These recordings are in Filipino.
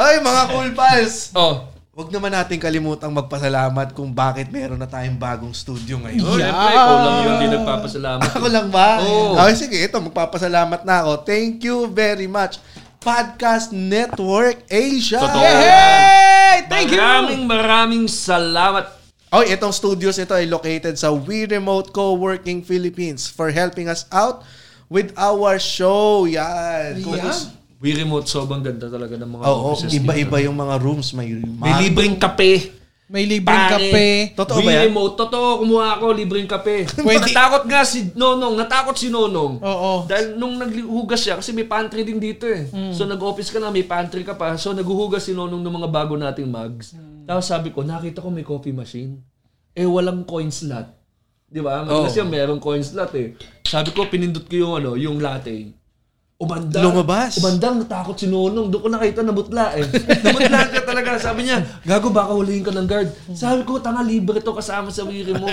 mga cool pals. Oh. Huwag naman natin kalimutang magpasalamat kung bakit meron na tayong bagong studio ngayon. Oh, Yeah. Siyempre, ikaw lang yun din nagpapasalamat. Ako lang ba? Oo. Okay, sige, ito, magpapasalamat na ako. Thank you very much. Podcast Network Asia. Totoo. Hey! Thank you! Maraming maraming salamat. Oh, itong studios ito ay located sa We Remote Coworking Philippines for helping us out with our show. Yan. Kung- Yeah. We remote, sobrang ganda talaga ng mga Oo, offices dito. iba-iba yung mga rooms. May, May ma- libreng kape. May libreng Pare. kape. Totoo We ba yan? remote. Totoo, kumuha ako, libreng kape. Pwede- Natakot nga si Nonong, natakot si Nonong. Oo. Hmm. Dahil nung naghugas siya, kasi may pantry din dito eh. So nag-office ka na, may pantry ka pa. So naghuhugas si Nonong ng mga bago nating mugs. Hmm. Tapos sabi ko, nakita ko may coffee machine. Eh, walang coin slot. Di ba? Madalas yan, merong coin slot eh. Sabi ko, pinindot ko yung ano, yung latte. Umandang. Lumabas. Umandang, natakot si Nonong. Doon ko nakita, nabutla eh. nabutla ka talaga. Sabi niya, gago baka hulihin ka ng guard. Sabi ko, tanga, libre to kasama sa Wiri mo.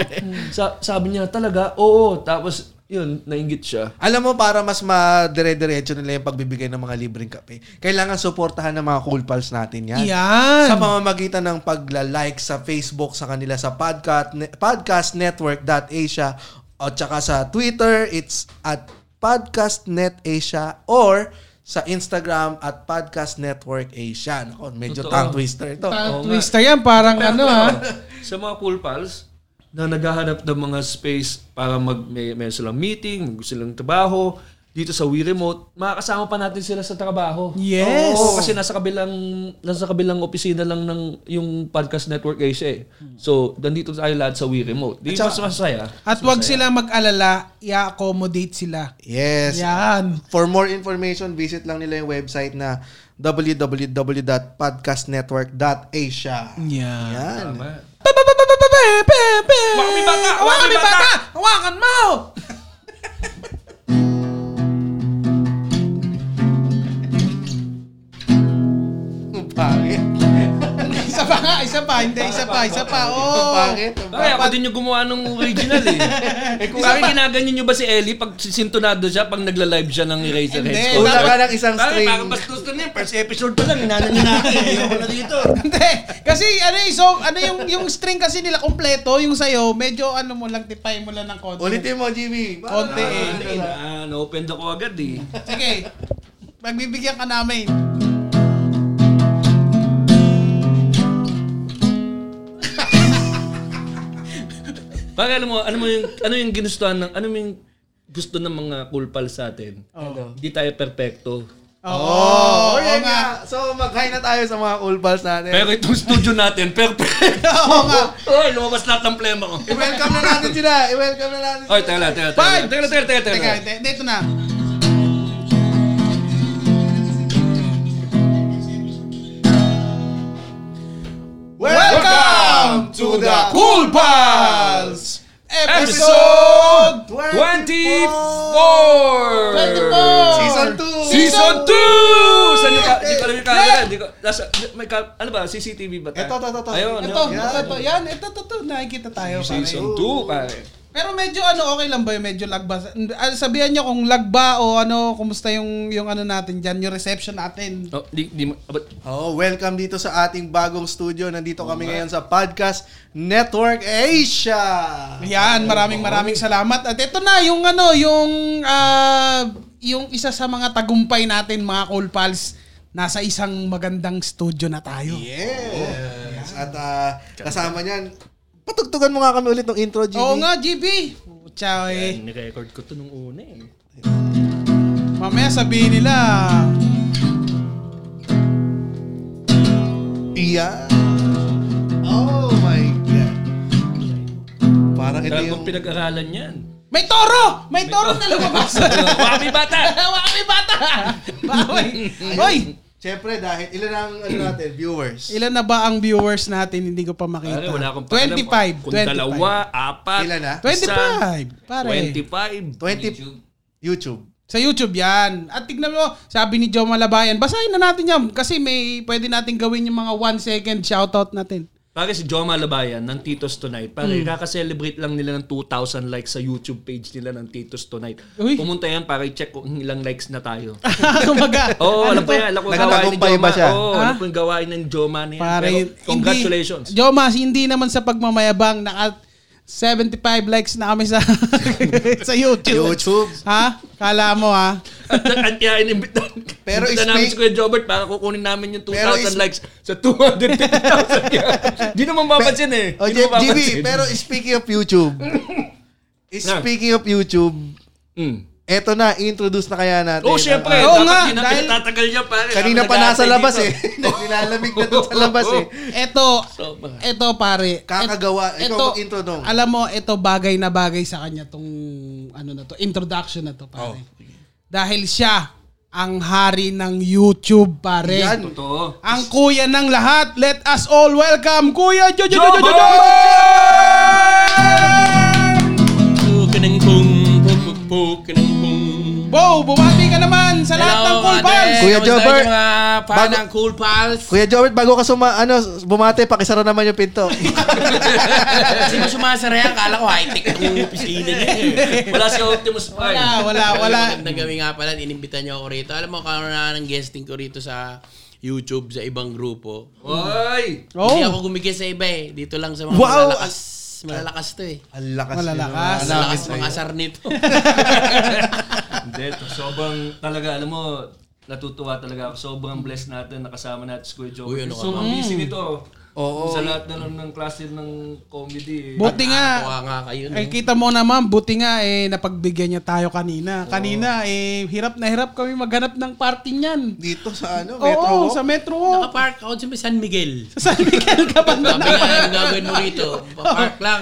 Sa- sabi niya, talaga? Oo. Tapos, yun, nainggit siya. Alam mo, para mas madire-diretso nila yung pagbibigay ng mga libreng kape, kailangan suportahan ng mga cool pals natin yan. Yan. Sa pamamagitan ng pagla-like sa Facebook sa kanila sa podcast ne- podcastnetwork.asia at saka sa Twitter, it's at podcastnetasia or sa Instagram at Podcast Network Asia. Nako, medyo Totoo. tongue twister ito. Oo Parang nga. twister yan. Parang ano ha. sa mga cool pals na naghahanap ng mga space para mag may, may silang meeting, mag silang trabaho, dito sa We Remote, makakasama pa natin sila sa trabaho. Yes! Oo, kasi nasa kabilang nasa kabilang opisina lang ng yung Podcast Network Asia. Eh. So, nandito tayo lahat sa We Remote. Di mas masaya. At wag sila mag-alala. I-accommodate sila. Yes. Yan. For more information, visit lang nila yung website na www.podcastnetwork.asia. Yan. Yan. eh, Hawakan Hawakan mi bata! Hawakan mi bata! Hawakan mo! Ang pangit. Isa pa nga, isa pa. Hindi, isa pa, isa pa. Ang Oh. pangit. Ang Kaya ako din yung gumawa ng original eh. eh kung bakit ginaganyan nyo ba si Ellie pag sintonado siya, pag nagla-live siya ng Eraser Hindi. Heads? Una ka ng isang Bakit? string. Parang bastos na yan. First episode pa lang, inanan na natin. Ayoko na dito. Hindi. Kasi ano eh, so ano yung yung string kasi nila kompleto, yung sayo medyo ano mo lang tipay mo lang ng konti. Ulitin mo, Jimmy. Konti eh. Ah, na-open ako agad eh. Sige. Magbibigyan ka namin. Bakit alam mo, ano mo yung, ano yung ginustuhan ng, ano yung gusto ng mga cool pals sa atin? Oh. Hindi tayo perpekto. Oh, Oo yun nga. nga. So, mag-hi na tayo sa mga cool pals natin. Pero itong studio natin, perfect. Oo nga. Oy, lumabas lahat ng plema ko. I-welcome na natin sila. I-welcome na natin Oy, teka lang, teka, teka. lang. Five! Teka, lang, teka, teka, teka. Teka, lang. de- dito na. Welcome to the Cool Pals! Episode 24! 24! Season 2! Season 2! Sa ka, di ko alam yung camera. Yeah. Di ko, nasa, may ka, ano ba, CCTV ba tayo? Ito, ito, ito, ito. Ayun, Ito, yun. ito, ito, yan, ito, ito, ito, nakikita tayo. Season pare. 2, pare. Pero medyo ano, okay lang ba yung medyo lag ba? Ah, Sabihan nyo kung lag ba o ano, kumusta yung, yung ano natin dyan, yung reception natin. No, di, di, ma- but, Oh, welcome dito sa ating bagong studio. Nandito kami ngayon sa Podcast Network Asia. Yan, maraming maraming salamat. At ito na yung ano, yung ah, yung isa sa mga tagumpay natin mga Cool Pals. Nasa isang magandang studio na tayo. Yes. At ah, kasama niyan, patugtugan mo nga kami ulit ng intro, Jimmy. Oo nga, GB. Ciao eh. ni-record ko to nung una eh. Mamaya sabihin nila. Yeah. Oh my God. Parang ito Dahil yung... kung pinag-aralan yan. May toro! May toro na lumabas! Mami bata! Hawa kami bata! Baway! Hoy! Siyempre, dahil ilan ang ano natin, viewers? Ilan na ba ang viewers natin? Hindi ko pa makita. Pare, wala akong pakialam 25. Kung dalawa, apat, Ilan na? 25. isa, 25, pare. 20 25. YouTube. Sa YouTube yan. At tignan mo, sabi ni Joe Malabayan, basahin na natin yan kasi may pwede natin gawin yung mga one second shoutout natin. Pare si Joma Labayan ng Titos Tonight. Pare, Hmm. kakaselebrate lang nila ng 2,000 likes sa YouTube page nila ng Titos Tonight. Uy. Pumunta yan para i-check kung ilang likes na tayo. Kumaga. Oo, alam ko ano to? yan. Alam ko yung gawain ni Nagtagumpay Joma. ba siya? Oo, Ha? alam ko yung gawain ng Joma na yan. Pare, Pero, congratulations. Hindi, Jomas, hindi naman sa pagmamayabang naka 75 likes na kami sa sa YouTube. YouTube. Ha? Kala mo ha? at, at kaya inimbit na, Pero is inimbit na namin may- si Kuya Jobert para kukunin namin yung 2,000 Pero is- likes sa 250,000 yan. Di naman mapapansin eh. Oh, Di Jeff, naman GB, mapapansin. pero speaking of YouTube, speaking of YouTube, Mm. eto na, introduce na kaya natin. Oh, syempre. ang- Oo dapat nga, Di na dahil- pinatatagal niya pare. kanina Dapat pa nasa nag-aantay labas dito. eh. Nilalamig na doon sa labas eh. Eto, Sobra. eto pare. Kakagawa. Ikaw eto- mag-intro dong. Alam mo, ito bagay na bagay sa kanya tong ano na to, introduction na to Oh, pare. Dahil siya ang hari ng YouTube pare. Yan. Totoo. Ang kuya ng lahat. Let us all welcome Kuya Jojo Jojo Jojo. Bo, bumati ka naman sa lahat ng cool pals. Kuya Jobber, mga fan bago- ng Cool Pals. Kuya Jobert, bago ka suma, ano, bumate, pakisara naman yung pinto. Sino sumasara yan? Kala ko high-tech yung opisina niya. eh. Wala si Optimus Prime. Wala, wala, wala. Magandang gabi nga pala. Inimbitan niyo ako rito. Alam mo, karoon ng guesting ko rito sa YouTube sa ibang grupo. Oy! Hindi Oh, ako gumigis sa iba eh. Dito lang sa mga Wow! malalakas. Malalakas to eh. Ang lakas. Malalakas. nila. Malalakas mga asar nito. Hindi, sobrang talaga, alam mo, natutuwa talaga ako. Sobrang blessed natin, nakasama natin si Kuya Jobert. Uy, ano ka so, ang busy nito. Oo. Sa lahat na ng klase ng comedy. eh. buti nga. Kuha nga kayo. eh. no? Ay, kita mo naman, buti nga eh, napagbigyan niya tayo kanina. Kanina, eh, hirap na hirap kami maghanap ng parking niyan. Dito sa ano, Metro Oo, Walk. sa Metro Walk. Nakapark ako dyan sa may San Miguel. Sa San Miguel ka pa na. Sabi nga, anong gagawin mo rito? Papark lang.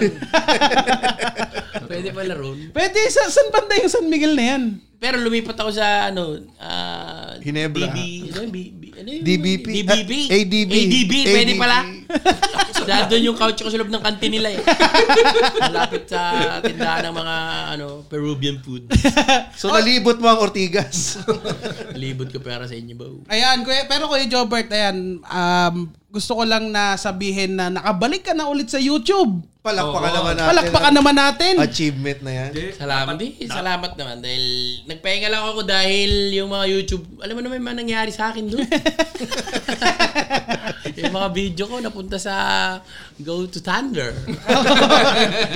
Pwede pala ron. Pwede, sa, saan banda yung San Miguel na yan? Pero lumipat ako sa ano, ah, Hinebra. DB, ano, yung B- B- ano yun? DBP? DBB. Ah, ADB. ADB, pwede ADB. pala. Dahil doon yung couch ko sa loob ng kantin nila eh. Malapit sa tindahan ng mga ano Peruvian food. Oh. So, nalibot mo ang Ortigas. Libot ko para sa inyo ba? Ayan, kuya, pero Kuya Jobert, ayan, um, gusto ko lang na sabihin na nakabalik ka na ulit sa YouTube. Palakpakan Oo. naman natin. Palakpakan naman natin. ang Achievement na yan. Hindi. Salamat. Hindi, salamat naman. Dahil nagpahinga lang ako dahil yung mga YouTube, alam mo naman yung mga nangyari sa akin doon. yung mga video ko napunta sa Go to Thunder.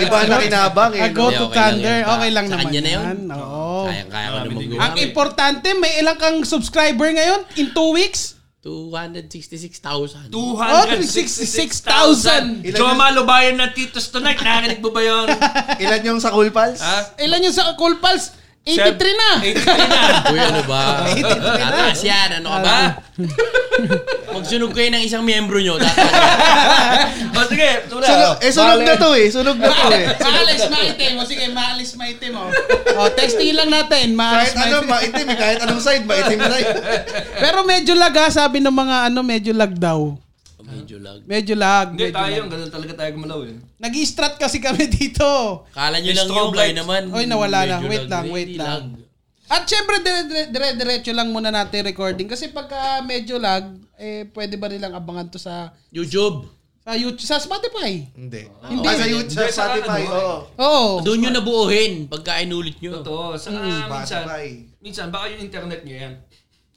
Iba na kinabang eh. Ah, go no? Hindi, to okay Thunder. Okay lang Ah, lang yun. Pa- sa naman kanya na yun. Oo. Kaya-kaya ko na magawa. Ang importante, may ilang kang subscriber ngayon in two weeks? 266,000. 266,000! Ilan Joma Lubayan na Titos Tonight. Nakakinig mo ba yun? Ilan yung sa Cool Pals? Ha? Ilan yung sa Cool Pals? 83 na. 83 na. Kuya, ano ba? Tataas yan. Ano ka ba? Magsunog kayo ng isang miyembro nyo. Tataas. O sige, tula. Sunog, eh, sunog na to eh. Sunog na to eh. maalis maitim. O sige, maalis maitim. O, o texting lang natin. Maalis Kahit ano, maitim. maitim eh. Kahit anong side, maitim na yun. Pero medyo lag ha. Sabi ng mga ano, medyo lag daw. Medyo lag. Medyo lag. Hindi Medyo tayo, ganun talaga tayo gumalaw eh. Nag-i-strat kasi kami dito. Kala nyo lang Strobe yung kayo lights. naman. Oy, nawala na. Medyo Wait lag. lang, Hindi, wait hindi lang. At syempre, dire- dire- dire-diretso lang muna natin recording. Kasi pagka medyo lag, eh, pwede ba nilang abangan to sa YouTube. sa YouTube, sa Spotify? Hindi. Hindi. Ah, sa YouTube, sa Hindi, sa Spotify, oo. ano, Oo. Doon nyo nabuuhin pagka inulit nyo. Totoo. Sa Hmm, minsan, Spotify. minsan, baka yung internet niya yan.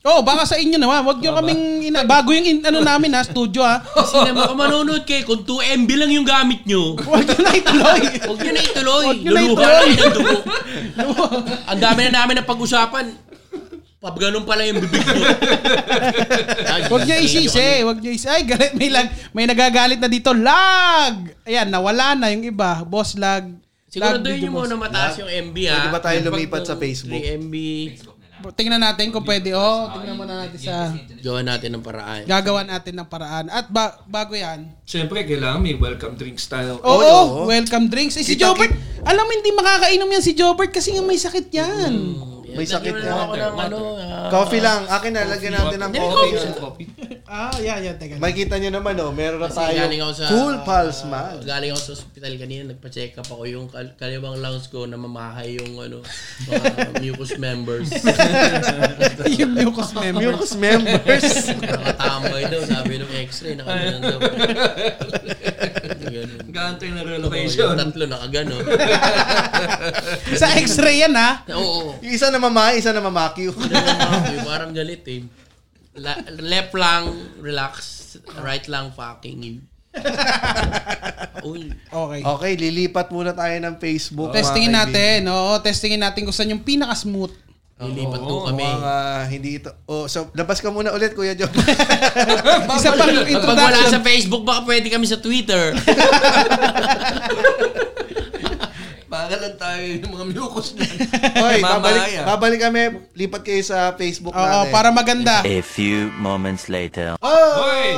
Oh, baka sa inyo naman. Huwag nyo kaming ina- bago yung in- ano namin ha, studio ha. Kasi naman kung manonood kayo, kung 2 MB lang yung gamit nyo, Huwag nyo na ituloy. huwag nyo na ituloy. Huwag nyo na Luluha ituloy. kayo ng dugo. Ang dami na namin na pag-usapan. Pag ganun pala yung bibig nyo. Huwag nyo isisi. Huwag nyo isisi. Ay, galit. May, lag, may nagagalit na dito. Lag! Ayan, nawala na yung iba. Boss lag. Siguro Lag doon dito, yung boss. muna mataas yung MB ha. Pwede ba tayo Yung pag lumipat sa yung Facebook? 3 MB, Tingnan natin kung pwede. Oh, tingnan muna natin sa... gawa natin ng paraan. Gagawa natin ng paraan. At ba- bago yan, Siyempre, kailangan may welcome drinks tayo. Oo. Oo, welcome drinks. Eh, si Kita- Jobert, alam mo hindi makakainom yan si Jobert kasi nga may sakit yan. May sakit na. Nagkaroon ako ng ano, ah, Coffee lang. Akin na, lagyan natin ng Hindi, coffee. coffee. Ah, yeah, yeah. Teka. lang. Makikita nyo naman, oh, meron na Kasi tayo. galing ako sa- Cool Pals Mag. Galing ako sa ospital kanina, nagpa-check up ako yung kal- kaliwang lungs ko na mamahay yung ano, mga mucus members. yung mucus member. Mucus members. Nakatambay daw, sabi nung x-ray, nakaganon daw. Ganun. Gantay na Yung relocation. tatlo nakaganon. sa x-ray yan, ha? Oo. yung isa na mama, isa na mamakyu. Ano yung mga apoy? Parang galit eh. La- left lang, relax. Right lang, fucking you. Uy. Okay. Oh, okay, lilipat muna tayo ng Facebook. mga Oh, Testingin kaibigan. natin. Oo, testingin natin kung saan yung pinaka-smooth. Nilipat to kami. Mukhang ah, hindi ito. Oh, so, labas ka muna ulit, Kuya Job. Eh, Isa pang Pag wala introduction. sa Facebook, baka pwede kami sa Twitter. Baka lang tayo yung mga mucus na. Hoy, babalik, Mamaya. babalik kami. Lipat kayo sa Facebook Oo, natin. para maganda. A few moments later. Oh! Hoy!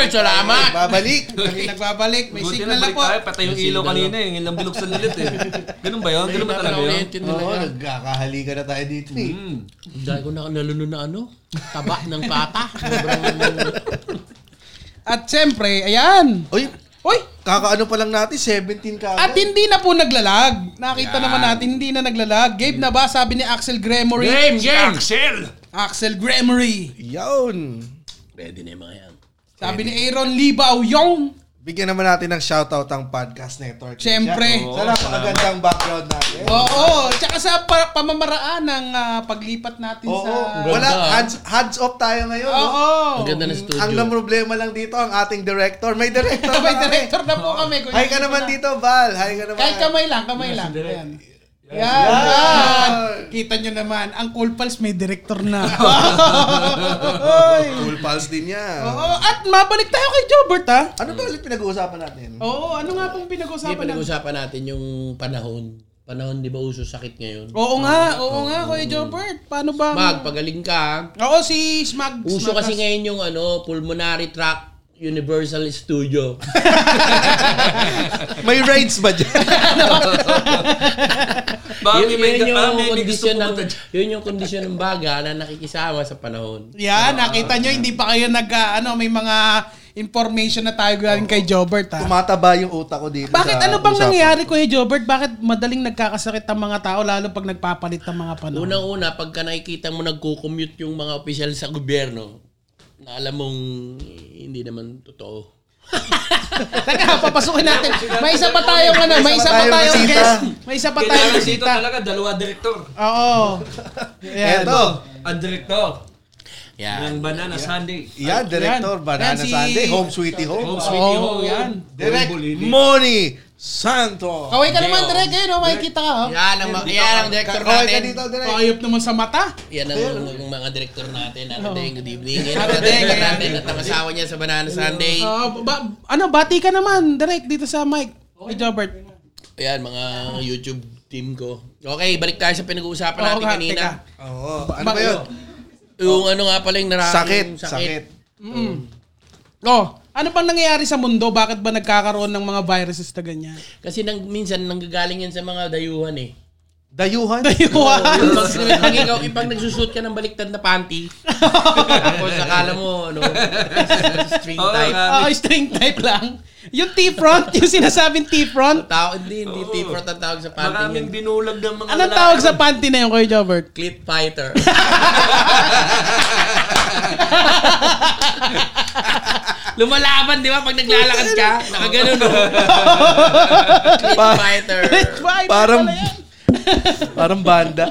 Uy, salamat! Babalik! Hindi nagbabalik. May Buti na signal na balik po. tayo, patay yung ilaw kanina, yung ilang biluksan ulit eh. Ganun ba yun? Ganun ba talaga yun? Naiintindi Oo, talaga. nagkakahalikan na tayo dito. eh. Hmm. Dahil ko na naluno na ano, taba ng pata. Sobrang- At siyempre, ayan. Uy, Uy! kakaano pa lang natin, 17 ka. At hindi na po naglalag. Nakita naman natin, hindi na naglalag. Game na ba? Sabi ni Axel Gremory. Game, game! Axel Gremory. Yun! Pwede na yung mga yan. Sabi ni Aaron Libaw yung Bigyan naman natin ng shoutout ang Podcast Network. Siyempre. Sa napakagandang background natin. Oo, tsaka sa pa- pamamaraan ng ah, paglipat natin Oo, sa... wala, Ganda. hands, hands off tayo ngayon. no? Oo. Ang ganda ng studio. Ang lang problema lang dito, ang ating director. May director May na kami. director na po kami. Kuya. Hi ka naman dito, Val. Hi ka naman. Kahit kamay lang, kamay lang. Ayan. Yan. Yan. Kita nyo naman, ang Cool Pals may director na. Cool pals din niya. Oo, at mabalik tayo kay Jobert ha. Ano ba ulit pinag-uusapan natin? Oo, ano nga pong Hindi, pinag-usapan natin? pinag-usapan natin yung panahon. Panahon, di ba uso sakit ngayon? Oh, Oo nga, oo nga, Kuya Jobert. Paano um, ba? Mag, pagaling ka. Oo, si Smag. Uso Smag- kasi ngayon yung ano, pulmonary tract universal studio. May rights ba dyan? Baka may, may, yun baka may, yung may gusto kondisyon ng, pumunta dyan. yun yung kondisyon ng baga na nakikisama sa panahon. Yan, nakita nyo, hindi pa kayo nag, ah, ano, may mga information na tayo galing kay Jobert ha. Tumataba yung utak ko dito. Bakit sa ano bang usapan. nangyayari Kuya Jobert? Bakit madaling nagkakasakit ang mga tao lalo pag nagpapalit ng mga panahon? Unang-una, pagka nakikita mo nagko-commute yung mga opisyal sa gobyerno, na alam mong eh, hindi naman totoo. Teka, papasukin natin. May isa pa tayong ano, may isa pa tayong tayong bisita. guest. May isa pa tayong Kailangan dito bisita. talaga, dalawa director. Oo. Yan. Eto. Ang director Yan. ng Banana Sunday. Yan, director. Yan. Banana Yan si- Sunday. Home Sweetie Home. Home Sweetie Oo, Home. yan. Oh, Direct Direct. Money Santo. Kaway ka naman, Direk. Ayun, oh, makikita ka. Oh. Yan ang, ma- yan ang director Kaway ka natin. dito, direct. Pakayop naman sa mata. Yan ang, ang mga director natin. Ano Deng, good evening. Yan ang director natin at ang asawa niya sa Banana Sunday. Oo, ba- ano, bati ka naman, Direk, dito sa mic. Kay Jobert. Ayan, mga YouTube team ko. Okay, balik tayo sa pinag-uusapan Oo natin nga, kanina. teka. Oo. Ano ba yun? Yung ano nga pala yung nararamdaman Sakit. yung Sakit. Oh, ano bang nangyayari sa mundo? Bakit ba nagkakaroon ng mga viruses na ganyan? Kasi nang, minsan nanggagaling yan sa mga dayuhan eh. Dayuhan. Dayuhan. Pag, pag ikaw, ipag nagsusuot ka ng baliktad na panty, tapos akala mo, ano, string Oo, type. nga. Ah, string type lang. Yung T-front, yung sinasabing T-front. Tao, hindi, hindi, t-front ang tawag sa panty Maraming niya. binulag ng mga Anong lalaki. tawag sa panty na yun, Kuya Jobert? Clit fighter. Lumalaban, di ba? Pag naglalakad ka, nakaganon, no? Clit fighter. Parang parang banda.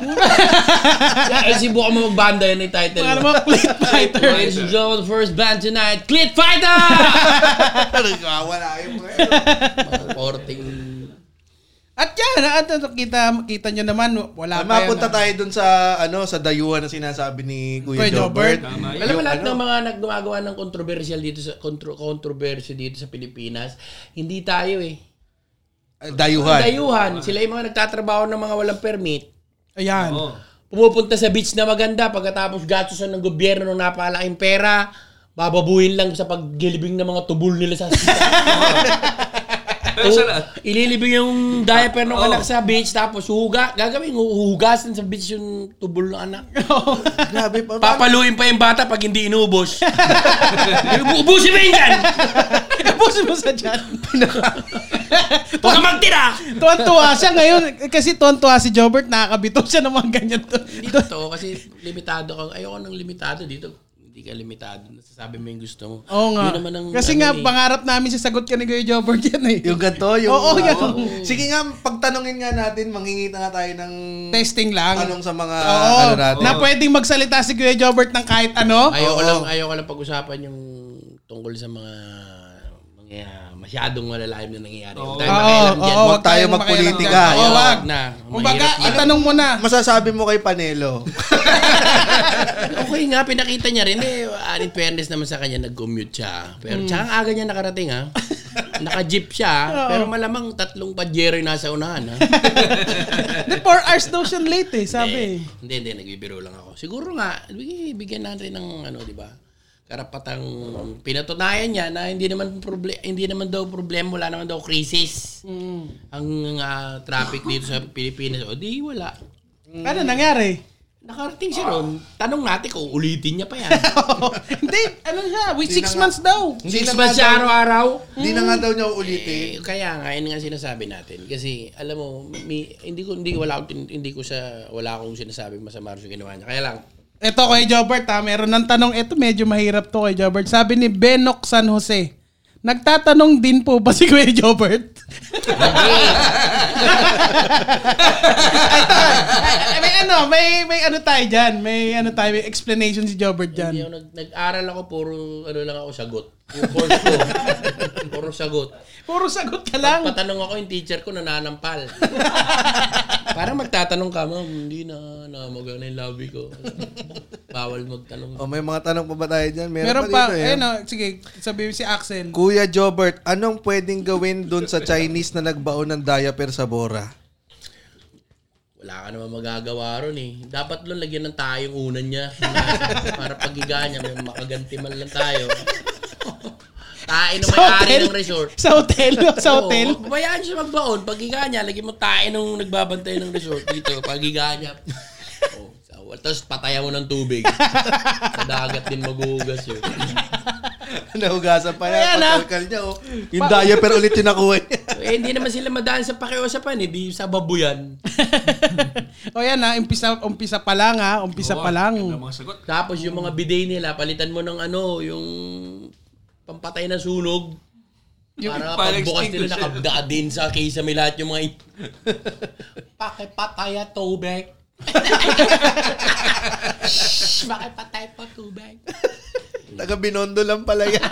Ay, sibukan mo magbanda yan yung title. Ano mga plate fighter? Ladies and gentlemen, first band tonight, Clit Fighter! Nagkawala yung mga yun. Mga Porting. At yan, at, at, kita, kita nyo naman, wala Ah, pa yan. Mapunta tayo dun sa ano sa dayuhan na sinasabi ni Kuya Kuya Jobert. Jobert. Alam mo lahat ng mga naggumagawa ng controversial dito sa kontro, controversy dito sa Pilipinas, hindi tayo eh. Ah, Dayuhan. Dayuhan, sila yung mga nagtatrabaho ng mga walang permit. Ayan. Oo. Oh. Pumupunta sa beach na maganda pagkatapos gatusan ng gobyerno ng napalaking pera, bababuhin lang sa paggilibing ng mga tubol nila sa Nasa lahat. Ililibing yung diaper ng Oo. anak sa beach tapos huga, gagawin, huhugasan sa beach yung tubol ng anak. Grabe pa. Papaluin pa yung bata pag hindi inubos. Ubusin mo yun dyan! Tapos mo sa dyan. Huwag ka magtira! Tuwan-tuwa siya ngayon. eh, Kasi tuwan-tuwa si Jobert. Nakakabito siya ng mga ganyan. to. Hindi totoo kasi limitado ka. Ayoko ng limitado dito. Hindi ka limitado. Nasasabi mo yung gusto mo. Oo nga. Yun naman ang, Kasi ano nga, eh. pangarap namin sa sagot ka ni Kuya Jobert yan eh. Yung ganito, yung... Oo, yung- Sige nga, pagtanungin nga natin, mangingita nga tayo ng... Testing lang. Tanong sa mga... Oo, ano natin. na pwedeng magsalita si Kuya Jobert ng kahit ano. Ayoko Oo. lang, ayoko lang pag-usapan yung tungkol sa mga mga masyadong malalalim na nangyayari. Huwag tayo makialam dyan. oo. Huwag tayo tayong magpolitika. makialam dyan. Oo, Ayun, wag. wag na. Kumbaga, Mahirap ano na. itanong mo na. Masasabi mo kay Panelo. Hmm. okay nga, pinakita niya rin eh. Ah, In fairness naman sa kanya, nag-commute siya. Pero Hmm. tsaka ang aga niya nakarating ha. Naka-jeep siya, ah. pero malamang tatlong pajero yung nasa unahan ah. ha. Hindi, four hours daw siya late eh, sabi eh. Eh, Hindi, hindi, nagbibiro lang ako. Siguro nga, bigay- bigyan natin ng ano, di ba? karapatang pinatunayan niya na hindi naman proble- hindi naman daw problema wala naman daw crisis ang ah, traffic dito sa Pilipinas o di wala Mm. Ano nangyari? nakarating siya ron tanong natin kung ulitin niya pa yan Hindi, ano siya, with six months daw. Hindi na six nga months siya daw- araw-araw Hindi na nga daw niya uulitin. Eh, kaya nga, yun nga sinasabi natin. Kasi, alam mo, may- hindi ko, hindi, wala, akong tin- hindi ko sa, wala akong sinasabing masama sa ginawa niya. Kaya lang, Ito kay Jobert ha, meron ng tanong. Ito medyo mahirap to kay Jobert. Sabi ni Benok San Jose, nagtatanong din po ba si Kuya Jobert? Ito, eh, may ano, may, may ano tayo dyan. May ano tayo, may explanation si Jobert hindi dyan. ako nag, nag-aral ako, puro, ano lang ako, sagot. Yung course ko, puro sagot. Puro sagot ka lang. Patanong ako yung teacher ko, nananampal. Parang magtatanong ka, ma'am, hindi na, namaga na yung lobby ko. Bawal magtanong. O, Oh, may mga tanong pa ba tayo dyan? Meron, Meron pa, dito eh. eh, no, sige, sabihin si Axel. Kuya Jobert, anong pwedeng gawin dun sa Chinese na nagbaon ng diaper sa Bora? Wala ka naman magagawa ron eh. Dapat lang lagyan ng tayong unan niya. Para paghiga niya, may makaganti man lang tayo. Tae ng may-ari ng resort. Sa hotel, sa hotel. Oo, Bayaan siya magbaon. Paghiga niya, lagyan mo tae nung nagbabantay ng resort dito. Paghiga niya. Oh, so, tapos patayan mo ng tubig. Sa dagat din magugas yun. Nahugasan pa niya, Ayan, ah. patalkal niya. Oh. Yung diaper ulit yung nakuha niya. Eh, hindi naman sila madaan sa pakiusapan eh. Di sa babuyan. o yan ha, umpisa, umpisa pa lang ha, umpisa pa lang. Ganda ng mga sagot. Tapos yung mga bidet nila, palitan mo ng ano, yung pampatay na sunog. Yung para fire pagbukas nila extinguisher. nakabda din sa kaysa may lahat yung mga it- Pakipatay at tubig. Shhh! Pakipatay pa tubig. Taga Binondo lang pala yan.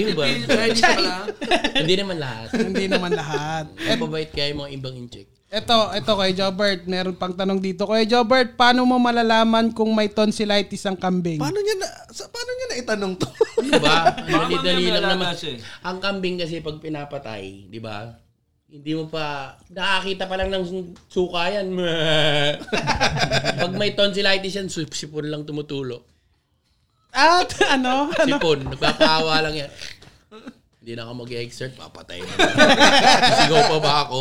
Iba ba? Chinese pala. Hindi naman lahat. Hindi naman lahat. Ang babait kaya yung mga ibang incheck. Ito, ito kay Jobert, meron pang tanong dito. Kay Jobert, paano mo malalaman kung may tonsillitis ang kambing? paano niya na, sa, paano niya na itanong to? Di ba? Baka Ang Diba? dali mamaya lang malala naman. siya eh. Ang kambing kasi pag pinapatay, di ba? Hindi mo pa, nakakita pa lang ng suka yan. Meh. pag may tonsillitis yan, su- sipon lang tumutulo. At ano? ano? Sipon, nagpapaawa lang yan. Hindi na ako mag-exert, papatay na. Sigaw pa ba ako?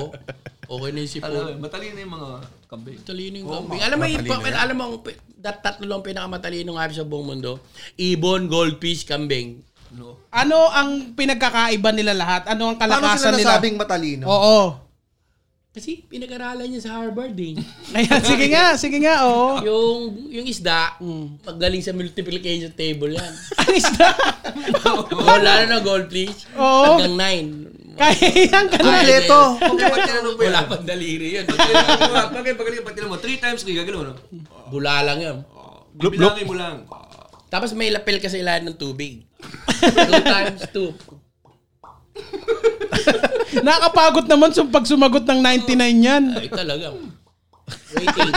Okay na Alam yung sipon. mo, matalino yung mga kambing. Matalino yung kambing. alam mo, yung, pa- alam mo, ang pi- dat- tatlo lang pinakamatalinong hayop sa buong mundo. Ibon, goldfish, kambing. No. Ano ang pinagkakaiba nila lahat? Ano ang Paano sila kalakasan nila? nasabing matalino? Oo. Kasi pinag-aralan niya sa Harvard eh. Ayan, sige nga, sige nga, oo. yung, yung isda, Mm. magaling sa multiplication table yan. Ang isda. Wala lalo na goldfish. Oh. Oo. Hanggang nine. eh, Kaya yan, Ano kanu- Kompleto. Okay, pag tinanong mo Wala yan. pang daliri yan. Okay, pag pag tinanong mo, three times kaya gagano, no? Bula lang yan. Bilangin mo lang. Tapos may lapel ka sa ilalim ng tubig. two times two. nakapagod naman sum pag sumagot ng 99 yan. Ay talaga. Waiting.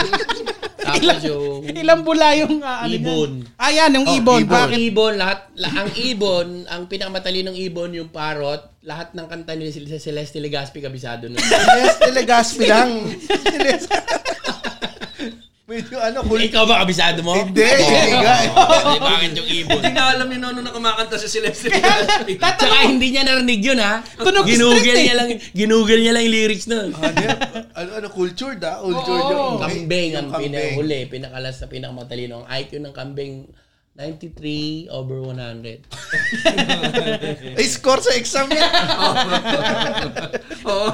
Tapos yung Ilang bula yung ah, ano yan? Ibon. Ah, yan, yung ibon. Bakit? Bakit? ibon, lahat, la- ang ibon, ang pinakamatalino ng ibon, yung parrot, lahat ng kanta nila sila sa Celeste Legaspi kabisado nun. Yes, Telegaspi lang. Medyo ano, Kung ikaw ba kabisado mo? Hindi, hindi nga. Hindi, bakit yung ibon? Hindi na alam ni Nono na kumakanta si Celeste. Tsaka hindi niya narinig yun ha. Tunog Ginugol straight, eh. Ah, niya lang, ginugol niya lang yung lyrics nun. Ano, ano, ano, culture da? Culture Oo. yung Kambing ang kambing. pinahuli, pinakalas na pinakamatalino. Ang IQ ng kambing, 93 over 100. Ay, score sa exam yan. Oo.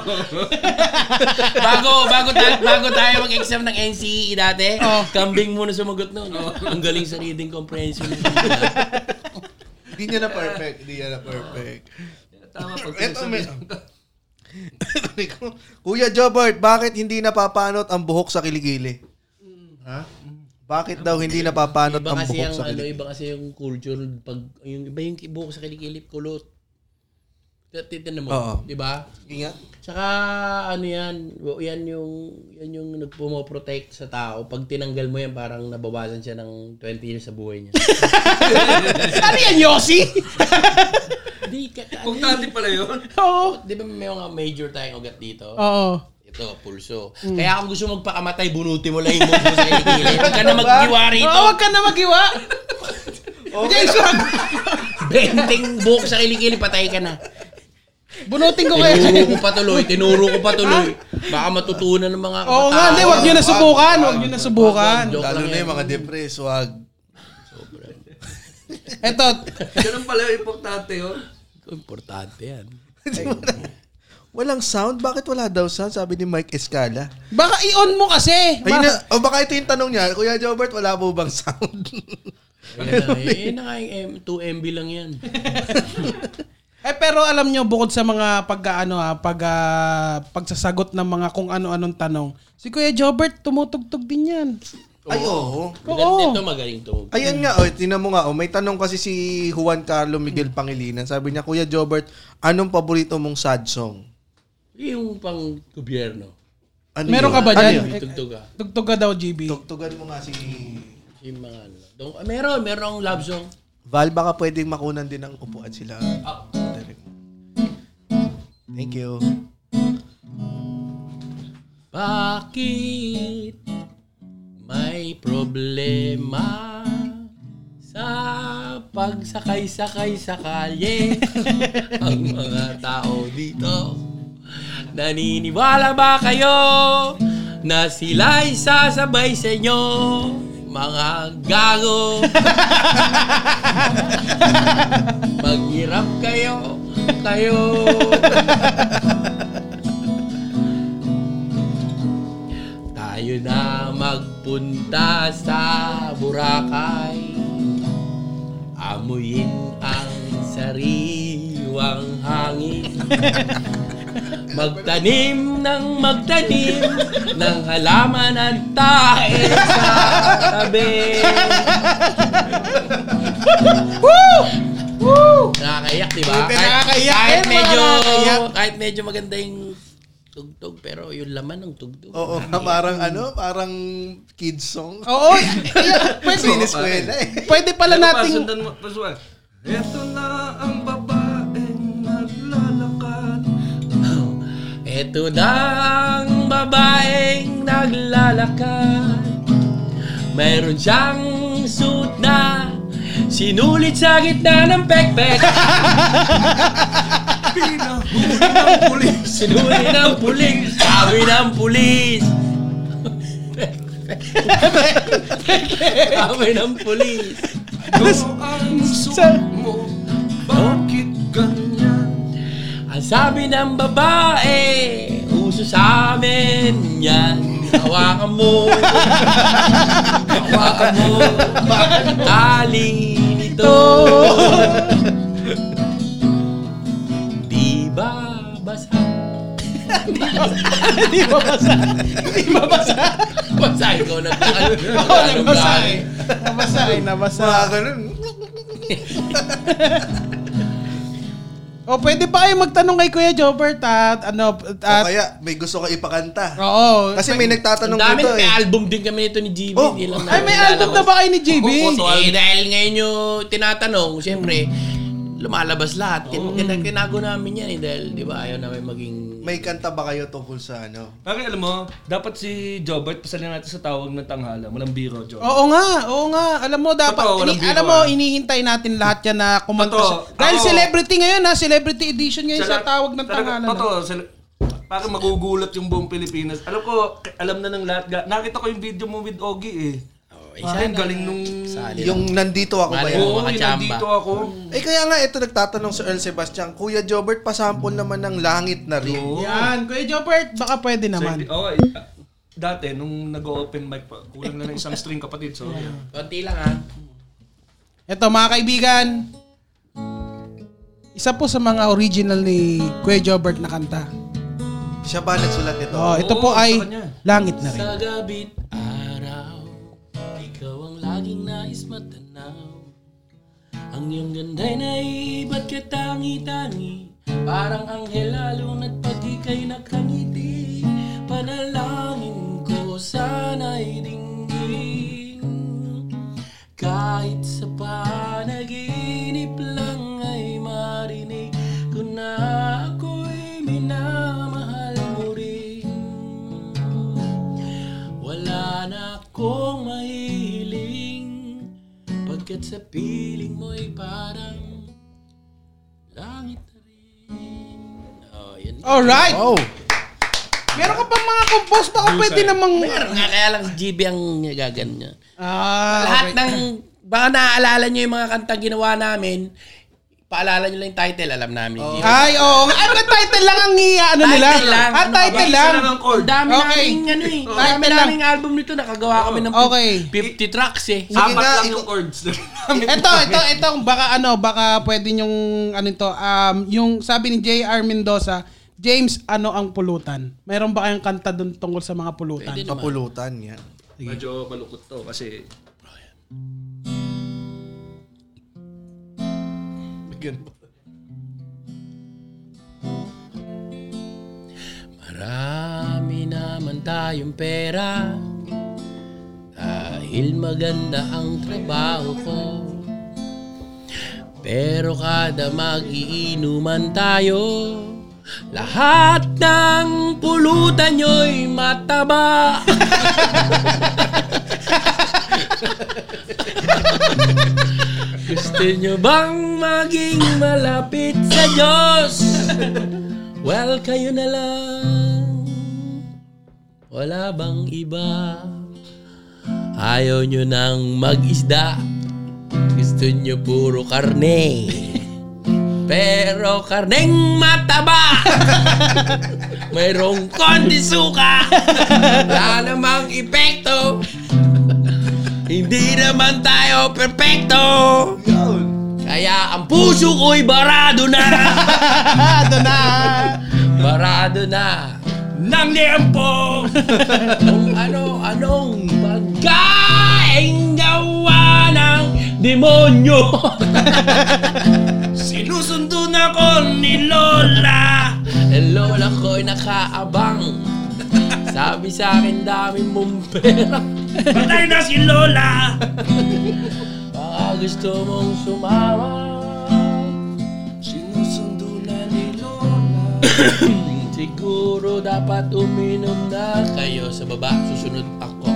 bago, bago, ta- bago tayo mag-exam ng NCE E dati, Oh. kambing muna sumagot nun. Ang galing sa reading comprehension. Hindi niya na perfect. Hindi niya na perfect. Tama pag Eto, may- sinasabi- Kuya Jobart, bakit hindi napapanot ang buhok sa kilikili? Ha? Bakit daw hindi napapanot iba ang kasi buhok yung, sa ano, kilikili? iba kasi yung culture, pag, yung, iba yung buhok sa kilikilip, kulot. Titinan mo, Oo. di ba? Ingat. Tsaka ano yan, yan yung yan yung nagpumoprotect sa tao. Pag tinanggal mo yan, parang nabawasan siya ng 20 years sa buhay niya. Ano yan, Yossi? Hindi, ka, ano Kung yun? Oh, dati pala yun. Oo. Di ba may mga major tayong ugat dito? Oh. Oo. Ito, pulso. Hmm. Kaya kung gusto magpakamatay, bunuti mo lang yung mundo sa iligilid. Huwag ka na magkiwa Oo, rito. wag Oh, ka na magiwa. Okay. Benting buhok sa iligilid, patay ka na. Bunutin ko kayo. Tinuro ko patuloy, tinuro ko patuloy. Baka matutunan ng mga Oo nga, hindi. Wag nyo na subukan. Wag nyo na subukan. Joke Lalo lang na yan. yung mga depres, wag. Eto. Ganun pala yung importante yun. Importante yan. Walang sound? Bakit wala daw sound? Sabi ni Mike Escala. Baka i-on mo kasi. Ayun Baka- na, o baka ito yung tanong niya, Kuya Jobert, wala po bang sound? Ayan na, eh, naka 2 MB lang yan. Eh pero alam nyo bukod sa mga pag ano ah, pag ah, pagsasagot ng mga kung ano-anong tanong, si Kuya Jobert tumutugtog din 'yan. Ay, oo. Maganda ito, magaling tumugtog. Ayan nga, oh, tinan mo nga, oh, may tanong kasi si Juan Carlo Miguel Pangilinan. Sabi niya, Kuya Jobert, anong paborito mong sad song? Yung pang gobyerno. Ano Meron yun? ka ba Ano dyan? yun? Tugtog ka. Tugtog ka daw GB. Tugtugan mo nga si... Yung mga ano. Dong, ah, meron, meron akong love song. Val, baka pwedeng makunan din ang upuan sila. Ah, Direk. Thank you. Bakit may problema sa pagsakay-sakay sa kalye ang mga tao dito? Naniniwala ba kayo na sila'y sasabay sa inyo? Mga gago! Maghirap kayo! Kayo! Tayo na magpunta sa Boracay Amuyin ang sariwang hangin Magtanim ng magtanim ng halaman at tae sa tabi Nakakaiyak, di ba? Hindi nakakaiyak. kahit Ayun, mga medyo, nakakaiyak. kahit medyo maganda yung tugtog, pero yung laman ng tugtog. Oo, parang ano, parang kids song. Oo. yeah, Oh, pwede, Siniskwela eh. pwede pala Ano pa, nating sundan mo, pasuwan. Ito na ang babaeng naglalakad. Ito na ang babaeng naglalakad Mayroon siyang suit na Sinulit sa gitna ng pekpek Pinahuli ng pulis. Sinulit ng pulis Sabi ng pulis Sabi ng pulis Ano ang suot mo? Bakit ganyan? Ang sabi ng babae Uso sa amin yan Hawakan mo Hawakan mo Tali nito Di ba basa? Di ba basa? Di ba basa? Basa, ikaw nagtagal. Ikaw nabasa nagtagal. eh. Nabasa eh, nabasa. Mga ganun. O pwede pa kayo magtanong kay Kuya Jobert at ano O at kaya, may gusto ka ipakanta. Oo. Kasi may Ang nagtatanong dami, dito may eh. album din kami nito ni GB. Oh, Hindi lang Ay may nakilala album ko. na ba kayo ni GB? Eh, dahil ngayon yung tinatanong, siyempre, lumalabas lahat. Tin- tin- tinago namin yan eh, dahil, di ba, ayaw namin maging May kanta ba kayo tungkol sa ano? Bakit alam mo, dapat si Jobert, pasalin natin sa tawag ng tanghala. Walang biro, Jobert. Oo nga, oo nga. Alam mo, dapat, Totoo, walang ini- biro, alam mo, ah. inihintay natin lahat yan na kumanta Totoo. siya. Dahil Ako- celebrity ngayon ha, celebrity edition ngayon Oh, sa tawag ng tangalan. Totoo, sal- parang magugulat yung buong Pilipinas. Alam ko, k- alam na ng lahat. ga- Nakita ko yung video mo with Ogie eh. Oh, Isa isa yung galing nung... Ano Sali lang. Yung nandito ako ba Mali. yan? Oo, mga yung tsamba. nandito ako. Eh kaya nga, ito nagtatanong si Earl Sebastian, Kuya Jobert, pasample naman ng langit na rin. Oo. Yan, Kuya Jopert, baka pwede So, naman. hindi- okay. Dati, nung nag-open mic pa, kulang na ng isang string kapatid. So, Konti lang ha. Ito mga kaibigan, isa po sa mga original ni Kuya Jobert na kanta. Siya ba nagsulat nito? Oh, ito Oo, po sa ay kanya. Langit na rin. Sa gabit araw, ikaw ang laging nais matanaw. Ang iyong ganda'y naibat ka tangi-tangi, parang anghel lalo na't pag ika'y nakangiti. Panalangin ko sana'y dinggin, kahit sa panaginip lang ay marinig ko na ako'y minamahal mo rin. Wala na akong mahiling Pagkat sa piling mo'y parang Langit na rin Oh, yun Alright! Oh. Meron ka pang mga compose, baka pwede namang... Meron nga, kaya lang si GB ang gaganyan Ah, Lahat okay. ng Baka naaalala nyo yung mga kanta ginawa namin Paalala nyo lang yung title, alam namin ni GB Ay, oo. nga. Ano, title lang ang iya, Oh. ano nila? Title lang. Ah, title Mabilis lang. na ng chord. Ang dami Okay. naming ano eh. Ang dami Title lang. naming album nito. Nakagawa kami ng Okay. 50 tracks eh. Sige apat nga, lang yung ikaw- chords. Ito, ito, ito, baka ano, baka pwede yung, ano ito, um, yung sabi ni J.R. Mendoza, James, ano ang pulutan? Meron ba kayong kanta doon tungkol sa mga pulutan? Kapulutan yan. Medyo malukot to kasi... Marami naman tayong pera Dahil maganda ang trabaho ko Pero kada magiinuman tayo Lahat ng pulutan nyo'y mataba Gusto nyo bang maging malapit sa Diyos? Well, kayo na lang. Wala bang iba? Ayaw nyo nang mag-isda. Gusto nyo puro karne. Pero karneng mataba. Mayroong konti suka. Wala namang epekto. Hindi naman tayo perfecto. Kaya ang puso ko'y barado na. Ado na! Barado na ng liempo kung ano-anong pagkain gawa ng demonyo. Sinusundo na ko ni Lola. Eh, Lola ko'y nakaabang. Sabi sa akin, dami mong pera. Patay na si Lola. Baka gusto mong sumama. Sinusundo na ni Lola. Siguro dapat uminom na kayo sa baba. Susunod ako.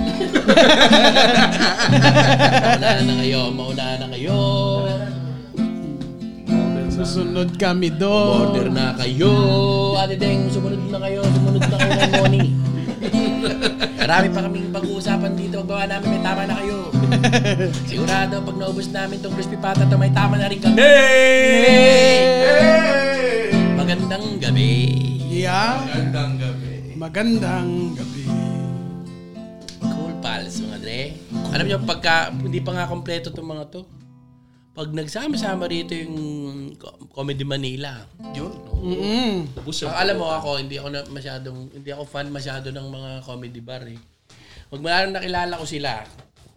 mauna na kayo, mauna na kayo. Susunod kami Order doon. na kayo. Ate Deng, sumunod na kayo. Sumunod na kayo kay Moni. Marami pa kaming pag-uusapan dito. Pagbawa namin, may tama na kayo. Sigurado, pag naubos namin tong crispy pata to, may tama na rin kami. Magandang gabi. Yeah. Magandang gabi. Cool pals, mga dre. Alam nyo, pagka, hindi pa nga kompleto itong mga to. Pag nagsama-sama rito yung Co- Comedy Manila. Yun. Mm. Ang Ah, alam mo ako, hindi ako na masyadong, hindi ako fan masyado ng mga comedy bar eh. Pag maraming nakilala ko sila,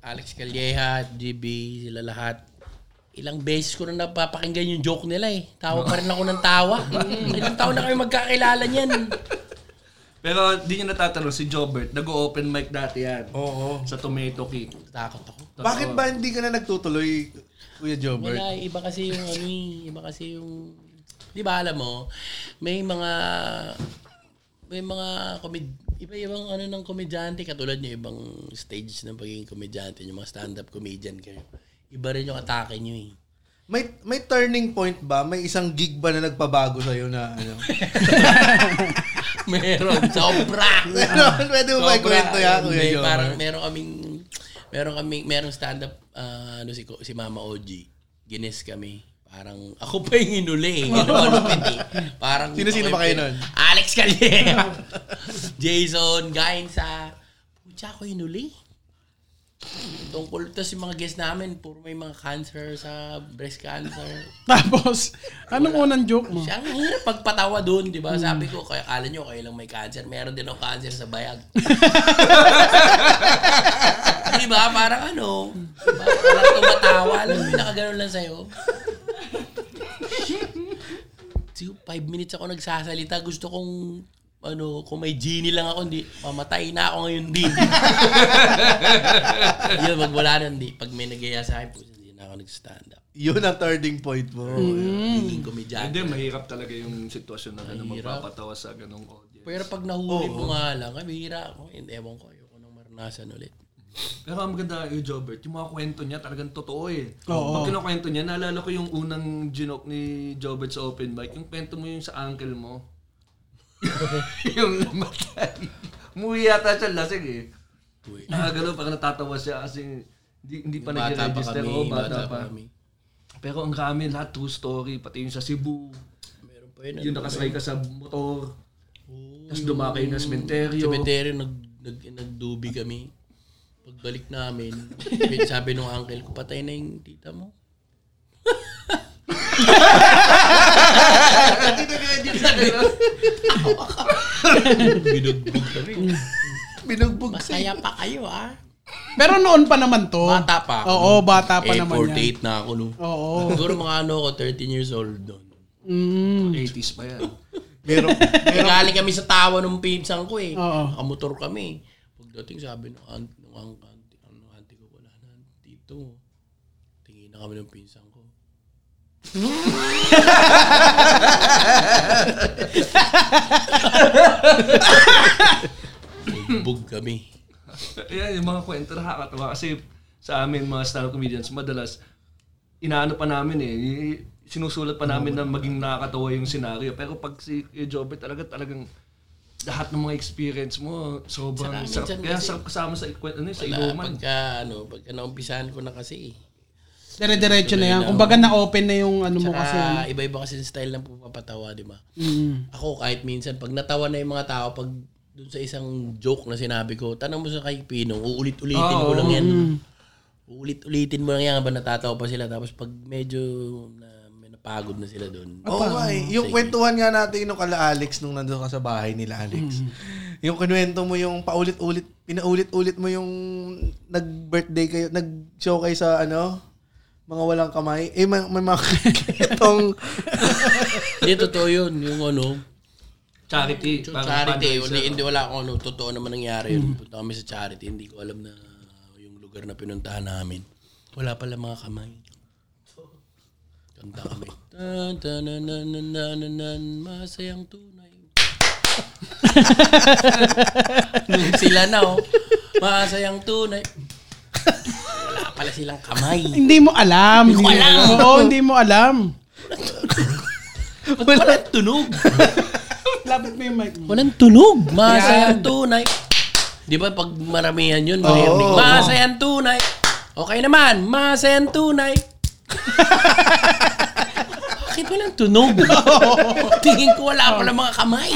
Alex Calleja, GB, sila lahat. Ilang beses ko na napapakinggan yung joke nila eh. Tawa pa rin ako ng tawa. Ilang taon na kayo magkakilala niyan. Pero di nyo natatanong, si Jobert, nag-open mic dati yan. Oo. Sa Tomato Kick. Takot ako. Bakit ba hindi ka na nagtutuloy, Kuya Jobert? Wala, iba kasi yung ano eh, iba kasi yung, di ba alam mo, may mga may mga komed iba-ibang ano ng komedyante katulad niyo ibang stage ng pagiging komedyante niyo mga stand-up comedian kayo. Iba rin yung atake niyo eh. May may turning point ba? May isang gig ba na nagpabago sa na ano? Meron sobra. Meron, Ano, pwede mo ba ikwento yan, Kuya eh, May Jomar? Parang meron kaming meron kaming merong stand-up ah, ano si Ko- si Mama OG. Gines kami. Parang ako pa yung inuli. eh. Inulupit eh. Parang Sino-sino ba kayo nun? Alex Calleja. Jason Gainsa. Pucha ako inuli. Tungkol to si mga guests namin, puro may mga cancer sa breast cancer. Tapos, anong unang joke mo? Siya ang hirap pagpatawa doon, di ba? Sabi ko, kaya kala nyo, kayo lang may cancer. Meron din ako cancer sa bayag. di ba? Parang ano, diba? parang tumatawa. Alam mo, yung nakaganon lang sa'yo. Shit. Siguro five minutes ako nagsasalita. Gusto kong ano, kung may genie lang ako, hindi, mamatay na ako ngayon din. Yun, wag wala nun, di. Pag may nagyaya sa akin, puso, hindi na ako nag-stand up. Yun ang turning point mo. Mm. Hindi komedyante. Hindi, mahirap talaga yung sitwasyon na ganun Mahirap. magpapatawa sa ganung audience. Pero pag nahuli mo nga lang, ay bihira ako. And ewan ko, ayoko nang maranasan ulit. Pero ang maganda yung Jobert, yung mga kwento niya talagang totoo eh. Pag kinukwento niya, naalala ko yung unang ginok ni Jobert sa open mic, yung kwento mo yung sa uncle mo. yung namatay. Muwi yata siya lasing eh. Uy. Nakagano, parang natatawa siya kasi hindi, hindi pa Bata pa nag-register. kami, Oo, bata pa kami. Pero ang kami, lahat true story, pati yung sa Cebu, Meron pa yun. yung ano, nakasakay ka sa motor, Oo, tapos dumakay na yung sementeryo. Cemetery, nag, nag, nagdubi kami. Pagbalik namin, sabi- sabi nung uncle ko, patay na yung tita mo. Binugbog kami. Binugbog siya. Masaya pa kayo ah. Pero noon pa naman to. Bata pa ako. Oo, bata pa eh, naman yan. 48 na ako no. Oo. Siguro mga ano ko, 13 years old doon. Mm. 80s pa yan. Meron, Pero, Galing kami sa tawa ng pinsan ko eh. Oo. Nakamotor kami. Pagdating sabi ng aunt, ng aunt, auntie, ano, auntie ko, wala na dito. Tingin na kami ng pinsan ko. Bugbog kami. Ayan, yung mga kwento nakakatawa kasi sa amin mga stand-up comedians madalas inaano pa namin eh i- sinusulat pa namin na maging nakakatawa yung scenario pero pag si eh, Jobber talaga talagang lahat ng mga experience mo sobrang Sarap, sarap minsan kaya kasi- sarap kasama sa kwento ano, eh, sa Wala, inuman pagka, ano, pagka naumpisahan ko na kasi eh. Dire-diretso na yan. Kumbaga na-open na yung ano mo kasi. ano. Tsaka iba-iba kasi yung style ng pagpapatawa, di ba? Mm. ako kahit minsan pag natawa na yung mga tao pag dun sa isang joke na sinabi ko, tanong mo sa kay Pinong, uulit-ulitin ko lang yan. Uulit-ulitin mo lang yan habang natatawa pa sila. Tapos pag medyo na, may napagod na sila dun. Oh, Oo nga eh. Yung kwentuhan nga natin nung kala Alex nung nandun ka sa bahay nila Alex. Yung kinuwento mo yung paulit-ulit, pinaulit-ulit mo yung nag-birthday kayo, nag-show kayo sa ano, mga walang kamay. Eh, may, may mga itong Hindi, totoo yun. Yung ano, charity yung parang charity. fundraiser. oh. Hindi, hindi wala akong ano, totoo naman nangyari yun. Punta kami sa charity, hindi ko alam na yung lugar na pinuntahan namin. Wala pala mga kamay. Kanta kami. Tan, tan, nan, nan, nan, nan, nan, nan, masayang tunay. Nung sila na, oh. Masayang tunay. Wala pala silang kamay. Hindi mo alam. Hindi mo alam. Oo, hindi mo alam. Ba't walang tunog? Lapit mo yung mic mo. Walang tunog. Masayang tunay. Di ba pag maramihan yun, maririnig. Masayang tunay. Okay naman, masayang tunay. Bakit walang tunog? Tingin ko wala pala mga kamay.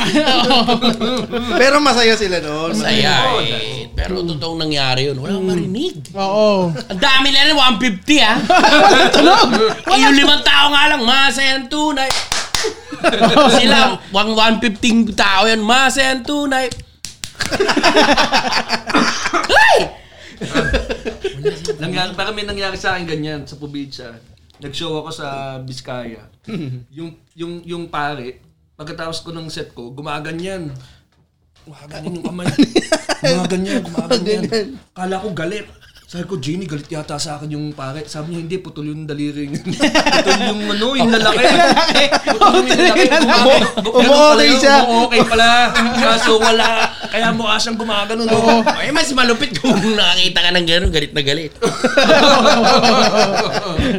Pero masaya sila noon. Masaya Hmm. eh. Pero totoong nangyari yun. Walang marinig. Oo. Ang dami nila, 150 ah. Tunog! Eh, yung limang tao nga lang, masayang tunay. Sila, wang 115 tao yan, masayang tunay. Ay! Nangyari, parang may nangyari sa akin ganyan sa probinsya. Nag-show ako sa Biskaya. yung yung yung pare, pagkatapos ko ng set ko, gumaganyan. Gumaganyan yung kamay. gumaganyan, gumaganyan. Kala ko galit. Sabi ko, Jimmy, galit yata sa akin yung pare. Sabi niya, hindi, putol yung daliri. putol yung ano, yung lalaki. putol yung lalaki. Umu-okay siya. okay pala. Kaso wala. Kaya mukha siyang gumagano. No? Ay, mas malupit kung nakakita ka ng gano'n, galit na galit.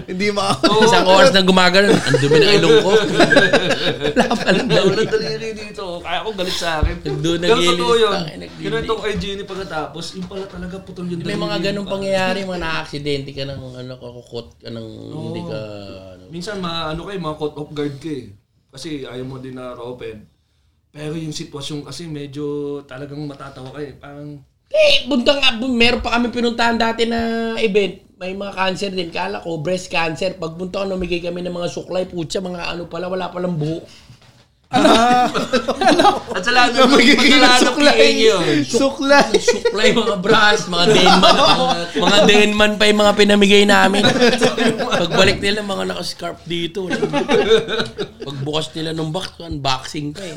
Hindi ma... Isang oras na gumagano, ang dumi ng ilong ko. Wala palang Wala daliri. daliri dito. Kaya ko galit sa akin. Doon Pero nagilis, totoo yun. tangin, naglilis. Ganun ito kay Jimmy pagkatapos. Yung pala talaga putol yung May daliri. mga ganong pangyayari, mga na-aksidente ka ng ano, kakukot ka ng hindi ka... Ano. Minsan ma ano kay mga caught off guard ka eh. Kasi ayaw mo din na open. Pero yung sitwasyon kasi medyo talagang matatawa ka eh. Parang Eh, buntang, meron pa kami pinuntahan dati na event. May mga cancer din. Kala ko, breast cancer. Pagpunta ko, namigay kami ng mga suklay. Putya, mga ano pala, wala palang buhok. Ah. Ano? at sa lahat ng pagkalahat ng PA yun. Suklay. Suklay, mga bras, mga denman. mga, mga denman pa yung mga pinamigay namin. Pagbalik nila, mga nakascarf dito. Walang- Pagbukas nila ng box, unboxing pa eh.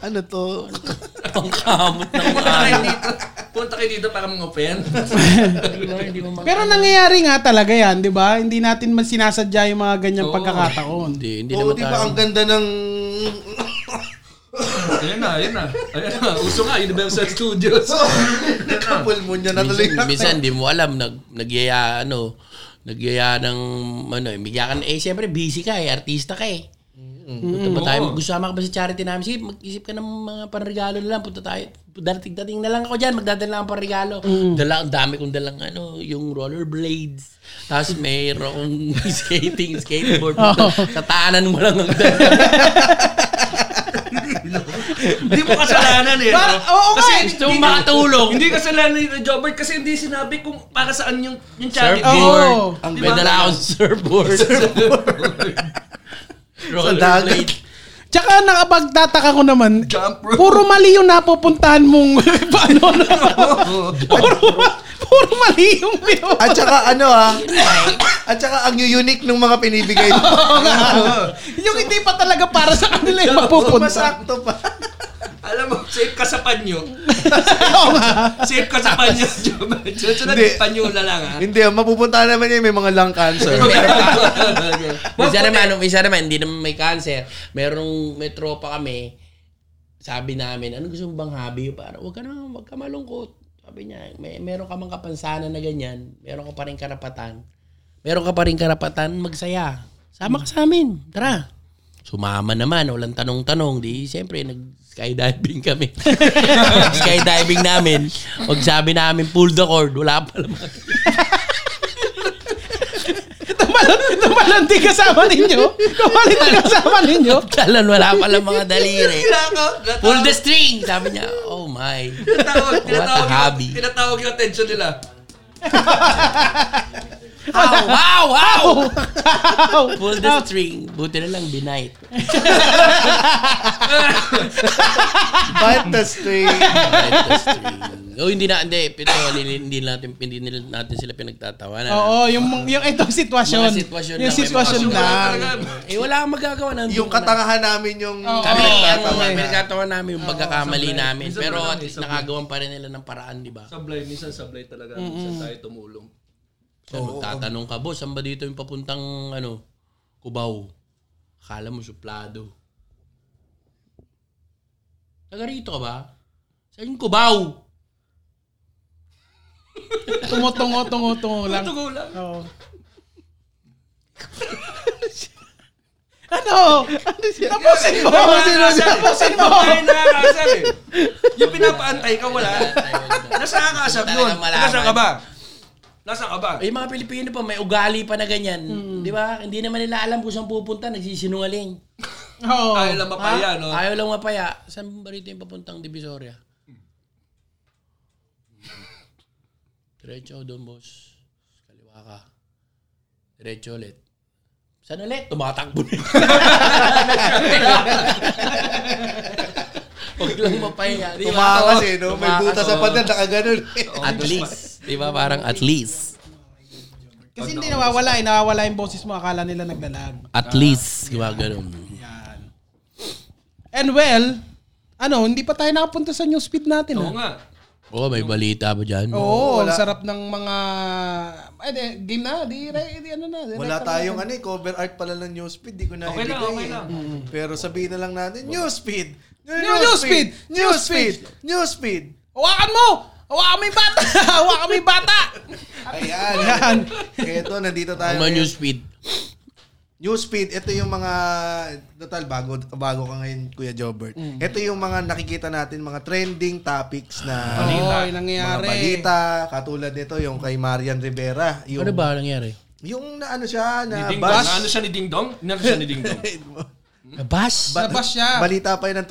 Ano to? Ang kamot ng Punta mga kayo ano. dito. Punta kayo dito para mga offend. Di ba, hindi mo Pero nangyayari nga talaga yan, di ba? Hindi natin man sinasadya yung mga ganyang Oo. pagkakataon. Hindi, hindi Oo, naman di ba? tayo. Ang ganda ng... Ayan na, ayan na. Ayan na. Uso nga, Universal Studios. Kapulmonya na tuloy Minsan, minsan di mo alam, nag, nagyaya, ano, nagyaya ng, ano, eh, bigyan ka ng, eh, siyempre, busy ka eh, artista ka eh. Punta ba tayo, Oo. gusto ka ba sa charity namin? Sige, mag-isip ka ng mga panregalo na lang, punta tayo, darating-dating na lang ako dyan, magdadala ng panregalo. Dala, ang dami kong dalang, ano, yung rollerblades. Tapos mayroong skating, skateboard. Punta, Sa taanan mo lang ang dala. Hindi mo kasalanan eh. Parang- oo nga, Kasi Gusto mo makatulog. hindi kasalanan ni Jobert kasi hindi sinabi kung para saan yung, yung charity. Surfboard. Oo. Ang Di ba? may dala akong surfboard. Rollerblade. Tsaka nakapagtataka ko naman, Jump rope. puro mali yung napupuntahan mong ano na. puro, puro mali yung pinupuntahan. At saka ano ah. At saka ang unique ng mga pinibigay. yung hindi pa talaga para sa kanila yung mapupunta. Masakto pa. Alam mo, safe ka sa panyo. safe ka sa panyo, Jobert. Sunod Hindi. yung panyo na lang ah. ha. Hindi, mapupunta naman niya may mga lung cancer. Isa naman, ano, isa naman, hindi naman may cancer. Merong, may tropa kami, sabi namin, ano gusto mo bang hobby? Para, wag ka na, wag ka malungkot. Sabi niya, may, meron ka mang kapansanan na ganyan, meron ka pa rin karapatan. Meron ka pa rin karapatan, magsaya. Sama ka sa amin, tara. Sumama naman, walang tanong-tanong. Di, siyempre, nag-skydiving kami. skydiving namin. Pag sabi namin, pull the cord, wala pa naman. Tumalon, tumalon din kasama ninyo. Tumalon din kasama ninyo. Talan, wala pa lang mga daliri. Tinatawag, Pull the string! Sabi niya, oh my. Oh, tinatawag, What a hobby. yung- tinatawag yung attention nila. Wow! Wow! Wow! Ow. Pull the string. Buti na lang, binight. But the string. Binight the string. Oh, hindi na, hindi. Pero hindi, hindi natin, hindi nila- natin sila pinagtatawanan. Oo, yung, yung itong sitwasyon. Mga sitwasyon yung lang, may sitwasyon Kasi wala lang. talaga- Eh, wala kang magagawa. Nandun Yung ka na. katangahan namin yung... Oo. Kami, Oo, ang mga eh. pinagtatawa namin, yung pagkakamali namin. Minsan Pero wala at kami, least sablay. nakagawan pa rin nila ng paraan, di ba? Sablay, minsan sablay talaga. Minsan tayo tumulong. So, magtatanong Ano, ka, boss, saan ba dito yung papuntang, ano, Cubao? Akala mo, suplado. Taga rito ka ba? Saan yung Cubao? Tumutungo, tungo, tungo lang. Tugo lang. Oo. ano? Tapusin mo! Tapusin mo! Tapusin mo! Ay, nakakasar eh. Yung pinapaantay ka, wala. Nasa nakakasar yun. Talagang malaman. Nasa ka ba? Nasa ka ba? Ay, yung mga Pilipino pa, may ugali pa na ganyan. Di ba? Hindi naman nila alam kung saan pupunta, nagsisinungaling. Oo. Tayo lang mapaya, Ha? no? Uh, Ayaw lang mapaya. Saan ba rito yung papuntang Divisoria? Diretso doon, boss. Kaliwa ka. Diretso ulit. Saan ulit? Tumatakbo na. Huwag lang mapaya. di ba? Tumakas kasi, eh, no? May Tumakas, butas sa oo. pandan, nakaganon. At least. Di ba? Parang at least. Kasi hindi nawawala eh. Nawawala yung boses mo. Akala nila naglalag. At least. Gumagano'n. And well, ano, hindi pa tayo nakapunta sa newsfeed natin. Oo ah. nga. Oo, Oh, may balita ba dyan? Oo, ang sarap ng mga... Ay, di, game na. Di, di, di ano na. Di, Wala tayong ano eh, cover art pala ng newsfeed. Di ko na Okay lang, ibigay okay eh. lang. Pero sabihin na lang natin, newsfeed! Newsfeed! Newsfeed! Newsfeed! Hawakan mo! Hawakan mo yung bata! Hawakan mo yung bata! Ayan. Ayan. Ito, nandito tayo. Ano ngayon. newsfeed? Newsfeed, ito yung mga total bago bago ka ngayon Kuya Jobert. Ito yung mga nakikita natin mga trending topics na Oo, yung mga nangyayari. balita katulad nito yung kay Marian Rivera, yung Ano ba nangyari? yung na ano siya na Ding bus. Dong. Ano siya ni Ding Dong? Ano siya ni Ding Dong? Nabas? Ba- Nabas siya. Balita pa yun ng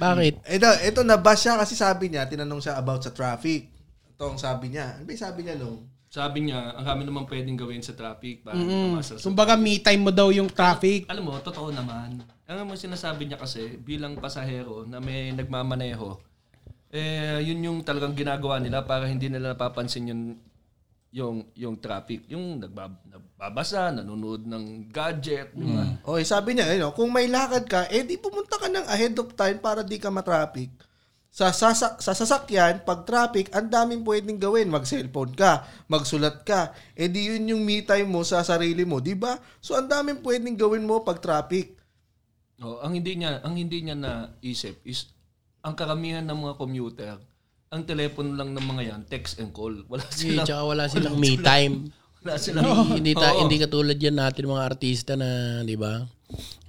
2010. Bakit? Ito, ito nabas siya kasi sabi niya, tinanong siya about sa traffic. Ito ang sabi niya. Ano ba yung sabi niya, Long? Sabi niya, ang kami naman pwedeng gawin sa traffic para tumasal sa Kumbaga, me time mo daw yung traffic. alam mo, totoo naman. Ang mga sinasabi niya kasi, bilang pasahero na may nagmamaneho, eh, yun yung talagang ginagawa nila para hindi nila napapansin yung yung yung traffic, yung nagbab- nagbabasa, nanonood ng gadget, di ba? Okay, sabi niya, you know, kung may lakad ka, eh di pumunta ka ng ahead of time para di ka matraffic. Sa, sasa- sa sasakyan, pag traffic, ang daming pwedeng gawin. Mag-cellphone ka, magsulat ka. Eh di yun yung me time mo sa sarili mo, di ba? So ang daming pwedeng gawin mo pag traffic. Oh, ang hindi niya, ang hindi niya naisip is ang karamihan ng mga commuter, ang telepono lang ng mga yan, text and call. Wala Hindi, silang tsaka wala silang me time. wala silang Hindi, hindi, ta- Oo. hindi katulad yan natin mga artista na, di ba?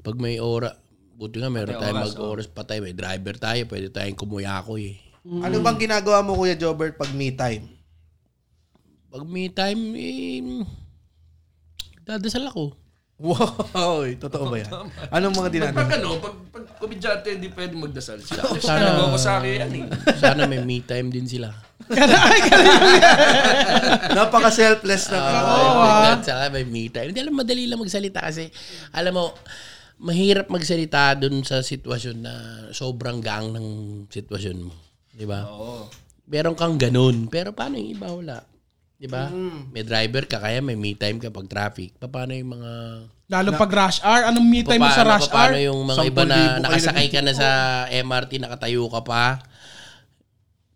Pag may ora, buti nga meron tayong mag-oras pa tayo. May driver tayo, pwede tayong kumuyako eh. Ano bang ginagawa mo, Kuya Jobert, pag me time? Pag me time, eh, dadasal ako. Wow! eh, Totoo ba yan? Anong mga dinadala? Pag ano, pag, pag komedyante, hindi pwede magdasal. Sila, sila nagoko sa akin yan eh. Sana may me time din sila. Napaka-selfless na. Ah. Oo. Saka may me time. Hindi alam, madali lang magsalita kasi, alam mo, mahirap magsalita dun sa sitwasyon na sobrang gang ng sitwasyon mo. Di ba? Oo. meron kang ganun. Pero paano yung iba wala? Di ba? Mm. May driver ka, kaya may me time ka pag traffic. Pa- Paano yung mga... Lalo pag rush hour. Anong me time mo sa paano- rush hour? paano yung mga iba na nakasakay ka na sa MRT, nakatayo ka pa?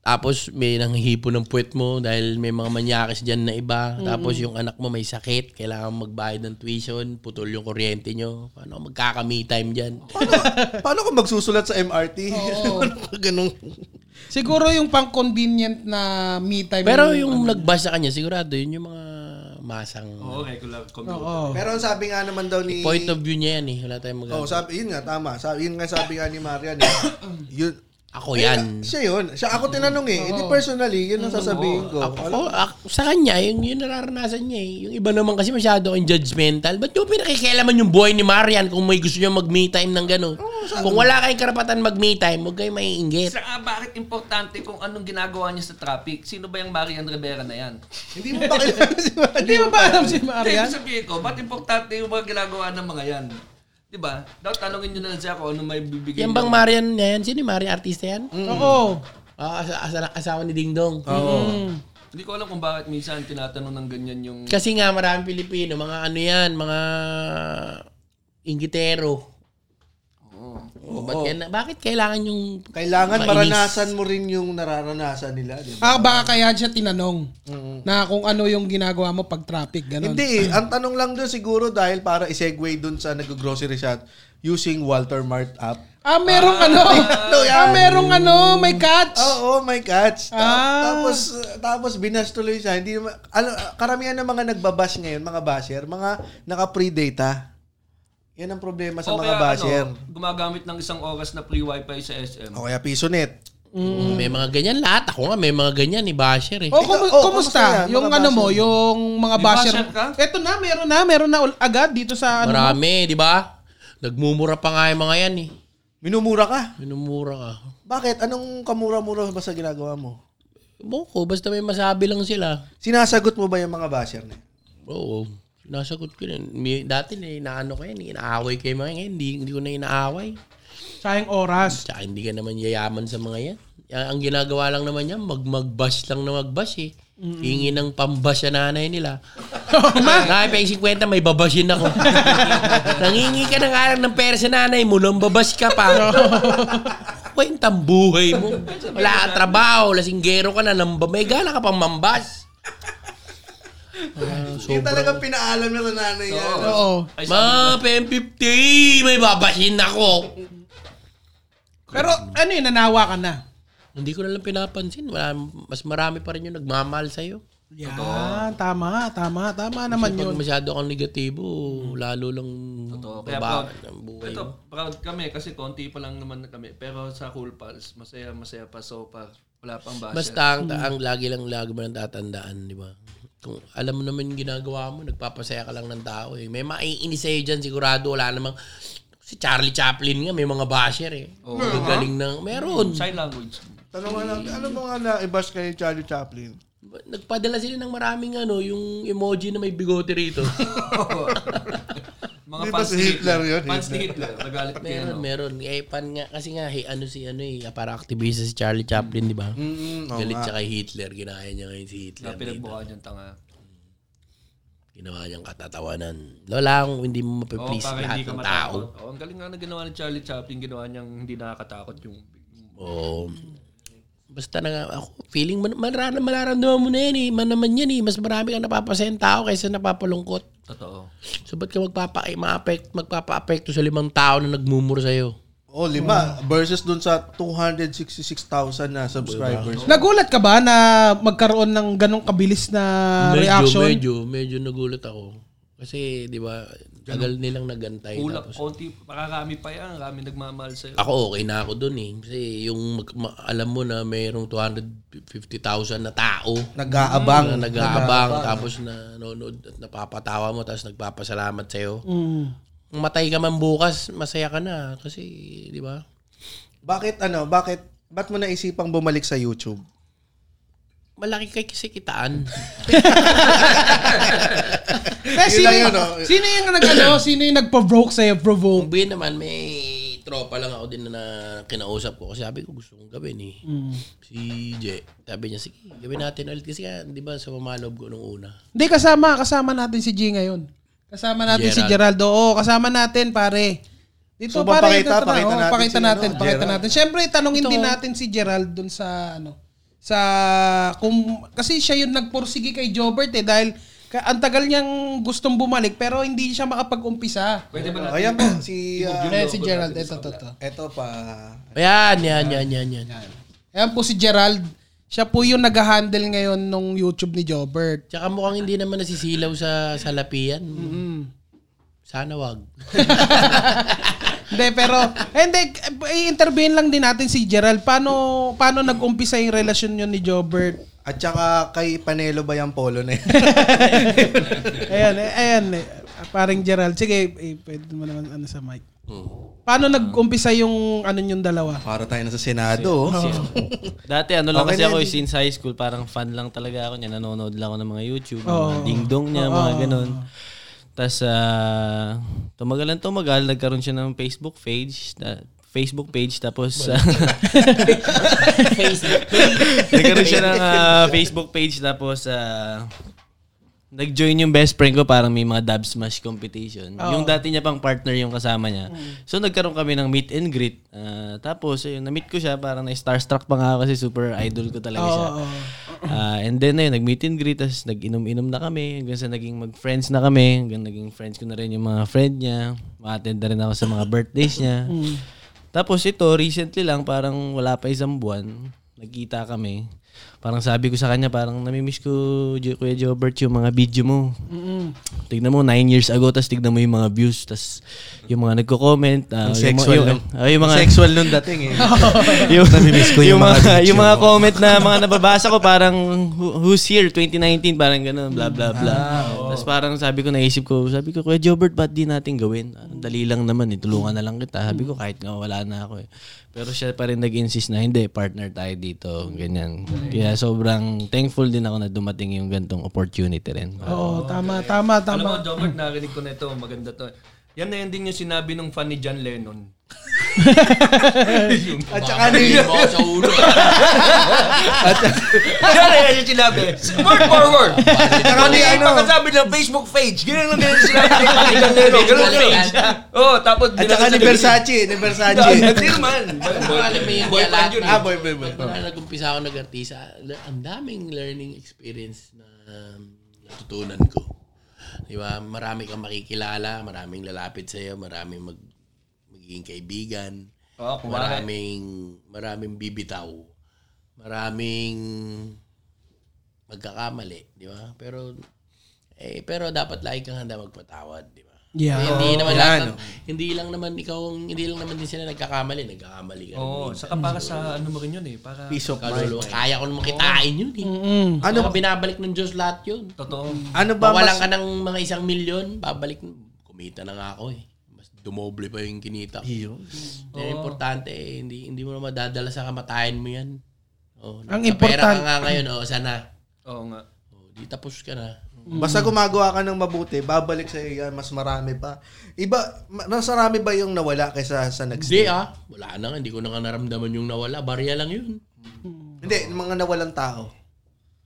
Tapos may nanghihipo ng puwet mo dahil may mga manyakis dyan na iba. Mm. Tapos yung anak mo may sakit, kailangan magbayad ng tuition, putol yung kuryente nyo. Paano magkaka-me time dyan? Paano, paano kung magsusulat sa MRT? Ganun. Oh. Siguro yung pang-convenient na me time. ano. Pero yung nagbasa kanya, sigurado yun yung mga masang... Oo, regular commuter. Oo. Pero ang sabi nga naman daw Oh. ni... Point of view niya yan eh. Wala tayong magagawa. Oh, sabi, yun nga, tama. Sabi, yun nga sabi nga ni Marian. Eh. yun, Ako yan. siya yun. Siya ako tinanong eh. Hindi personally, yun ang sasabihin ko. Ako, ako, ako, sa kanya, yung, yung nararanasan niya eh. Yung iba naman kasi masyado ang judgmental. Ba't yung pinakikialaman yung buhay ni Marian kung may gusto niya mag-me time ng gano'n? kung wala kayong karapatan mag-me time, huwag kayong maiinggit. Saka ah, bakit importante kung anong ginagawa niya sa traffic? Sino ba yung Marian Rivera na yan? Hindi mo pa kilala si Hindi mo ba alam si Marian? Hindi, sabihin ko, ba't importante yung mga ginagawa ng mga yan? Di ba? Dapat tanongin nyo na lang siya kung ano may bibigay Yan niya. bang Marian na yan? Sino yung Marian? Artista yan? Oo. Ah, asa- asa- asawa ni Ding Dong. Hindi ko alam kung bakit minsan tinatanong ng ganyan yung... Kasi nga maraming Pilipino, mga ano yan, mga inggitero. Oh, ba't yan- bakit kailangan yung Kailangan Mainis. maranasan mo rin yung nararanasan nila. Di ba? Ah, baka kaya siya tinanong na kung ano yung ginagawa mo pag traffic, ganun. Hindi eh. Ang tanong lang doon siguro dahil para isegue doon sa nag-grocery shop using Walter Mart app. Ah, merong ano? ah, merong ano? May catch? Oo, oh, my catch. Ah. Tapos, tapos binash tuloy siya. Hindi, naman- alam, karamihan ng mga nagbabash ngayon, mga basher, mga naka-pre-data. Yan ang problema sa O mga kaya, basher. ano, gumagamit ng isang oras na free wifi sa SM. O kaya pisonet. May mga ganyan lahat. Ako nga, may mga ganyan ni Basher eh. O, kumu- Ikaw, oh, kumusta kumusta? yan? yung Mga ano basher. mo, yung mga May basher. basher ka? Eto na, meron na, meron na ul- agad dito sa ano. Marami, di ba? Nagmumura pa nga yung mga yan eh. Minumura ka. Minumura ka. Bakit? Anong kamura-mura ba sa ginagawa mo? Boko, basta may masabi lang sila. Sinasagot mo ba yung mga basher na yun? Oo. Sinasagot ko yun. May- Dati na inaano ko yan. eh, Inaaway kayo mga yan. Hindi, hindi ko na inaaway. Sayang oras. Tsaka hindi ka naman yayaman sa mga yan. Ang, ang ginagawa lang naman yan, mag magbash lang na magbash eh. Hingi ng pambash sa nanay nila. Nakay pa yung 50, may babashin ako. Nangingi ka na nga lang ng pera sa nanay mo, nang babash ka pa. kwentang buhay mo. Wala ka trabaho, lasinggero ka na, namba, may gana ka pang mambas. Ah, Yung sobra. talagang pinaalam niya sa nanay niya. Oo. no? Oo. Ay, Ma, PM50, may babasin ako. Pero ano yun, nanawa ka na. Hindi ko na lang pinapansin. Wala, mas marami pa rin yung nagmamahal sa'yo. Yan, tama, tama, tama naman Kasi yun. pag masyado kang negatibo, lalo lang Totoo. Kaya babaan proud- ang buhay Ito, mo. proud kami kasi konti pa lang naman kami. Pero sa Cool Pals, masaya, masaya pa. So, pa, wala pang basher. Basta ang, ang lagi lang lagi mo lang tatandaan, di ba? Kung alam mo naman yung ginagawa mo, nagpapasaya ka lang ng tao. Eh. May maiinis sa'yo dyan, sigurado wala namang... Si Charlie Chaplin nga, may mga basher eh. Oo. Nagagaling ng... Meron. Sign language. Tanong nga lang, ano ba nga na-ibash ka ni Charlie Chaplin? Nagpadala sila ng maraming ano, yung emoji na may bigote rito. Mga Di ba fans si ni Hitler yun? Fans ni Hitler. Nagalit kay ano. meron, meron. Eh, pan nga, kasi nga, hey, ano si ano eh, para aktivista si Charlie Chaplin, di ba? Mm, oo nga. Galit siya kay Hitler, ginaya niya ngayon si Na Hitler. pinagbukaan yung tanga. Ginawa niyang katatawanan. Lola, kung hindi Oo, mo mapiplease para lahat hindi ka ng tao. matakot. Oo, ang galing nga na ginawa ni Charlie Chaplin, ginawa niyang hindi nakakatakot yung... Oo. Basta na nga, ako, feeling man, malara, malaramdaman mo na yan eh. Man naman yan eh. Mas marami kang napapasayang tao kaysa napapalungkot. Totoo. So, ba't ka magpapa, eh, ma-affect, magpapa-apekto sa limang tao na nagmumura sa'yo? Oh, lima. Versus dun sa 266,000 na subscribers. Nagulat ka ba na magkaroon ng ganong kabilis na medyo, Ah, reaction? medyo, medyo nagulat ako. Kasi, di ba, tagal nilang nagantay. Kulap, Tapos, konti, pararami pa yan. Rami nagmamahal sa'yo. ako, okay na ako dun eh. Kasi yung mag- ma- alam mo na mayroong 250,000 na tao Nag-aabang. na nag-aabang, tapos nanonood at napapatawa mo, tapos nagpapasalamat sa'yo. Mm. Kung matay ka man bukas, masaya ka na. Kasi, di ba? Bakit ano, bakit, ba't mo naisipang bumalik sa YouTube? Malaki kay kasi kitaan. Eh, Yun sino, lang yun, yung, oh. sino yung nag-ano? Sino yung nag-provoke sa'yo? Provoke? Kung bin naman, may tropa lang ako din na kinausap ko. Kasi sabi ko, gusto kong gawin eh. Si Je. Sabi niya, sige, gawin natin ulit. Kasi nga, di ba, sa mamalob ko nung una. Hindi, kasama. Kasama natin si G ngayon. Kasama natin si Geraldo. Oo, kasama natin, pare. So, Dito, pare. papakita, ito, tara. pakita Oo, natin pakita si, natin, ano, pakita Gerald. natin. Siyempre, tanongin din natin si Gerald dun sa, ano, sa, kung, kasi siya yung nagpursige kay Jobert eh, dahil ka, ang tagal niyang gustong bumalik, pero hindi siya makapag-umpisa. Pwede ba natin? Ayan po, si, ah, Ayan si Gerald, ito, ito, ito. eto pa. Ayan, yan, yan, yan, yan. Ayan po si Gerald. Siya po yung nag-handle ngayon nung YouTube ni Jobert. Tsaka mukhang hindi naman nasisilaw sa salapian. Sana wag. Hindi, pero, hindi, i-intervene lang din natin si Gerald. Paano, paano nag-umpisa yung relasyon yun ni Jobert? At saka kay Panelo ba yung polo na yun? Ayan, eh, ayan, eh, paring Gerald. Sige, eh, pwede mo naman ano sa mic. Hmm. Paano nag-umpisa yung ano yung dalawa? Para tayo na sa Senado. oh. Dati ano lang Okay kasi na ako yan. eh, since high school, parang fan lang talaga ako niya. Nanonood lang ako ng mga YouTube, Oo. mga ding-dong niya, mga ganun. Tapos ah, tumagal lang tumagal, nagkaroon siya ng Facebook page. na- Facebook page tapos ah, nagkaroon siya ng ah, Facebook page tapos ah, nag-join yung best friend ko parang may mga dab smash competition. Yung dati niya pang partner yung kasama niya. So nagkaroon kami ng meet and greet. Ah, tapos ayun, na-meet ko siya parang na-starstruck pa nga ako kasi super idol ko talaga siya. Ah, and then ayun, nag-meet and greet tapos nag-inom-inom na kami hanggang sa naging mag-friends na kami. Hanggang naging friends ko na rin yung mga friend niya. Ma-attend na rin ako sa mga birthdays niya. Tapos ito, recently lang, parang wala pa isang buwan, nagkita kami. Parang sabi ko sa kanya, parang namimiss ko, Jo- Kuya Jobert, yung mga video mo. Tignan mo, nine years ago, tapos tignan mo yung mga views, tapos yung mga nagko-comment. Ang ah, yung, mga- sexual yung, nun. ah, yung mga, Sexual nun dating eh. yung, Namimiss ko yung yung, mga mga, video yung mga mo. comment na mga nababasa ko parang "Who- who's here 2019 parang ganun Ah, bla bla bla. Tapos parang sabi ko naisip ko, sabi ko Kuya Jobert ba't di natin gawin? Ah, Dali lang naman eh, tulungan na lang kita. Sabi ko kahit nga wala na ako eh. Pero siya pa rin nag-insist na hindi, partner tayo dito, ganyan. Kaya sobrang thankful din ako na dumating yung gantong opportunity rin. Oo, tama, tama, Alam tama. Ano mo, Jobert, narinig ko na ito. Maganda to. Yan na yan din yung sinabi ng fan ni John Lennon. At saka ni... Baka nabigyan mo ako sa ulo. Yan na yan yung sinabi. Word for word. Pero ni hindi ano? ano? Pagkasabi ng Facebook page. Ganyan lang ganyan yung sinabi ng fan ni John Lennon. Ganun ganun. Oo, tapos... At saka ni Versace, ni Versace. Hindi naman. Mga alam mo yun, Boy kaya band lahat yun. ng- Ah, boy, boy, boy. Pag nag-umpisa ako nag-artista, le- ang daming learning experience na um, natutunan ko. Di ba? Marami kang makikilala, maraming lalapit sa'yo, maraming mag magiging kaibigan, Oo, kumare. maraming, maraming bibitaw, maraming magkakamali, di ba? Pero, eh, pero dapat lagi kang handa magpatawad, di ba? Yeah. Eh, hindi naman lahat ng- hindi lang naman ikaw, ang- hindi lang naman din sila nagkakamali, nagkakamali ka. Oo, Oh, saka para sa ano mo rin yun eh. Para... Peace of mind. Kaluluwa. Kaya ko naman kitain yun. Eh. Ano Ano, binabalik ng Diyos lahat yun? Totoo. ano ba Mawalan mas... ka ng mga isang milyon, babalik. Kumita na nga ako eh. Mas dumoble pa yung kinita. ko. Kaya importante eh, hindi, hindi mo na madadala sa kamatayan mo yan. Oh, Ang nagkapera important- ka nga ngayon, oh, sana. Oo nga. Oh, di tapos ka na. Basta gumagawa ka ng mabuti, babalik sa iyo yan, mas marami pa. Iba, ma- mas marami ba yung nawala kaysa sa nag Hindi ah, wala na nga, hindi ko na nga naramdaman yung nawala. Barya lang yun. Hindi, yung mga nawalang tao.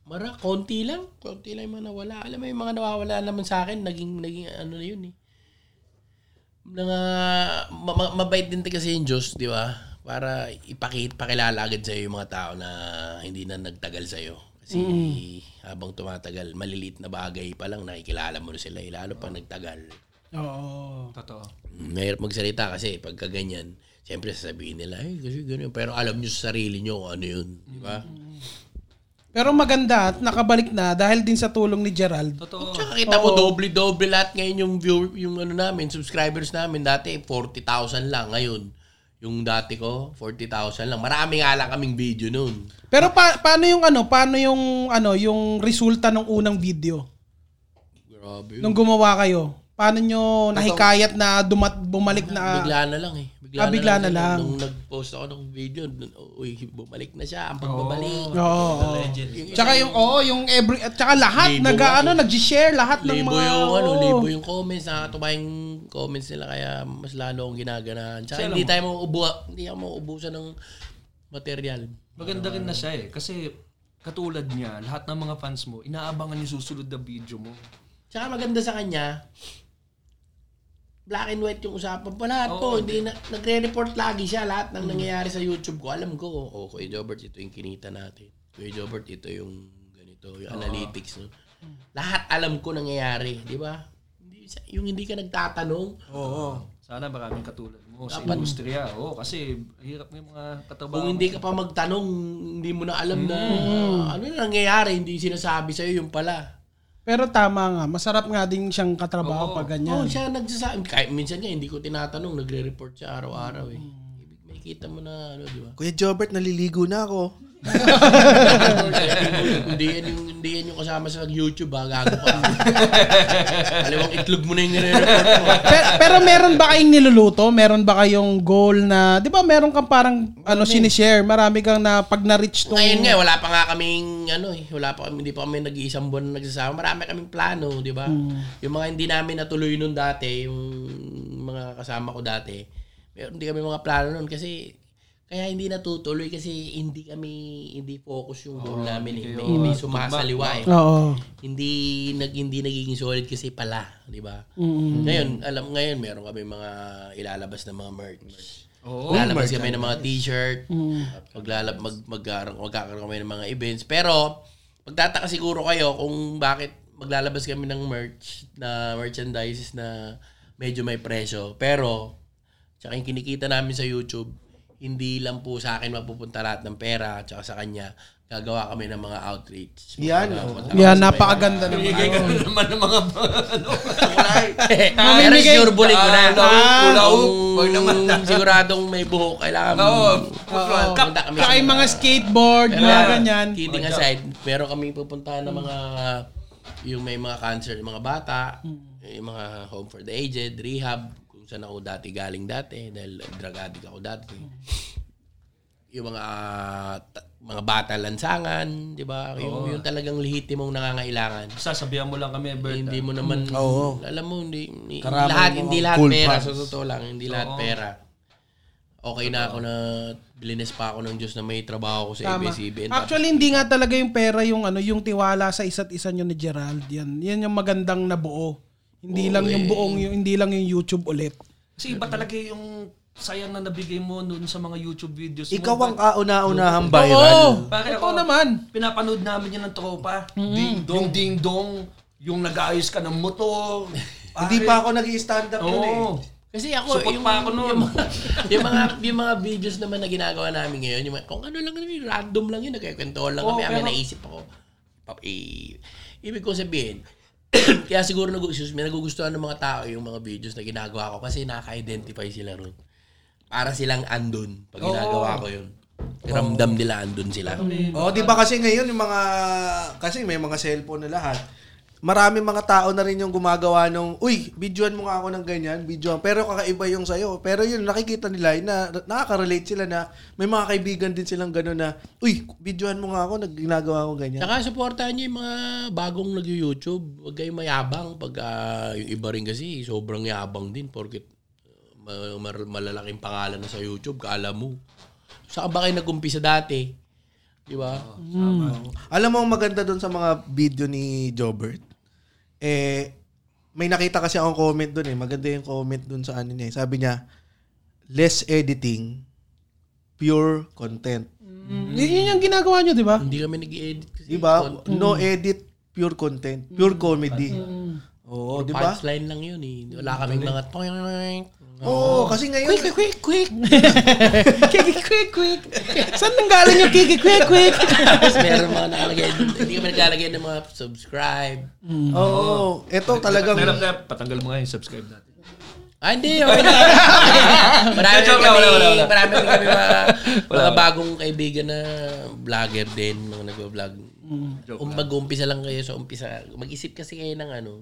Mara, konti lang. Konti lang yung mga nawala. Alam mo, yung mga nawawala naman sa akin, naging, naging ano na yun eh. Mga, ma- ma- mabait din kasi yung Diyos, di ba? Para ipakit, pakilala agad sa'yo yung mga tao na hindi na nagtagal sa'yo. Kasi habang tumatagal, malilit na bagay pa lang, nakikilala mo na sila. eh, Lalo pag nagtagal. Oo. Totoo. Mahirap magsalita kasi pagka ganyan, siyempre sasabihin nila, eh, kasi ganyan. Pero alam nyo sa sarili nyo kung ano yun, di ba? Pero maganda at nakabalik na dahil din sa tulong ni Gerald. Totoo. Oh, Tsaka kita mo, doble-doble lahat ngayon yung view, yung ano namin, subscribers namin. Dati, 40,000 lang. Ngayon, yung dati ko, 40,000 lang. Marami nga lang kaming video noon. Pero pa- paano yung ano, paano yung ano, yung resulta ng unang video Grabe. nung gumawa kayo? Paano nyo nahikayat na dumat bumalik na bigla na lang eh. Bigla, Ah, bigla na sila. lang. Nung nag-post ako ng video, dun, uy, bumalik na siya. Ang pagbabalik. Oo. Oh. oo. Tsaka yung oo, yung every at tsaka lahat Libo nag nga ano, nag-share lahat ng Libo mga yung, ano, oo. libo yung comments. Nakakatuwa yung comments nila kaya mas lalo akong ginaganahan. Tsaka hindi tayo mauubuha, hindi ako mauubusan ng material. Maganda rin na siya eh. Kasi katulad niya, lahat ng mga fans mo, inaabangan yung susunod na video mo. Tsaka maganda sa kanya, black and white yung usapan pa lahat po. Hindi na, nagre-report lagi siya lahat ng nangyayari sa YouTube ko. Alam ko, oh, Kuya Jobert, ito yung kinita natin. Kuya Jobert, ito yung ganito, yung analytics. No? Lahat alam ko nangyayari, di ba? Hindi- Yung hindi ka nagtatanong, Sana maraming katulad mo sa industriya. Oo, kasi hirap ng mga katrabaho. kung hindi ka pa magtanong, hindi mo na alam na ah, ano na nangyayari, hindi sinasabi sa'yo yung pala. Pero tama nga, masarap nga din siyang katrabaho pag ganyan. Oo, siya nagsasabi. Kahit minsan nga, hindi ko tinatanong, nagre-report siya araw-araw eh. Ibig may kita mo na, ano, di ba? Kuya Jobert, naliligo na ako. hindi yan yung hindi yan yung kasama sa YouTube ha, gago ka. Kaliwang itlog mo na yung nire-report mo. pero, pero meron ba kayong niluluto? Meron ba kayong goal na, 'di ba, meron kang parang ano sinishare, marami kang na pag na-reach tong Ngayon nga, wala pa nga kaming, ano eh, wala pa kami, hindi pa kami nag-iisang buwan na nagsasama. Marami kaming plano, di ba? Yung mga hindi namin natuloy nun dati, yung mga kasama ko dati, meron hindi kami mga plano nun kasi kaya hindi natutuloy kasi hindi kami, hindi focus yung goal namin eh. May, may sumasaliwa eh. Oo. hindi nag hindi nagiging solid kasi pala, 'di ba? Ngayon, alam ngayon meron kami mga ilalabas na mga merch. Oo. Ilalabas kami ng mga t-shirt. Maglalab mag magkaroon magkakaroon kami ng mga events. Pero magtataka siguro kayo kung bakit maglalabas kami ng merch na merchandises na medyo may presyo. Pero tsaka yung kinikita namin sa YouTube, hindi lang po sa akin mapupunta lahat ng pera tsaka sa kanya gagawa kami ng mga outreach. Yan, Mga- oh. Yan napakaganda naman. Bigay ka rin naman ng mga ano. Pero sure bulig ko na. Ah, ulaw. Huwag naman. Kung siguradong may buhok, kailangan mo. Oo. Kap- Punta kami sa Saka yung mga skateboard, mga ganyan. Kidding aside, meron kami pupuntahan ng mga yung may mga cancer, yung mga bata, Hmm. yung mga home for the aged, rehab, kung saan ako dati galing dati, dahil drug addict ako dati. yung mga ah, ta- mga bata lansangan, 'di ba? Yung, yung talagang lehitimong nangangailangan. Sasabihan mo lang kami, Bert. Eh, hindi mo naman Oo. alam mo hindi, hindi Karamay lahat mo hindi ang lahat cool pera pals. sa totoo lang, hindi lahat pera. Okay na ako na bilinis pa ako ng Diyos na may trabaho ko sa Tama. ABS-CBN. Actually, hindi nga talaga yung pera yung ano, yung tiwala sa isa't isa nyo ni Gerald. Yan, yan yung magandang nabuo. Hindi lang yung buong, yung, hindi lang yung YouTube ulit. Kasi iba talaga yung sayang na nabigay mo noon sa mga YouTube videos mo. Ikaw ang Bert. kauna-unahang viral. Pare Totoo ako, naman. Pinapanood namin yan ng tropa. Mm-hmm. Ding dong, ding dong. Yung nag-aayos ka ng motor. Hindi pa ako nag stand up yun eh. Oo. Kasi ako, Support pa ako nun. Yung mga, yung mga, yung mga videos naman na ginagawa namin ngayon, yung mga, kung ano lang naman, random lang yun, nagkikwentuhan lang kami, kami naisip ako. Pa- i- ibig kong sabihin, kaya siguro nagu- excuse me, nagugustuhan ng mga tao yung mga videos na ginagawa ko kasi nakaka-identify sila ron. Para silang andun pag ginagawa ko yun. Ramdam nila andun sila. Oh, 'di ba kasi ngayon yung mga kasi may mga cellphone na lahat. Marami mga tao na rin yung gumagawa nung, uy, videoan mo nga ako ng ganyan, videoan. Pero kakaiba yung sayo. Pero yun, nakikita nila yun na nakaka-relate sila na may mga kaibigan din silang gano'n na, uy, videoan mo nga ako, nag- ginagawa ko ganyan. Saka supportahan niyo yung mga bagong nag-YouTube. Huwag kayong mayabang. Pag ah, yung iba rin kasi, sobrang yabang din. Porkit ah, ma- mar- malalaking pangalan na sa YouTube, kala mo. Saan ba kayo nag-umpisa dati? Di ba? Oh. Alam mo ang maganda doon sa mga video ni Jobert? Eh, may nakita kasi akong comment doon eh. Maganda yung comment doon sa ano niya. eh. Sabi niya, less editing, pure content. Yun- Yun yung ginagawa nyo, di ba? Hindi kami nag-edit kasi. Diba? No edit, pure content, Mm. pure comedy. Oo, diba? di ba? Punchline lang yun eh. Wala kaming mga toing. Oo, kasi ngayon, Quick, quick! Kiki quick quick. Saan nang galing yung kiki quick quick? Tapos meron mga nakalagay. Hindi kami naglalagay ng mga subscribe. eh, oo, ito talagang Meron tayo, patanggal mo nga yung subscribe natin. Ah, hindi. Okay na. marami rin Joke lang, kami, wala, wala, wala. marami rin kami mga, mga bagong kaibigan na vlogger din, mga nagbablog. Mm. Um, mag-umpisa lang kayo sa umpisa. Mag-isip kasi kayo ng ano,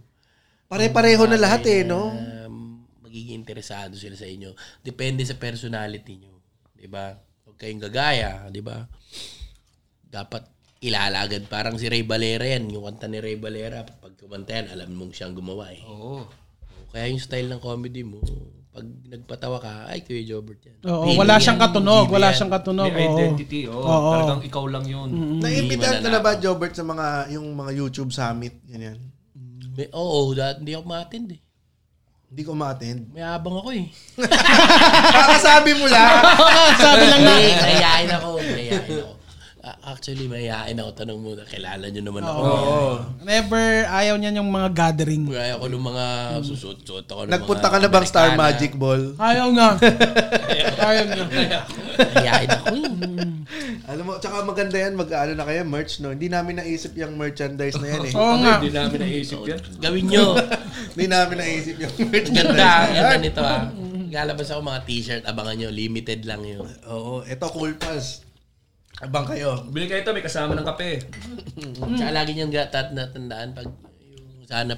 pare-pareho na lahat eh, no? um, magiging interesado sila sa inyo. Depende sa personality nyo. Di ba? Huwag kayong gagaya, di ba? Dapat kilala agad. Parang si Ray Valera yan. Yung kanta ni Ray Valera, pag kumanta yan, alam mong siyang gumawa eh. Oo. Kaya yung style ng comedy mo, pag nagpatawa ka, ay, Kuya Jobert yan. Oo, wala siyang katunog, wala siyang katunog. May oo. identity. Oo. Oo. Talagang ikaw lang yun. Naimbitahan ka na ba, Jobert, sa mga, yung mga YouTube summit, ganyan? May, oo, dahil hindi ako ma-attend eh. Hindi ko ma-attend. May abang ako eh. Kakasabi mo lang. Sabi lang na. Hindi, mayayain ako. Mayayain ako. Ah, actually, mayayain ako. Tanong mo, kilala nyo naman ako. Oo. Never ayaw niyan yung mga gathering. Kaya ako ng mga susuot-suot ako ng Nagpunta mga ka na bang Star Amerikana. Magic Ball? Ayaw nga. ayaw nga. Mayayain ako. Alam mo, tsaka maganda yan, mag-ano na kayo, merch, no? Hindi namin naisip yung merchandise na yan, eh. Oo nga. Hindi namin naisip yan. Gawin nyo. Hindi namin naisip yung Ganda. merchandise. Ganda nito ah. Lalabas ako mga t-shirt. Abangan nyo. Limited lang yun. Oo, ito, Cool Pals. Abang kayo. Bili kayo ito, may kasama ng kape. Tsaka Mm. lagi niyang gatat na tandaan pag yung sana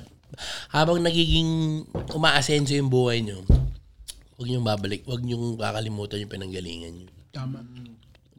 habang nagiging umaasenso yung buhay niyo, huwag niyong babalik, huwag niyong kakalimutan yung pinanggalingan niyo. Tama.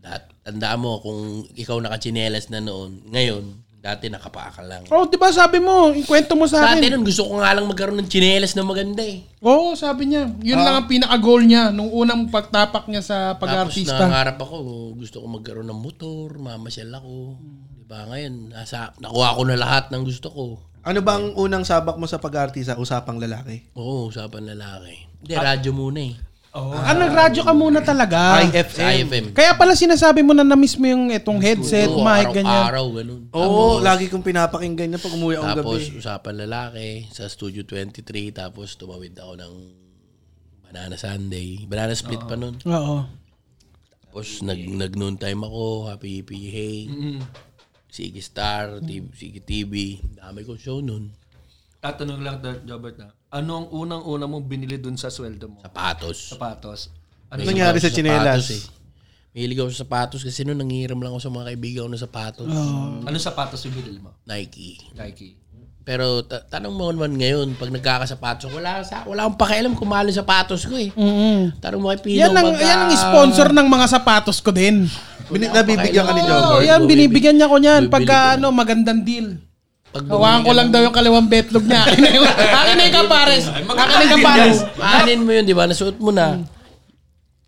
Dahil tandaan mo kung ikaw nakachinelas na noon, ngayon, dati nakapaaka lang. Oh, 'di ba sabi mo, ikwento mo sa Dati akin. nun, gusto ko nga lang magkaroon ng chinelas na maganda eh. Oo, sabi niya. Yun Ah. lang ang pinaka-goal niya nung unang pagtapak niya sa Tapos pag-artista. nangarap ako, gusto ko magkaroon ng motor, mamasyal ako. Diba ngayon, nasa, nakuha ko na lahat ng gusto ko. Ano bang unang sabak mo sa pag-arti sa usapang lalaki? Oo, usapan lalaki. Hindi, radyo muna eh. Ah, nagradyo ka muna Ah, talaga. Sa IFM. Kaya pala sinasabi mo na na-miss mo yung itong headset, Oo, ah. mic, ganyan. Araw-araw, ganun. Oo, lagi kong pinapakinggan na pag umuwi akong Tapos, gabi. usapan lalaki sa Studio 23. Tapos, tumawid ako ng Banana Sunday. Banana split pa nun. Oo. Tapos, nag, nag-noon time ako. Happy Hippie Hey. Mm-hmm. Sige Star, TV, Sige TV. Dami kong show nun. Tatanong lang, Dr. Jobert na, ano ang unang-una mong binili dun sa sweldo mo? Sapatos. Sapatos. Ano Ano nangyari sa Sapatos chinelas? eh. Mahilig ako sa sapatos kasi noon nangihiram lang ako sa mga kaibigan ko ng sapatos. Ano sapatos yung binili mo? Nike. Nike. Pero ta- tanong mo naman ngayon, pag nagkakasapatos, wala, sa, wala akong pakialam kung mahal yung sapatos ko eh. Tanong mo kay Pino. Hmm. Yan ang, pagka- yan ang sponsor ng mga sapatos ko din. Bini- nabibigyan ka ni Oo, Jobber. yan, binibigyan niya ko niyan pagka ano, magandang deal. Pag Hawakan ko lang daw yung kaliwang betlog niya. Akin na yung, akin na yung kapares. Akin na yung kapares. Maanin mo yun, di ba? Nasuot mo na.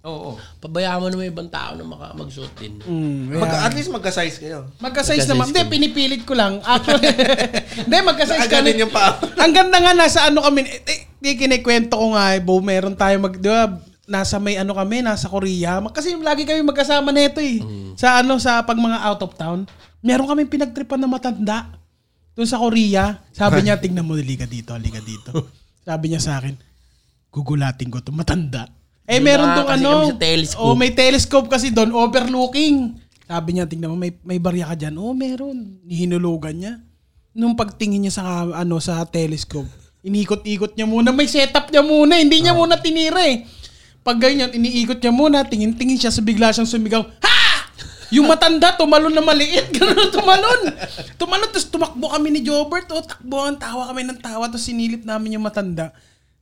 Oo. Pabayaan mo naman yung ibang tao na maka- magsuot din. Mm. Mag, at least magka-size kayo. Magka-size naman. Hindi, pinipilit ko lang. Actually, hindi, magka-size kami. Aganin yung paa. Ang ganda nga, nasa ano kami. Hindi, kinikwento ko nga, eh, Bo, meron tayo mag... Di ba, nasa may ano kami, nasa Korea. Mag- Kasi lagi kami magkasama nito eh. Mm. Sa ano, sa pag mga out of town. Meron kami pinagtripan na matanda. Doon sa Korea. Sabi niya, tingnan mo, liga dito, liga dito. sabi niya sa akin, gugulatin ko to matanda. Eh, Doon meron na, tong kasi ano. kami sa telescope. Oh, may telescope kasi doon, overlooking. Sabi niya, tingnan mo, may, may barya ka dyan. Oh, meron. Hinulugan niya. Nung pagtingin niya sa, ka- ano, sa telescope, inikot-ikot niya muna. May setup niya muna. Hindi niya muna tinira eh. Pag ganyan, iniikot niya muna, tingin-tingin siya, sa bigla siyang sumigaw, Ha! Yung matanda, tumalon na maliit. Ganun, tumalon. Tumalon, tapos tumakbo kami ni Jobert. O, takbuhan, tawa kami ng tawa. Tapos sinilip namin yung matanda.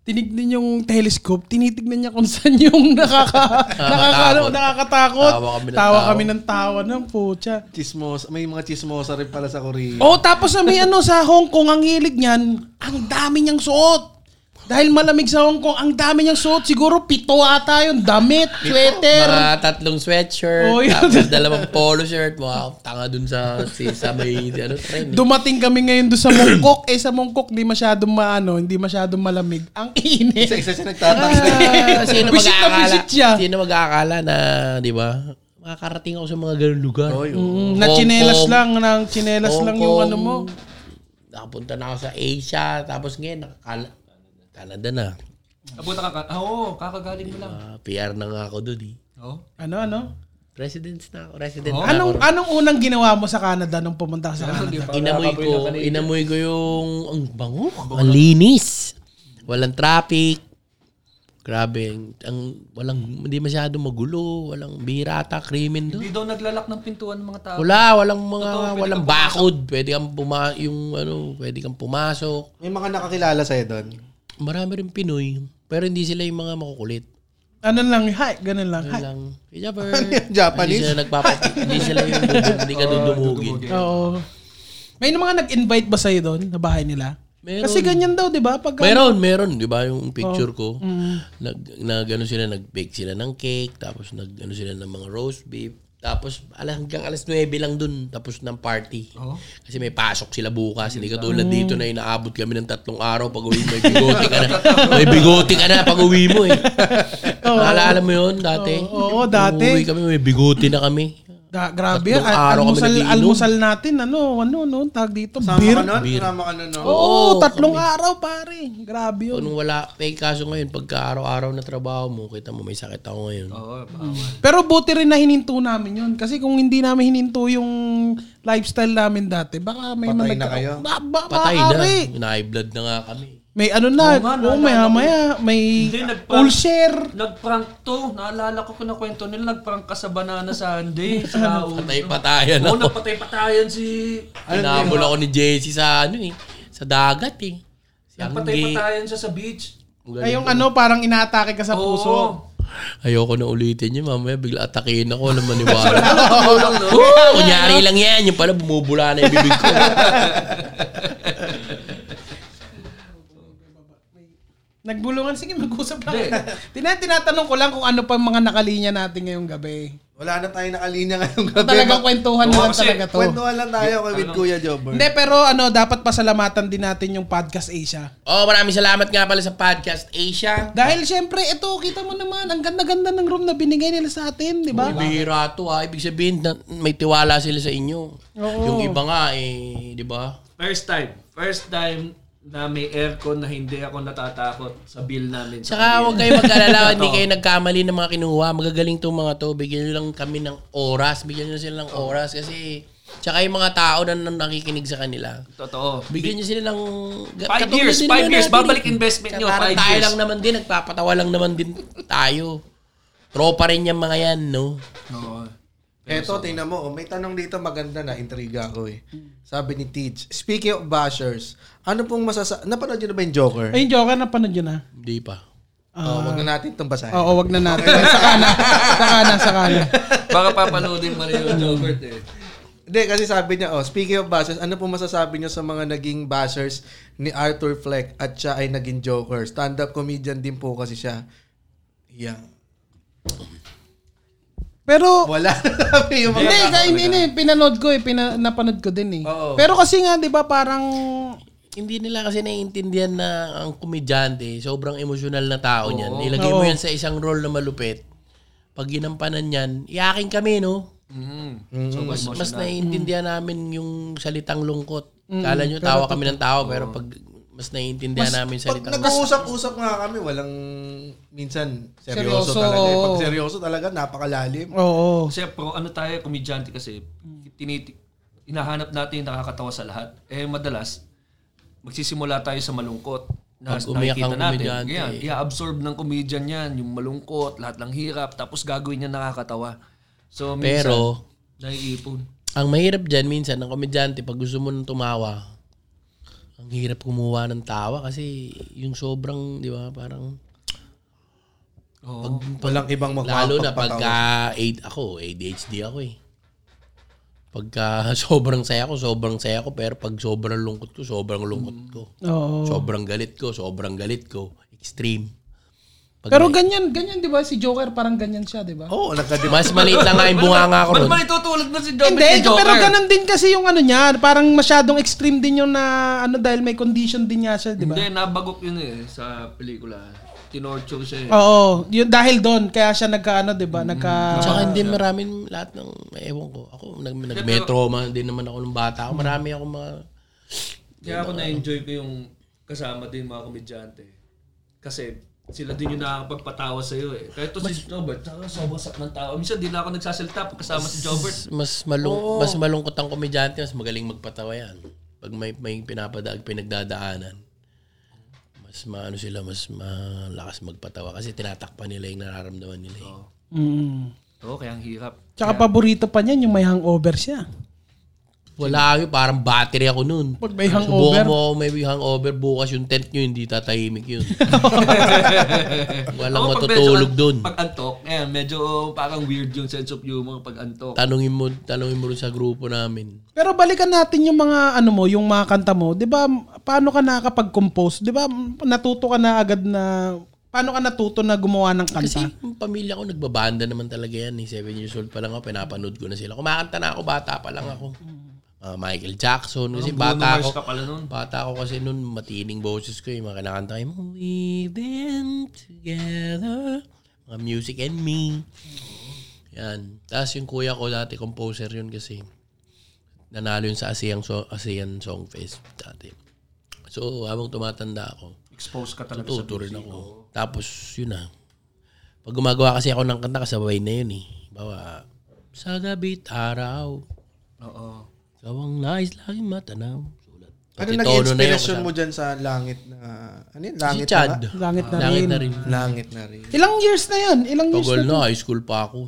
Tinignan yung telescope, tinitignan niya kung saan yung nakaka, nakaka, Ah, Nakakatakot. nakakatakot. Tawa kami tawa ng tawa. kami ng tawa ng putya. Chismos. May mga chismosa rin pala sa Korea. Oh, tapos sa may ano sa Hong Kong ang hilig niyan, ang dami niyang suot. Dahil malamig sa Hong Kong, ang dami niyang suot. Siguro pito ata yung damit, sweater. Mga tatlong sweatshirt, Oh, yun. tapos dalawang polo shirt. Mga tanga dun sa, si, sa may ano, trend. Dumating kami ngayon doon sa Mongkok. Eh sa Mongkok, di masyadong maano, hindi masyadong malamig. Ang init. Isa-isa siya nagtatanggap. Ah, sino Visit na mag-aakala? visit siya. Sino mag-aakala na, di ba? Makakarating ako sa mga ganun lugar. Oy, oh. Mm, na Hong chinelas Kong. lang, na chinelas Hong lang yung Kong. ano mo. Nakapunta na ako sa Asia, tapos ngayon, nakakala. Canada na. Napunta ka ka. Ah, Oo, kakagaling mo lang. Ah, PR na nga ako doon eh. Oo. Ano, ano? Residence na ako. Resident na Anong ako. anong unang ginawa mo sa Canada nung pumunta ka sa Hindi pa Canada? Inamoy nakapoy ko, na kanina. inamoy ko yung, ang bango, ang linis. Walang traffic. Grabe, ang, ang- walang, hindi masyado magulo, walang birata, krimen doon. Hindi daw naglalak ng pintuan ng mga tao. Wala, walang mga, Totoo, pwede walang kang pumasok. bakod. Pwede kang puma, yung ano, pwede kang pumasok. May mga nakakilala sa'yo doon. Marami rin Pinoy, pero hindi sila yung mga makukulit. Ano lang, hi, ganun lang. Hi. Lang, hey, Jabber. Japanese? Hmm. Hindi sila nagpapati. hindi sila yung dudum, hindi ka dudumugin. Oo. May mga nag-invite ba sa'yo doon, na bahay nila? Meron. Kasi ganyan daw, di ba? Pag Meron, meron. Di ba yung picture ko? Nag, nag, ano sila, nag-bake sila ng cake, tapos nag, ano sila ng mga roast beef. Tapos ala, hanggang alas 9 lang dun, tapos ng party. Kasi may pasok sila bukas. Hindi katulad dito na inaabot kami ng tatlong araw pag uwi may bigote ka na. may bigote ka na pag uwi mo eh. Naalala mo yun dati? Oo, oo, dati. Uwi kami, may bigote na kami. Da, grabe, Tatlong al- araw kami almusal, nagiinom. almusal natin, ano, ano, no, tag dito, Sama beer. ka nun? Beer. Sama ka nun, no? Oo, Oo, tatlong araw, pare. Grabe Pag yun. nung wala, eh kaso ngayon, pagka araw-araw na trabaho mo, kita mo may sakit ako ngayon. Oo, bawal. Pero buti rin na hininto namin yun. Kasi kung hindi namin hininto yung lifestyle namin dati, baka may Patay managka- na kayo? Ba, ba, Patay na. maaari. High blood na nga kami. May ano Oo na, nga, oo, may naalala ko. maya, may Hindi, nagpa- ulcer. Nagprank to. Naalala ko kung kwento nila. Nagprank ka sa Banana Sunday. Sa Patay patayan Oo, ako. napatay-patayan si... Kinabol ako ni Jesse sa ano eh. Sa dagat eh. Si Angge. Napatay-patayan siya sa beach. Ang Ay, galing. yung ano, parang inaatake ka sa puso. Oo. Ayoko na ulitin yun. Mamaya bigla atakin ako. Alam maniwala. Oo, Kunyari lang yan. Yung pala bumubula na yung bibig ko. Nagbulungan, sige, mag-usap lang. Tina- tinatanong ko lang kung ano pa mga nakalinya natin ngayong gabi. Wala na tayo nakalinya ngayong gabi. Talagang kwentuhan Oo, lang kasi talaga to. Kwentuhan lang tayo kay with Kuya Jobber. Hindi, pero ano, dapat pasalamatan din natin yung Podcast Asia. Oh, maraming salamat nga pala sa Podcast Asia. Dahil syempre, ito, kita mo naman, ang ganda-ganda ng room na binigay nila sa atin, di ba? Bihira to ha. Ibig sabihin na may tiwala sila sa inyo. Yung iba nga eh, di ba? First time. First time na may aircon na hindi ako natatakot sa bill namin. sa Tsaka huwag kuryente. kayo mag-alala, hindi Oo. kayo nagkamali ng mga kinuha. Magagaling tong mga to. Bigyan nyo lang kami ng oras. Bigyan nyo sila ng oras kasi tsaka yung mga tao na na- nakikinig sa kanila. Totoo. Bigyan nyo sila ng... ga- Five katulad years, din five naman years. natin Babalik eh. investment Tsaka nyo, parang five tayo years. lang naman din, nagpapatawa lang naman din tayo. Tropa rin yung mga yan, no? Oo. Eto, tingnan mo. oh, May tanong dito maganda na. Intriga ako eh. Hmm. Sabi ni Teach, speaking of bashers, ano pong masasa... Napanood nyo na ba yung Joker? Ay, yung Joker, napanood yun ah. na. Hindi pa. oh, wag na natin itong basahin. Oo, oh, wag na natin. sa kana, sa kana, sa kana. Baka papanoodin mo rin yung Jogurt eh. Hindi, kasi sabi niya, oh, speaking of bashers, ano pong masasabi niyo sa mga naging bashers ni Arthur Fleck at siya ay naging Joker? Stand-up comedian din po kasi siya. Yeah. Pero, Wala na sabi yung mga... hindi, ka- hindi, hindi, pinanood ko eh, pina, napanood ko din eh. Oo. Pero kasi nga, di ba, parang, Hindi nila kasi naiintindihan na ang komedyante, sobrang emosyonal na tao niyan. Ilagay Oo. mo yan sa isang role na malupit. Pag ginampanan yan, iyakin kami, no? So, mas, mas naiintindihan namin yung salitang lungkot. Kala nyo, tawa kami ng tawa, pero pag mas naiintindihan namin Pag salitang lungkot. nag-uusap-usap nga kami, walang... Minsan, seryoso, Seryoso, talaga. eh. Pag oo. seryoso talaga, napakalalim. oo. Kasi pro, ano tayo, komedyante kasi, tiniti, hinahanap natin yung nakakatawa sa lahat. Eh, madalas, magsisimula tayo sa malungkot. Na, Pag umiyak nakikita ang komedyante. eh. Ganyan, i-absorb ng comedian yan, yung malungkot, lahat ng hirap, tapos gagawin niya nakakatawa. So, minsan, Pero, naiipon. ang mahirap dyan minsan, ng komedyante, pag gusto mo nang tumawa, ang hirap kumuha ng tawa kasi yung sobrang, di ba, parang Oo. Walang ibang Lalo na magpapatawa. pagka aid ako, ADHD ako eh. Pagka sobrang saya ko, sobrang saya ko. Pero pag sobrang lungkot ko, sobrang lungkot ko. Oo. Sobrang galit ko, sobrang galit ko. Extreme. Pag Pero ganyan, ganyan, di ba, si Joker, parang ganyan siya, di ba? Oo, oh, nagka-dip. mas maliit lang nga yung bunganga ko Ba't nun. ba itutulad mo si Jogurt Hindi, ni Joker? pero ganun din kasi yung ano niya, parang masyadong extreme din yung na, ano, dahil may condition din niya siya, di ba? Hindi, nabagok yun eh sa pelikula. Tinorture siya eh. Oo, yun, dahil doon, kaya siya nagka, ano, di ba, nagka... Tsaka hindi maraming lahat ng, ewan ko. Ako, nag, nag-metro man din naman ako nung bata. Ako, marami ako mga... Kaya ako na-enjoy ko yung kasama din mga komedyante. Kasi sila din yung nakakapagpatawa sa iyo eh. Kahit to si Jobert, tsaka sobrang sak ng tao. Minsan di na ako nagsasalita pag kasama si Jobert. Mas, malung, mas malungkot ang komedyante, mas magaling magpatawa yan. Pag may, may pinapadaag, pinagdadaanan. Mas maano sila, mas malakas magpatawa kasi tinatakpan nila yung nararamdaman nila. eh. Mm. Oo, kaya ang hirap. Tsaka paborito pa niyan, yung may hangover siya. Wala yun, parang battery ako nun. Pag may Subukan hangover. mo ako may hangover, bukas yung tent nyo, hindi tatahimik yun. Walang Ako, pag matutulog medyo- dun. Pag antok, eh, medyo parang weird yung sense of humor pag antok. Tanungin mo, tanungin mo rin sa grupo namin. Pero balikan natin yung mga ano mo, yung mga kanta mo, 'di ba? Paano ka nakakapag-compose? 'Di ba? Natuto ka na agad na paano ka natuto na gumawa ng Kasi kanta? yung pamilya ko nagbabanda naman talaga yan. Eh. Seven years old pa lang ako, pinapanood ko na sila. Kumakanta na ako, bata pa lang ako. Ah, Michael Jackson. Kasi Ang Mm. Bruno bata Mars ako, ka pala nun. bata ako kasi nun matining boses ko. Yung mga kinakanta ko, yung We've been together. Mga music and me. Yan. Tapos yung kuya ko dati, composer yun kasi. Nanalo yun sa ASEAN, so, ASEAN Song Fest dati. So, habang tumatanda ako, Exposed ka talaga sa Tuto rin ako. Tapos, yun na. Pag gumagawa kasi ako ng kanta, kasabay na yun eh. Bawa, sa gabi't araw, Oo. gawang nais laging matanaw. Sulat. Ano Pati naging tono na yun inspiration kasama. mo dyan sa langit na... Ano yun? Si Langit Chad. na Langit na Langit rin. na rin. nga? Langit na rin. Ilang years na 'yon? Ilang years Tugol na? na, high school pa ako.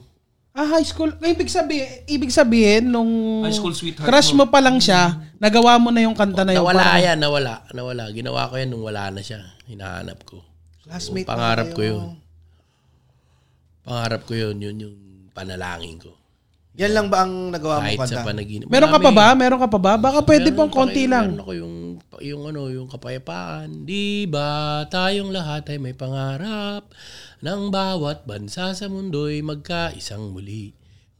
Ah, high school. Ibig sabihin, ibig sabihin nung High school sweetheart crush mo pa lang siya, nagawa mo na yung kanta na yun. Nawala Parang- yan, nawala. Nawala. Ginawa ko yan nung wala na siya. Hinahanap ko. Classmate na Pangarap ko kayo. yun. Pangarap ko yun. Yun yung panalangin ko. Yan lang ba ang nagawa mo Kahit sa kanta? panaginip. Meron ka pa Marami. ba? Meron ka pa ba? Baka pwede Meron pang konti pa kayo- lang. Meron ako yung, yung ano, yung kapayapaan. Di ba tayong lahat ay may pangarap ng bawat bansa sa mundo'y magkaisang muli.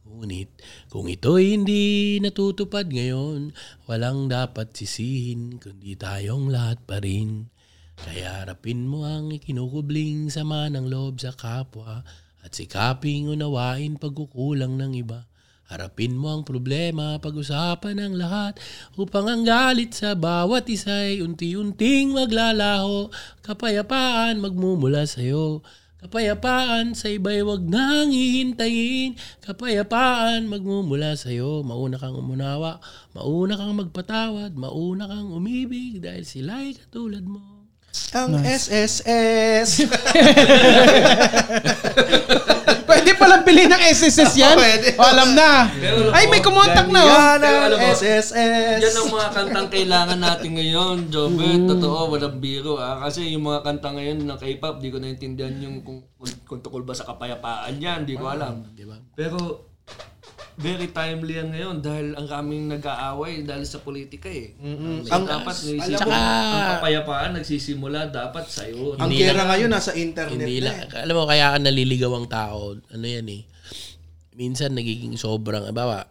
Ngunit kung ito'y hindi natutupad ngayon, walang dapat sisihin kundi tayong lahat pa rin. Kaya harapin mo ang ikinukubling sama ng loob sa kapwa at sikaping unawain pagkukulang ng iba. Harapin mo ang problema, pag-usapan ang lahat upang ang galit sa bawat isa ay unti-unting maglalaho. Kapayapaan magmumula sa'yo. Kapayapaan sa iba'y wag nang hihintayin. Kapayapaan magmumula sa'yo. Mauna kang umunawa, mauna kang magpatawad, mauna kang umibig dahil sila'y katulad mo. Ang SSS. Pwede palang bilhin ng SSS yan? O, alam na. Pero- Ay, may kumontak na oh. Yan ang Pero alam mo, SSS. Yan ang mga kantang kailangan natin ngayon, Jobert. Mm. Totoo, walang biro. Ah. Kasi yung mga kanta ngayon ng K-pop, di ko naintindihan yung kung, kung tukol ba sa kapayapaan yan. Di ko Ah, alam. Pero very timely yan ngayon dahil ang kaming nag-aaway dahil sa politika eh. So, dapat naisip ko, ang kapayapaan nagsisimula dapat sa'yo. Ah. Ang Hindi kera ngayon nasa internet Hindi na. eh. lang. Alam mo, kaya ka naliligaw ang tao. Ano yan eh. Minsan nagiging sobrang, abawa,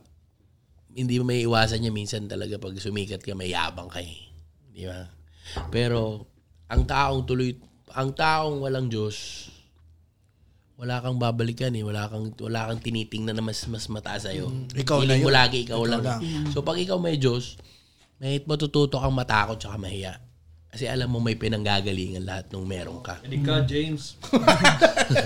hindi mo may iwasan niya minsan talaga pag sumikat ka, may yabang ka eh. Di ba? Pero, ang taong tuloy, ang taong walang Diyos, wala kang babalikan eh. Wala kang, wala kang tinitingnan na mas, mas mataas sa'yo. Mm. Ikaw na Feeling mo yun. lagi ikaw, lang. lang. So, pag ikaw may Diyos, may matututo kang matakot tsaka mahiya. Kasi alam mo may pinanggagalingan lahat nung meron ka. Hindi ka, James.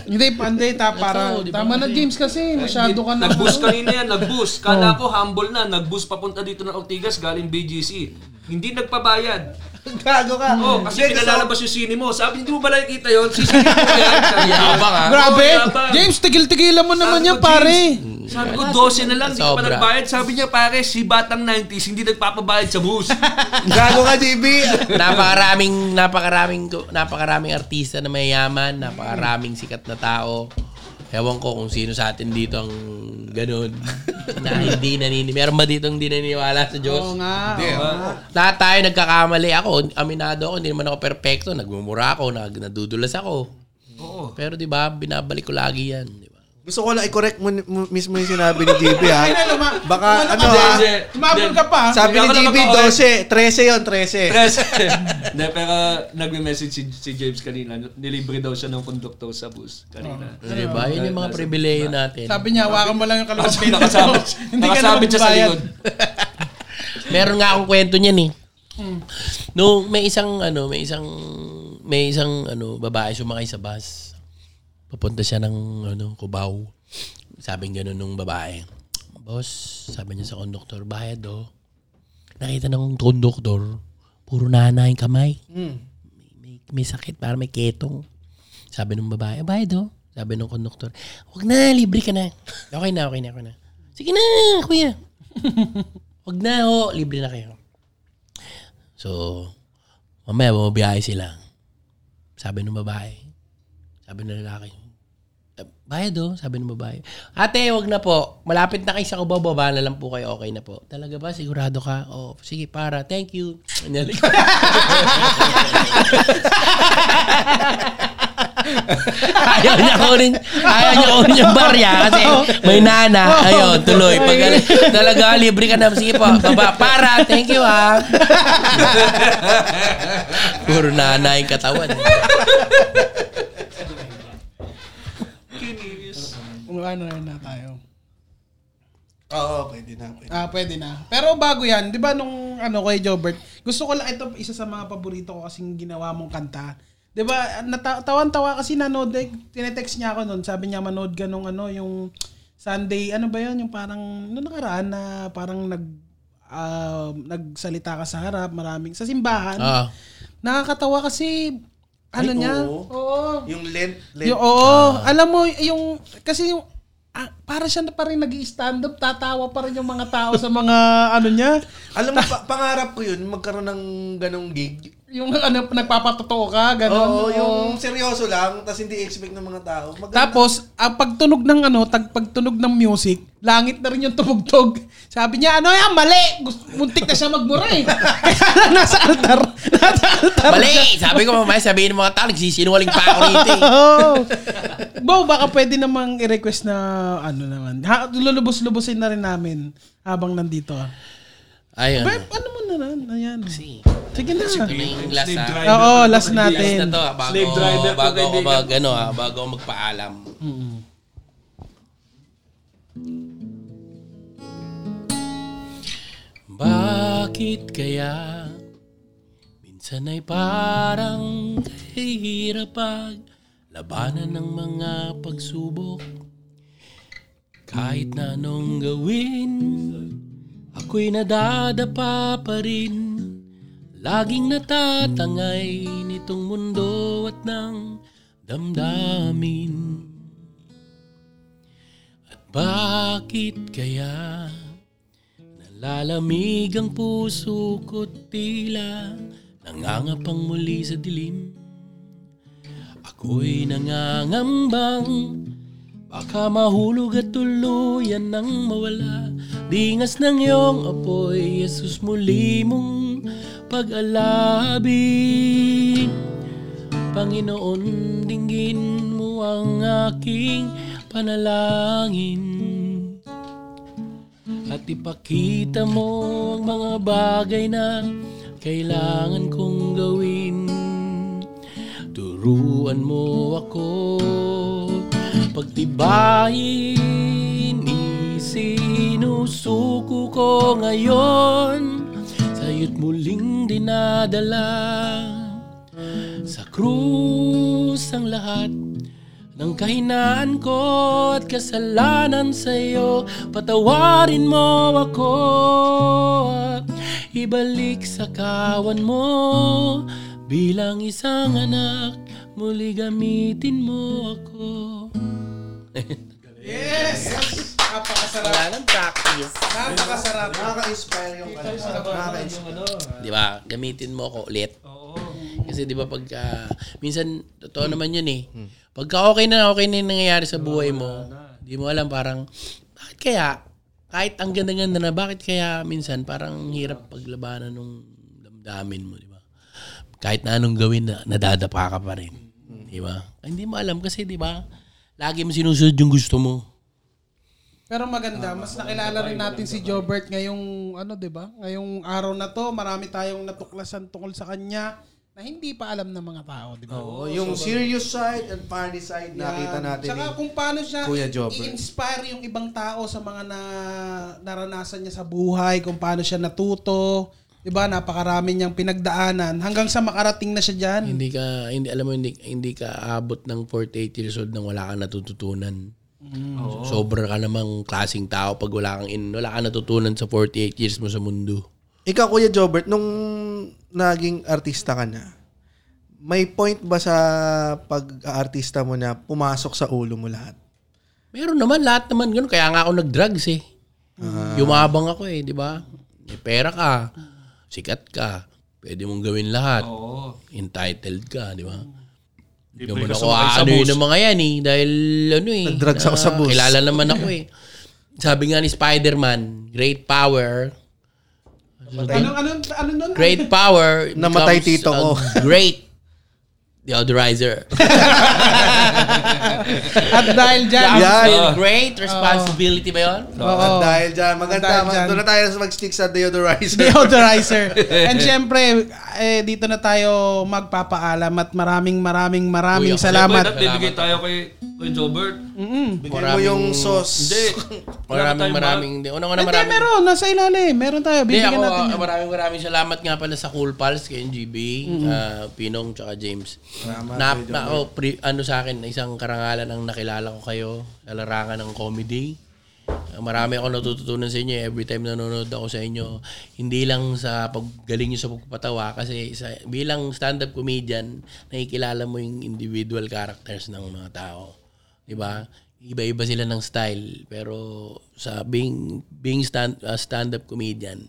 Hindi, hindi. Ta, para, Oo, di ba? tama na James kasi. Masyado ka na. Oh. Nag-boost kanina yan, nag-boost. Kala ko humble na, nag-boost papunta dito ng Ortigas galing BGC. Hindi nagpabayad. Gago ka. ah. Oo, Oh, kasi Hindi, gusto- pinalalabas yung sini mo. Sabi, hindi mo ba nakikita yun? Sisinin mo yan. Sabi ko. Yabang, ah. Grabe. Oo, yabang. James, tigil-tigilan mo naman Sabi yan, ko, pare. James, Sabi ko, 12 na lang, hindi ka pa Sobra. nagbayad. Sabi niya, pare, si batang 90s, hindi nagpapabayad sa bus. Gago ka, JB. napakaraming napakaraming napakaraming artista na mayayaman, napakaraming sikat na tao. Ewan ko kung sino sa atin dito ang ganun. na hindi nanini. Meron ba dito ang hindi naniniwala sa Diyos? Oo nga. Lahat tayo nagkakamali. Ako, aminado ako, hindi naman ako perfecto. Nagmumura ako, nag, nadudulas ako. Oo. Pero di ba, binabalik ko lagi yan. Di ba? Gusto ko lang i-correct mo, ni- mo- mismo yung sinabi ni JB ha. Baka ano Hindi, ha. hindi. Ah, Tumabol ka pa. Sabi ni Hindi, ako lang JB, 12. magko-correct. 13 yun, 13. Yes. Hindi, pero nagme-message si, si James kanina, nilibre daw siya ng conductor sa bus kanina. Oh. Di ba? Yun yung mga pribileyo natin. Sabi niya, hawakan mo lang yung kalawang Kasi nakasabit, Hindi ka nakasabit naman siya sa bayad. likod. Meron nga akong kwento niyan eh. No, may isang ano, may isang may isang ano babae sumakay sa bus. Papunta siya ng ano, Cubao. Sabing gano'n nung babae. Boss, sabi niya sa konduktor, bayad do. Nakita ng konduktor, puro nana yung kamay. May, may, may sakit, para may ketong. Sabi ng babae, "Ah, bayad do. Sabi ng konduktor, wag na, libre ka na. Okay na, okay na, okay na. Sige na, kuya. Huwag na ho, libre na kayo. So, mamaya bumabiyahe sila. Sabi ng babae. Sabi ng lalaki. "Eh, Bayad oh, sabi ng babae. Ate, wag na po. Malapit na kayo sa Cubao, baba na lang po kayo. Okay na po. Talaga ba? Sigurado ka? Oo, sige, para. Thank you. Anyalik. ayaw niya kunin, ayaw niya kunin yung barya kasi may nana. Ayun, tuloy. Pag, talaga, libre ka na. Sige po, baba. Para, thank you ha. Puro nana yung katawan. Ano rin na tayo. Oo, pwede na. Pwede. Ah, pwede na. Pero bago yan, di ba nung ano kay Jobert, gusto ko lang ito isa sa mga paborito ko kasing ginawa mong kanta. Di ba, natawan-tawa kasi nanood, eh, tinetext niya ako noon, sabi niya manood ka nung ano, yung Sunday, ano ba yun, yung parang, nung nakaraan na parang nag, ah, nagsalita ka sa harap, maraming, sa simbahan. Ah. Nakakatawa kasi, ano Ay, niya, oo. oo. Yung lent, lent. Yung, oo, alam mo, yung, kasi yung, ah, para siya na pa rin nag stand up, tatawa pa rin yung mga tao sa mga, ano niya, Alam mo, pa- pangarap ko yun, magkaroon ng ganong gig. yung ano, nagpapatotoo ka, gano'n. Oo, Oo. yung seryoso lang, tapos hindi expect ng mga tao. Maganda. Tapos, ang pagtunog ng ano, tag pagtunog ng music, langit na rin yung tumugtog. Sabi niya, ano yan, mali! Gusto, muntik na siya magmura eh. Kaya nasa altar. Nasa altar. Mali! Sabi ko mamaya, sabihin ng mga tao, nagsisinungaling pa ako rito eh. Oh. Bo, baka pwede namang i-request na ano naman. Ha, lulubos-lubusin na rin namin habang nandito. ah. Ayun. Babe, ano mo na lang? Ayan. Sige na. Ito na yung last ah. na. Oo, last Last na natin. to, ah, bago, Slave driver to bago ako kaibigan. mag, ano, ah, bago ako magpaalam. Bakit kaya minsan ay parang kahirap pag labanan ng mga pagsubok kahit na anong gawin ako'y nadadapa pa rin Laging natatangay nitong mundo at ng damdamin At Bakit kaya nalalamig ang puso ko tila nangangapang muli sa dilim? Ako'y nangangambang Baka mahulog at tuluyan nang mawala Dingas ng iyong apoy Yesus muli mong pag-alabi Panginoon, dinggin mo ang aking panalangin At ipakita mo ang mga bagay na kailangan kong gawin Turuan mo ako Pagtibayin Isinusuko ko ngayon Sa'yo't muling dinadala sa krus ang lahat ng kahinaan ko at kasalanan sa iyo. Patawarin mo ako at ibalik sa kawan mo bilang isang anak. Muli gamitin mo ako. Wala ng practice. Napakasarap. Nakaka-inspire yung ano. kanta. Nakaka-inspire. ano. Di ba? Gamitin mo ako ulit. Kasi di ba pagka, minsan, totoo naman yun eh. Pagka okay na okay na yung nangyayari sa buhay mo, di mo alam parang, bakit kaya, kahit ang ganda-ganda na, bakit kaya minsan parang hirap paglabanan nung damdamin mo, di ba? Kahit na anong gawin, na, nadadapa ka pa rin. Di ba? Hindi mo alam kasi, di ba? Lagi mo sinusunod yung gusto mo. Ah, Pero maganda, mas nakilala rin natin si Jobert ngayong ano, 'di ba? Ngayong araw na 'to, marami tayong natuklasan tungkol sa kanya na hindi pa alam ng mga tao, 'di ba? Oo, yung serious side and funny side nakita natin. Saka eh. kung paano siya Kuya Jobber. i-inspire yung ibang tao sa mga na naranasan niya sa buhay, kung paano siya natuto, 'di ba? Napakarami niyang pinagdaanan hanggang sa makarating na siya diyan. Hindi ka, hindi, alam mo, hindi, hindi ka abot ng 48 years old nang wala kang natututunan. Sobra ka namang klaseng tao pag wala kang, in, wala kang natutunan sa 48 years mo sa mundo. Ikaw, Kuya Jobert, nung naging artista ka na, may point ba sa pag-aartista mo na pumasok sa ulo mo lahat? Meron naman, lahat naman ganun. Kaya nga ako nag-drugs eh. Yumabang ako eh, di ba? May pera ka, sikat ka, pwede mong gawin lahat. Entitled ka, di ba? Hindi naman ako aano yun ng mga yan eh. Dahil ano eh. Nag-drugs ako sa ah, bus. Kilala naman ako eh. Sabi nga ni Spider-Man, great power. Ano ano ano nun? Great power. Namatay becomes tito a ko. Great deodorizer. At dahil diyan, Yan. Feel great responsibility ba yun? At dahil dyan, maganda. Dahil dyan. Doon na tayo sa mag-stick sa deodorizer. Deodorizer. And syempre, eh, dito na tayo magpapaalam at maraming maraming maraming Uy, ako- salamat. Dapat bibigay tayo kay, kay Jobert. Bigyan mo yung sauce. Hindi. Maraming tayong maraming. di- Unang-una Hindi, maraming. meron. Nasa ilalim. Meron tayo. Hindi, ako, Bibigyan natin. ah, yan. maraming maraming salamat nga pala sa Cool Pals, kay NGB, ah, Pinong, tsaka James. na, na, oh, pre- ano sa akin, isang karangalan ang nakilala ko kayo sa larangan ng comedy. Ah, Marami ako natututunan sa inyo eh. every time nanonood ako sa inyo. Hindi lang sa paggaling nyo sa pagpapatawa kasi sa, bilang stand-up comedian, nakikilala mo yung individual characters ng mga tao. 'di ba? Iba-iba sila ng style pero sa being being stand uh, stand-up comedian,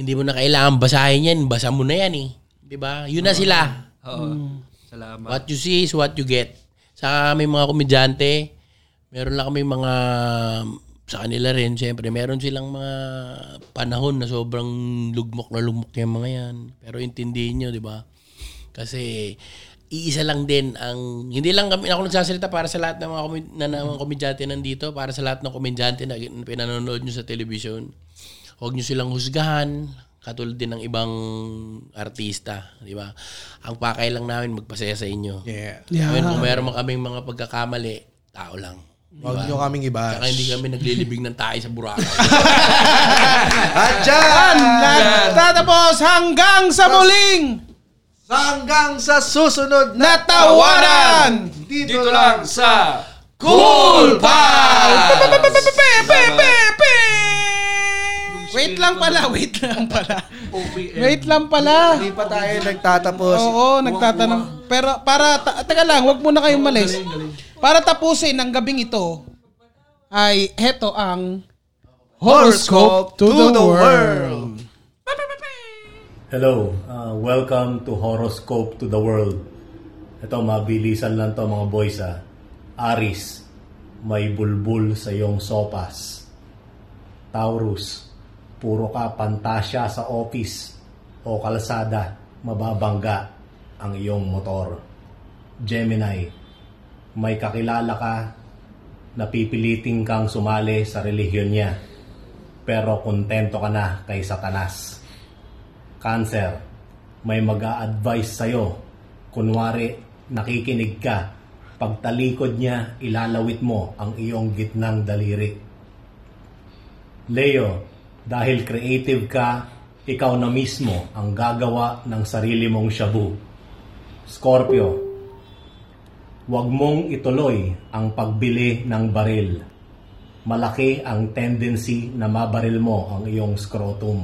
hindi mo na kailangan basahin 'yan, basa mo na 'yan eh. 'Di ba? Yun na sila. Oo. Mm. Salamat. What you see is what you get. Sa may mga komedyante, meron lang kami mga um, sa kanila rin, siyempre, meron silang mga panahon na sobrang lugmok na lugmok yung mga yan. Pero intindihin nyo, di ba? Kasi iisa lang din ang hindi lang kami ako nagsasalita para sa lahat ng mga komed- na, na, mga komedyante nandito, para sa lahat ng komedyante na, na pinanonood nyo sa television. Huwag nyo silang husgahan, katulad din ng ibang artista, di ba? Ang pakay lang namin magpasaya sa inyo. Yeah. Yeah. Ngayon, kung meron man kaming mga pagkakamali, tao lang. Huwag nyo kaming iba. Saka hindi kami naglilibing ng tayo sa Boracay. At ah, dyan! Nagtatapos hanggang sa muling Hanggang sa susunod na natawaran! dito, Dito lang lang sa Cool Pe, pe, pe, pe, pe, pe. Wait lang pala, wait lang pala. OPM. Wait lang pala. Hindi pa tayo nagtatapos. Oo, nagtatanong. Pero para, ta- taga lang, wag muna kayong malis. Para tapusin ang gabing ito, ay heto ang Horoscope to, the, world. Hello, uh, welcome to Horoscope to the World. Ito, mabilisan lang to mga boys ah. Aris, may bulbul sa iyong sopas. Taurus, puro ka pantasya sa office o kalsada, mababangga ang iyong motor. Gemini, may kakilala ka, napipiliting kang sumali sa relihiyon niya, pero kontento ka na kay Satanas. Cancer, may mag advise sa'yo. Kunwari, nakikinig ka. Pagtalikod niya, ilalawit mo ang iyong gitnang daliri. Leo, dahil creative ka, ikaw na mismo ang gagawa ng sarili mong shabu. Scorpio, huwag mong ituloy ang pagbili ng baril. Malaki ang tendency na mabaril mo ang iyong scrotum.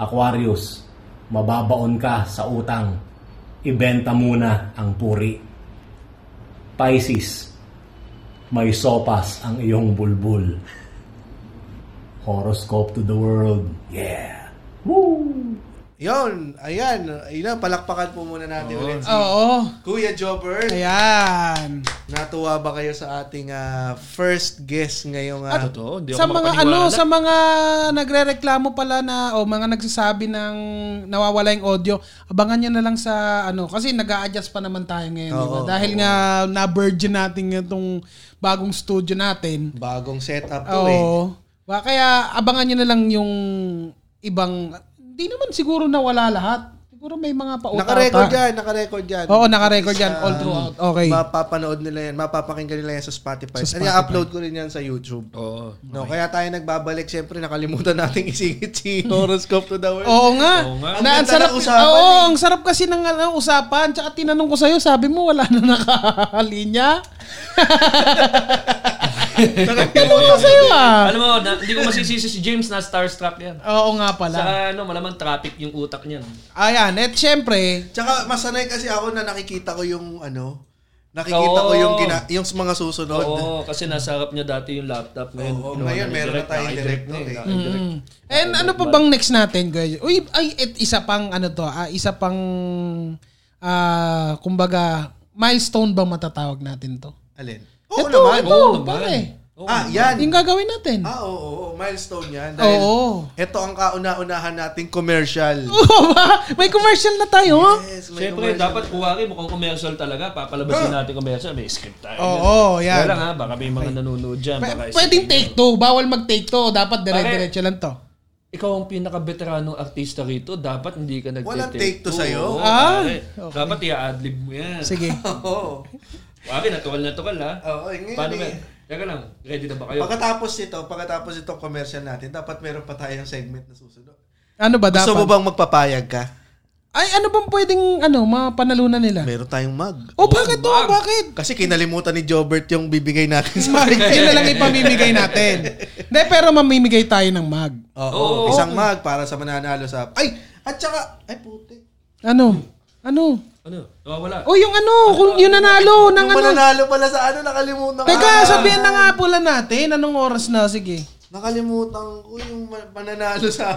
Aquarius, mababaon ka sa utang. Ibenta muna ang puri. Pisces, may sopas ang iyong bulbul. Horoscope to the world. Yeah. Yun, ayan. Ayun na, palakpakan po muna natin ulit si Oo. Kuya Jobber. Ayan. Natuwa ba kayo sa ating ah, first guest ngayong... ah, Totoo, hindi Oh, ako sa mga ano, makapaniwala. sa mga nagrereklamo pala na o mga nagsasabi ng nawawala yung audio, abangan nyo na lang sa ano kasi nag adjust pa naman tayo ngayon, di ba? Oo, Dahil nga na-virgin natin itong bagong studio natin. Bagong setup to eh. Oo. Ba kaya abangan nyo na lang yung ibang hindi naman siguro nawala lahat. Siguro may mga pauta. Nakarecord yan, nakarecord yan. Oo, nakarecord yan all throughout. Okay. Mapapanood nila yan, mapapakinggan nila yan sa Spotify. Sa Sa Spotify. upload ko rin yan sa YouTube. Oo. No, kaya tayo nagbabalik. Siyempre, nakalimutan nating isingit si Horoscope to the World. Oo nga. Ang Na, ganda ang sarap, ng usapan oo, eh. ang sarap kasi ng ano, usapan. Tsaka tinanong ko sa'yo, sabi mo wala na nakakalinya. Tinanong ko sa'yo ah. Alam mo, na, hindi ko masisisi si James na starstruck yan. Oo nga pala. Sa ano, malamang traffic yung utak niyan. Ayan, Ah, at syempre, Tsaka, masanay kasi ako na nakikita ko yung ano, nakikita ko Oo. yung, gina, yung mga susunod. Oo, kasi nasa harap niya dati yung laptop. Ngayon, Oo, ginawa ngayon niya meron na direct, tayong nakadirect direct na eh, eh. nakadirect. and ano pa bang next natin, guys? Uy, ay, et, isa pang ano to, ah, isa pang, ah, kumbaga, milestone bang matatawag natin to? Mm-hmm. Alin? Oo naman. ito, pare. ah, yan. Yung gagawin natin. Ah, oo, oo, oo. Milestone yan. Dahil Oo. ito ang kauna-unahan nating commercial. Oo ba? May commercial na tayo, ha? Yes, may Siyempre, commercial. dapat kuwari mukhang commercial talaga. Papalabasin natin commercial. May script tayo. Oo, Wala yan. lang ha, baka may mga nanonood dyan. P- Baka pwedeng isipin take two. Bawal mag-take two. Dapat dire-diretso lang to. nyo, Ikaw ang pinaka-veteranong artista rito. Dapat hindi ka nag-take Walang take to sa'yo. Ah, ah, Dapat i-adlib mo yan. Sige. Oo. Kuwari, natural na natural ha. Oo, ngayon Paano eh. ba? Teka lang, ready na ba kayo? Pagkatapos nito, pagkatapos itong commercial natin, dapat meron pa tayong segment na susunod. Ano ba dapat? Gusto mo bang magpapayag ka? Ay, ano bang pwedeng ano, mapanalunan nila? Meron tayong mug. Oh, bakit to? Bakit? Kasi kinalimutan ni Jobert yung bibigay natin sa Mag, yun na lang ipamimigay natin. Hindi, pero mamimigay tayo ng mag. Oo, isang mug para sa mananalo sa... Ay! At saka... Ay, puti. Ano? Ano? Ano? Nawawala. Oh, yung ano, kung yung nanalo ng Yung ano. mananalo pala sa ano, nakalimutan ko. Teka, sabihin na nga pula natin. Anong oras na? Sige. Nakalimutan ko yung ma- mananalo sa...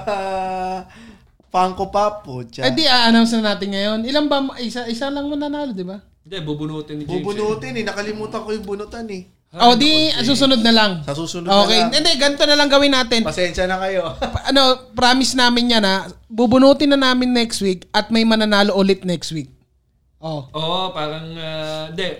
Funko Pop po. Eh di, a-announce na natin ngayon. Ilan ba? Isa, isa lang mananalo, di ba? Hindi, bubunutin ni James. Bubunutin eh. Nakalimutan ko yung bunutan eh. O, di, susunod na lang. Sa susunod na Okay, lang. hindi, ganito na lang gawin natin. Pasensya na kayo. Pa- ano, promise namin yan na bubunutin na namin next week at may mananalo ulit next week. Oh. Oo, parang, ah, hindi.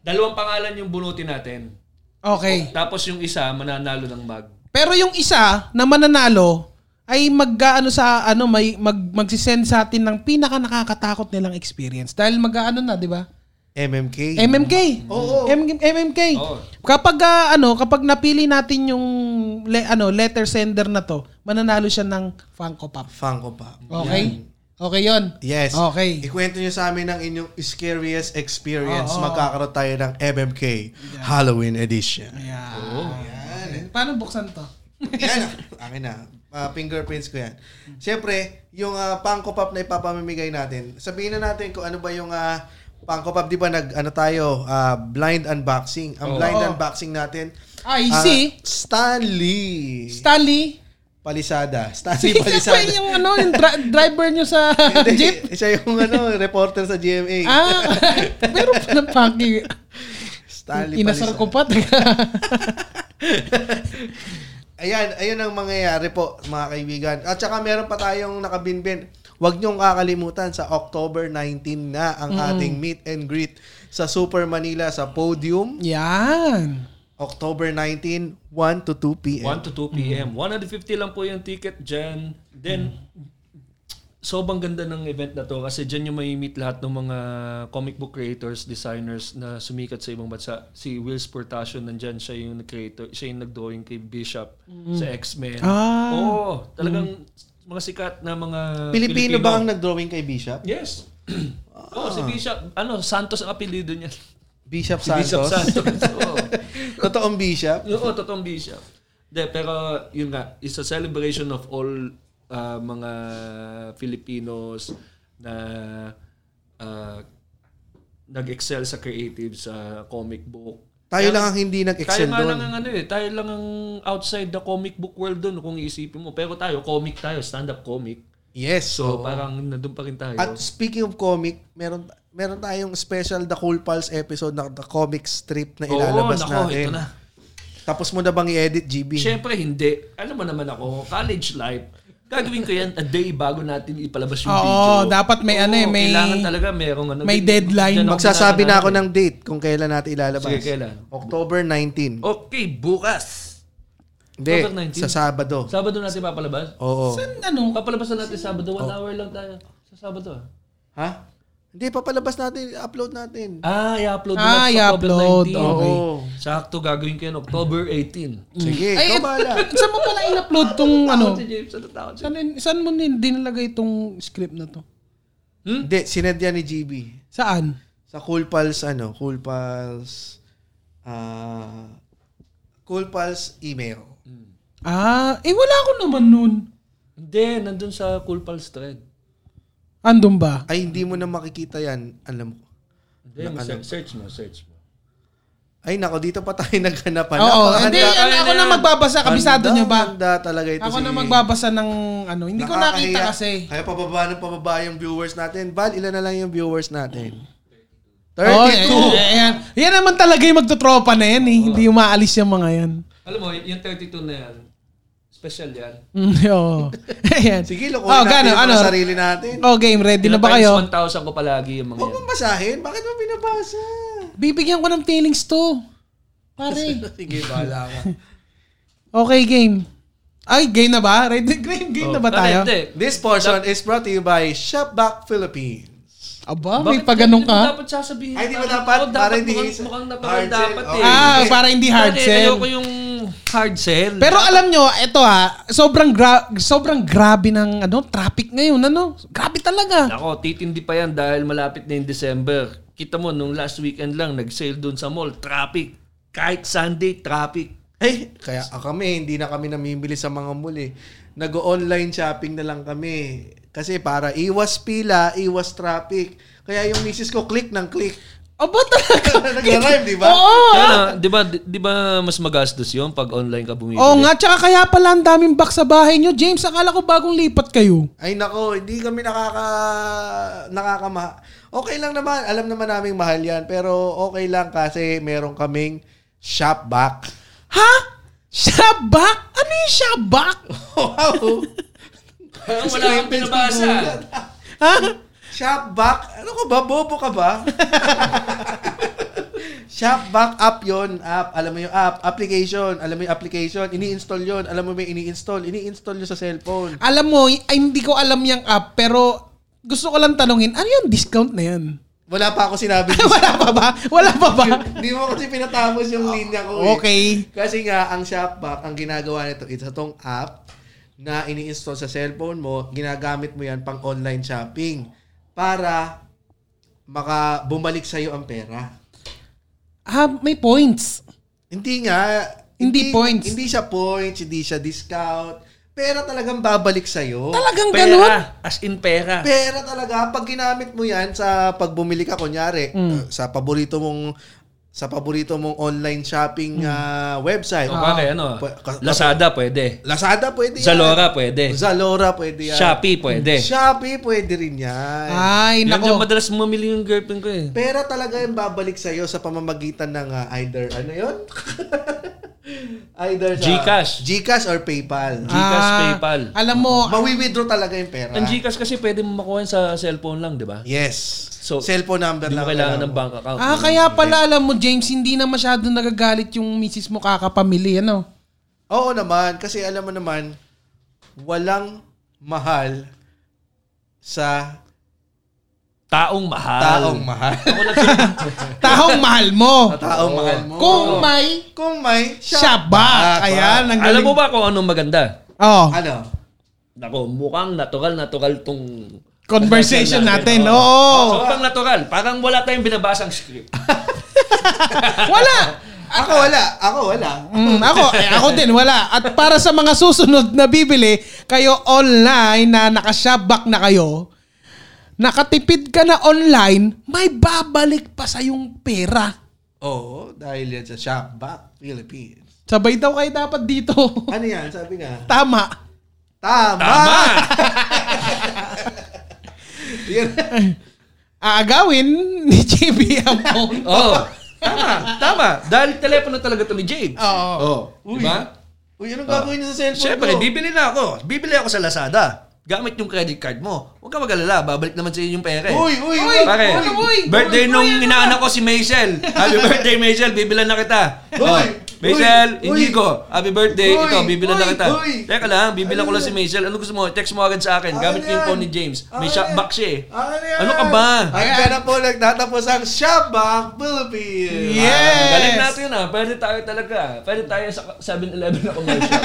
Dalawang pangalan yung bunutin natin. Okay. Tapos yung isa, mananalo ng mag. Pero yung isa na mananalo ay mag ano sa ano may mag magsisend sa atin ng pinaka nakakatakot nilang experience dahil mag ano na, di ba? MMK. MMK. Oo. M- MMK. Oo. Kapag ah, ano, kapag napili natin yung le- ano, letter sender na to, mananalo siya ng Funko Pop. Funko Pop. Okay? Okay 'yon. Yes. Okay. Ikwento nyo sa amin ang inyong scariest experience. Magkakaroon tayo ng MMK Halloween Edition. Ayan. Paano buksan to? yan. Akin na. Ah, fingerprints ko yan. Siyempre, yung ah, Funko Pop na ipapamimigay natin, sabihin na natin kung ano ba yung ah, Pangko Pab, di ba nag, ano tayo, ah, blind unboxing. Ang blind Oo. unboxing natin, I ah, see. Stanley. Stanley. Palisada. Stanley Siya pa Palisada. yung, ano, yung dri- driver nyo sa Hindi, jeep. Siya yung ano, reporter sa GMA. Ah, pero pala paki. Stanley Inasar Palisada. ko pa. Ayan, ayan ang mangyayari po, mga kaibigan. At saka meron pa tayong nakabinbin. Huwag niyong kakalimutan sa October 19 na ang ating meet and greet sa Super Manila sa podium. Yan. October 19, 1 to 2 p.m. 1 to 2 p.m. 150 lang po yung ticket dyan. Then, sobrang ganda ng event na to kasi dyan yung may meet lahat ng mga comic book creators, designers na sumikat sa ibang bansa. Si Will Sportasio nandyan, siya yung creator, siya yung nag-drawing kay Bishop Mm. sa X-Men. Ah. Oo, talagang mga sikat na mga Pilipino, ba ang nag-drawing kay Bishop? Yes. Oo, si Bishop, ano, Santos ang apelido niya. Bishop Si Bishop Ah. Santos? Santos. Oo. Totoong Bishop? Oo, oh, totoong bishop. De, pero yun nga, it's a celebration of all ah, mga Filipinos na ah, nag-excel sa creative, sa comic book. Tayo Kaya- lang ang hindi Tayo nag-excel nga lang doon. ang ano eh, tayo lang ang outside the comic book world doon kung iisipin mo. Pero tayo, comic tayo, stand-up comic. Yes. So oo. parang nandun pa rin tayo. At speaking of comic, meron meron tayong special The Cool Pals episode na the comic strip na ilalabas nako, natin. ito na. Tapos mo na bang i-edit, GB? Siyempre hindi. Alam mo naman ako, college life, gagawin ko yan a day bago natin ipalabas yung Oo, video. dapat may ano eh, may- Kailangan talaga merong ano. may deadline. Diyan ako Magsasabi na ako nananalo. ng date kung kailan natin ilalabas. Sige, kailan? October 19. Okay, bukas. Hindi, October 19. sa Sabado. Sabado natin papalabas? Oo. Ano? Papalabas na natin Sabado. One hour lang tayo. Sa Sabado ah. Ha? Hindi, papalabas natin, upload natin. Ah, i-upload na Ah, natin sa October i-upload. 19. Okay. Oo. Sakto, gagawin ko yan October 18. Sige, Ay, ikaw eh, bahala. saan mo pala in-upload tong ano? Si James, ano tawag siya? Saan, saan mo nin- dinalagay tong script na to? Hmm? Hindi, sinend yan ni GB. Saan? Sa Cool Pals, ano, Cool Pals, ah, Cool Pals email. Hmm. Ah, eh wala ako naman nun. Hindi, nandun sa Cool Pals thread. Andun ba? Ay, hindi mo na makikita yan, alam ko. Hindi, mas- search mo, search mo. Ay, nako, dito pa tayo naghanap. Oo, hindi. Napakahanda- ano, ako na magbabasa. Kabisado handa- nyo ba? handa talaga ito Ako si- na magbabasa ng ano. Hindi ko Nakakahiya. nakita kasi. Kaya pababa ng pababa yung viewers natin. Val, ilan na lang yung viewers natin? Oh, 32. ayan. Yan naman talaga yung magtotropa na yan eh. Hindi umaalis yung mga yan. Alam mo, y- yung 32 na yan, special yan. Mm, Oo. Ayan. Sige, lokohin natin gano, yung mga sarili natin. Oh, game. Ready na Times ba kayo? 1,000 ko palagi yung mga Huwag yan. mong basahin. Bakit mo binabasa? Bibigyan ko ng feelings to. Pare. Sige, bahala ka. Okay, game. Ay, game na ba? Ready? Game, game na ba Oh, tayo? Hindi. This portion is brought to you by Shopback Philippines. Aba, may pagano Hindi mo ka? dapat sasabihin. Ay, di ba dapat? Parang- Oo, Para hindi- Mukhang, hard mukhang napakang sell. dapat eh. Okay. Ah, para hindi hard Dati, sell. Ayoko yung hard sell. Pero alam nyo, eto ha, sobrang gra- sobrang grabe ng ano, traffic ngayon, ano? Grabe talaga. Ako, titindi pa yan dahil malapit na yung December. Kita mo, nung last weekend lang, nag-sale dun sa mall. Traffic. Kahit Sunday, traffic. Ay, kaya ah, kami, hindi na kami namimili sa mga muli. Nag-online shopping na lang kami. Kasi para iwas pila, iwas traffic. Kaya yung misis ko, click ng click. Aba talaga. Nag-arrive, di ba? Oo. Kaya na, di ba, di, di ba mas magastos yun pag online ka bumibili? Oo nga, tsaka kaya pala ang daming back sa bahay nyo. James, akala ko bagong lipat kayo. Ay nako, hindi kami nakaka nakakama. Okay lang naman, alam naman naming mahal 'yan, pero okay lang kasi meron kaming shop back. Ha? Shabak? Ano yung shabak? wow. Parang wala kang pinabasa. Ha? shop back. Ano ko ba bobo ka ba? shop back app 'yon, app. Alam mo 'yung app, application, alam mo 'yung application, ini-install 'yon. Alam mo may ini-install, ini-install 'yon sa cellphone. Alam mo, ay, hindi ko alam yung app, pero gusto ko lang tanungin, ano yung discount na yan? Wala pa ako sinabi. Wala pa ba? Wala pa ba? Hindi mo kasi pinatapos yung linya ko. eh. Okay. Kasi nga, ang Shopback, ang ginagawa nito, ito itong app na ini-install sa cellphone mo, ginagamit mo yan pang online shopping para maka bumalik sa'yo ang pera. Ah, may points. Hindi nga. Hindi points. Hindi siya points, hindi siya discount. pera talagang babalik sa'yo. Talagang ganun? Pera. As in pera. Pera talaga. Pag ginamit mo yan sa pagbumili ka, kunyari, uh, Mm. sa paborito mong sa paborito mong online Mm. shopping ah, website. O bakit ano? Pa- ka- Lazada pwede. Lazada pwede yan. Zalora pwede. Zalora pwede yan. Shopee pwede. Shopee pwede rin yan. Ay, Yan yung nako. madalas mamili yung girlfriend ko eh. Pera talaga yung babalik sa'yo sa pamamagitan ng ah, either, ano yun? either sa... Gcash. Gcash or PayPal. Gcash, Ah, PayPal. Alam mo, Mawi-withdraw talaga yung pera. Ang Gcash kasi pwede mo makuha sa cellphone lang, di ba? Yes. So, Cellphone number Hindi mo lang. kailangan kailangan ng mo. bank account. ah, kaya pala alam mo, James, hindi na masyado nagagalit yung misis mo kakapamili, ano? Oo naman. Kasi alam mo naman, walang mahal sa Taong mahal. taong mahal. Taong mahal mo. taong mahal mo. Kung may Kung may siya ba? Ayan, ang Alam galing. mo ba kung anong maganda? Oh, Ano? Nako, mukhang natural, natural tong... conversation natin. Oo. Oh. Sobrang natural. Parang wala tayong binabasang script. Wala. Ako wala. Ako wala. Mm, ako, eh, ako din, wala. At para sa mga susunod na bibili, kayo online na nakashabak na kayo, nakatipid ka na online, may babalik pa sa yung pera. Oo, dahil yan sa Shopback Philippines. Sabay daw kayo dapat dito. Ano yan? Sabi nga. Tama. Tama! Yun. Aagawin ni JB ang phone. Oo. Oh. tama, tama. Dahil telepono talaga to ni James. Oo. oh. Di ba? Uy, oh. Ah, anong gagawin niyo sa cellphone Siyempre, ko? bibili na ako. Bibili ako sa Lazada. Gamit yung credit card mo. Huwag ka mag-alala. Babalik naman sa yung pera. eh. Uy, uy, uy! Pare, Ano, boy? birthday Boy, nung boy, ano? inaanak ko si Maisel. Happy birthday, Maisel. Bibilan na kita. Boy, Oh, Maisel, boy, Inigo, happy birthday. boy, Ito, bibilan na boy, kita. boy. Teka lang, bibilan Ano ko lang yan? si Maisel. Ano gusto mo? Text mo agad sa akin. Gamit Ano ko yung yan? phone ni James. May Ano shop yan? box siya eh. Ano, yan? Ano ka ba? Hanggang na po nagtatapos ang Shopback Philippines. Yes! Galing natin ah. Pwede tayo talaga. Pwede tayo sa 7-Eleven na commercial.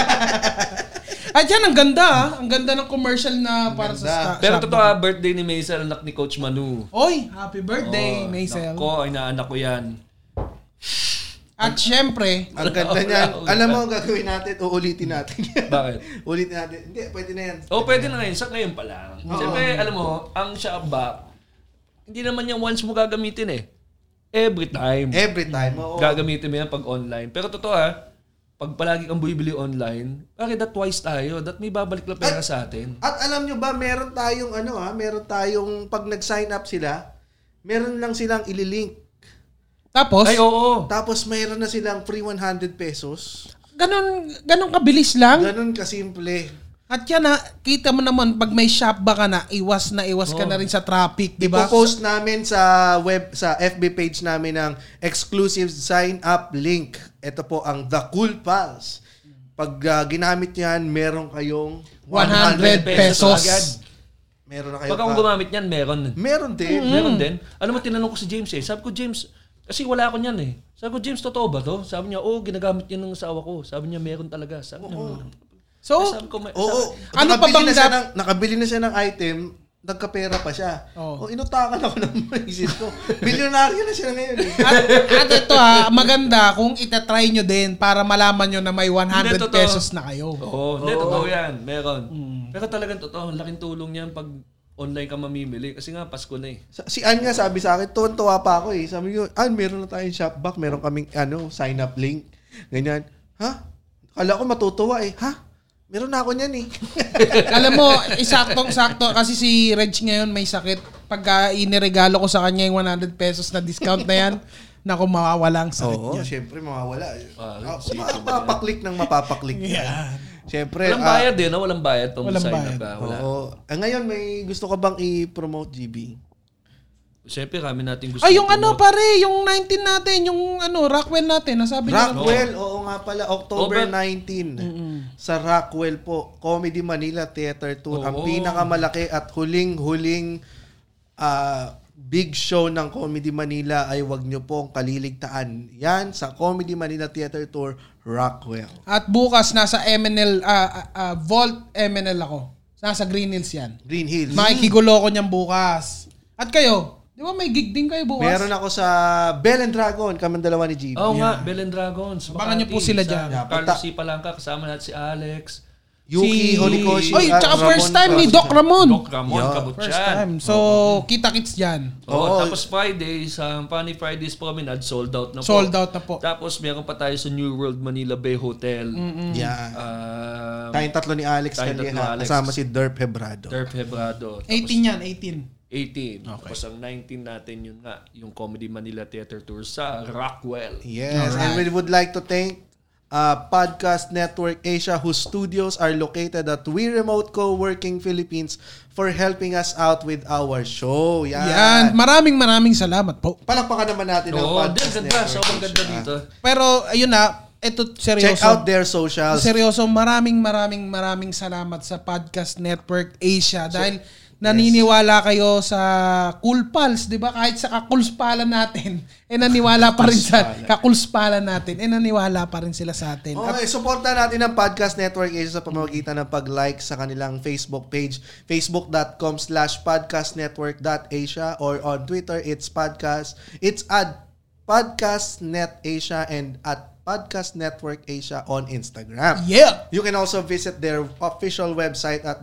At yan, ang ganda. ah. Ang ganda ng commercial na para sa ganda. sta- Pero shop. totoo ah, birthday ni Maisel, anak ni Coach Manu. Oy, happy birthday, Oh, Maisel. Nako, inaanak ko yan. At syempre, Ang ganda niyan. Alam mo, ang gagawin natin, uulitin natin yan. Bakit? Ulitin natin. Hindi, pwede na yan. Oh, pwede na ngayon. Sa ngayon pa lang. Siyempre, alam mo, ang shopback, hindi naman yung once mo gagamitin eh. Every time. Every time, Eh, oo. Gagamitin mo yan pag online. Pero totoo ah, pag palagi kang bumibili online, bakit that twice tayo? That may babalik na pera sa atin. At alam nyo ba, meron tayong ano ha, meron tayong pag nag-sign up sila, meron lang silang ililink. tapos, Ay, oh. oo. Tapos meron na silang free 100 pesos. ganun, ganun kabilis lang. Ganun kasimple. At yan na, kita mo naman, pag may shop ba ka na, iwas na iwas ka na rin sa traffic, di ba? Ipo-post namin sa web sa FB page namin ng exclusive sign up link. Ito po ang The Cool Pals. Pag ah, ginamit niyan, meron kayong 100 pesos. Meron na kayo. Pag akong ka- gumamit niyan, meron. meron din. Meron din. Ano mo, tinanong ko si James eh. Sabi ko, James, kasi wala ako niyan eh. Sabi ko, James, totoo ba to? Sabi niya, oo, ginagamit niya ng asawa ko. Sabi niya, meron talaga. Sabi niya, meron. So, Sabi ko, may, Oo. Ano pa Nakabili bang na siya dap- ng, nakabili na siya ng item, nagkapera pa siya. Oo. Oh. inutakan ako ng isip ko. Milyonaryo na siya ngayon. Eh. at, at ito ha, maganda kung itatry nyo din para malaman nyo na may 100 Hindi, totoo. pesos na kayo. Oo, hindi, totoo yan. Meron. Mm. Pero talagang totoo, ang laking tulong yan pag online ka mamimili. Kasi nga, Pasko na eh. Sa- Si Ann nga sabi sa akin, tuwan-tuwa pa ako eh. Sabi ko, Ann, meron na tayong shopback, meron kaming ano, sign up link. Ganyan. Ha? Kala ko matutuwa eh. Ha? Meron na ako niyan eh. Alam mo, isaktong-sakto kasi si Reg ngayon may sakit. Pagka iniregalo ko sa kanya yung 100 pesos na discount na yan, naku, mawawala ang sakit Oo, niya. syempre mawawala. Ah, mapapaklik ng mapapaklik. Yeah. Syempre, Walang ah, bayad eh, no? Walang bayad pag Walang sign up bayad. ka. Wala. oo. Ah, ngayon, may gusto ka bang i-promote, GB? Siyempre, kami natin gusto. Ay, yung ano promote. pare, yung 19 natin, yung ano, Rockwell natin, nasabi niya. Rockwell, oo nga pala, October October. 19. Sa Rockwell po, Comedy Manila Theater Tour. Ang Oo. pinakamalaki at huling-huling ah, big show ng Comedy Manila ay wag nyo pong kaliligtaan. Yan sa Comedy Manila Theater Tour, Rockwell. At bukas, nasa MNL, ah, ah, ah, Vault MNL ako. Nasa Green Hills yan. Green Hills. Makikigulo ko niyan bukas. At kayo, di ba may gig din kayo bukas? Meron ako sa Bell and Dragon, kaming dalawa ni GB. Oh, Oo nga, Bell and Dragons. Abangan niyo po Makati, sila sa dyan. Yeah, punta- Carlos C. Palangka, kasama natin si Alex. Yuki Horikoshi. Oy, ah, tsaka Ramon first time ni Doc Kabutsyan. Ramon. Doc Ramon Yeah. First Kabutyan. time. So, kita-kits dyan. Oo. Oh, tapos Friday, sa Funny Fridays Promenade, sold out na po. Sold out na po. Tapos meron pa tayo sa New World Manila Bay Hotel. Yeah. Um, Tayong tatlo ni Alex tayong tatlo, Calleja. Alex. Kasama si Derp Hebrado. Derp Hebrado. 18 yan, 18. 18. Tapos ang 19 natin yun nga, yung Comedy Manila Theater Tour sa Rockwell. Yes, and we would like to thank uh, Podcast Network Asia whose studios are located at We Remote Co-working Philippines for helping us out with our show. Yan. Yan. Maraming maraming salamat po. Palakpakan naman natin ang Oo, oh, din, Podcast ganda. Network. Sobrang ganda Asia. dito. Ah. Pero, ayun na. Ito, seryoso. Check out their socials. Seryoso, maraming maraming maraming salamat sa Podcast Network Asia dahil naniniwala kayo sa Cool Pals, 'di ba? Kahit sa kakulspala natin, eh naniwala pa rin sa kakulspala natin, eh naniwala pa rin sila sa atin. At Okay, supportan natin ang Podcast Network Asia sa pamamagitan ng pag-like sa kanilang Facebook page, facebook.com slash podcastnetwork.asia or on Twitter, it's podcast, it's at Podcast Net Asia and at Podcast Network Asia on Instagram. yeah. You can also visit their official website at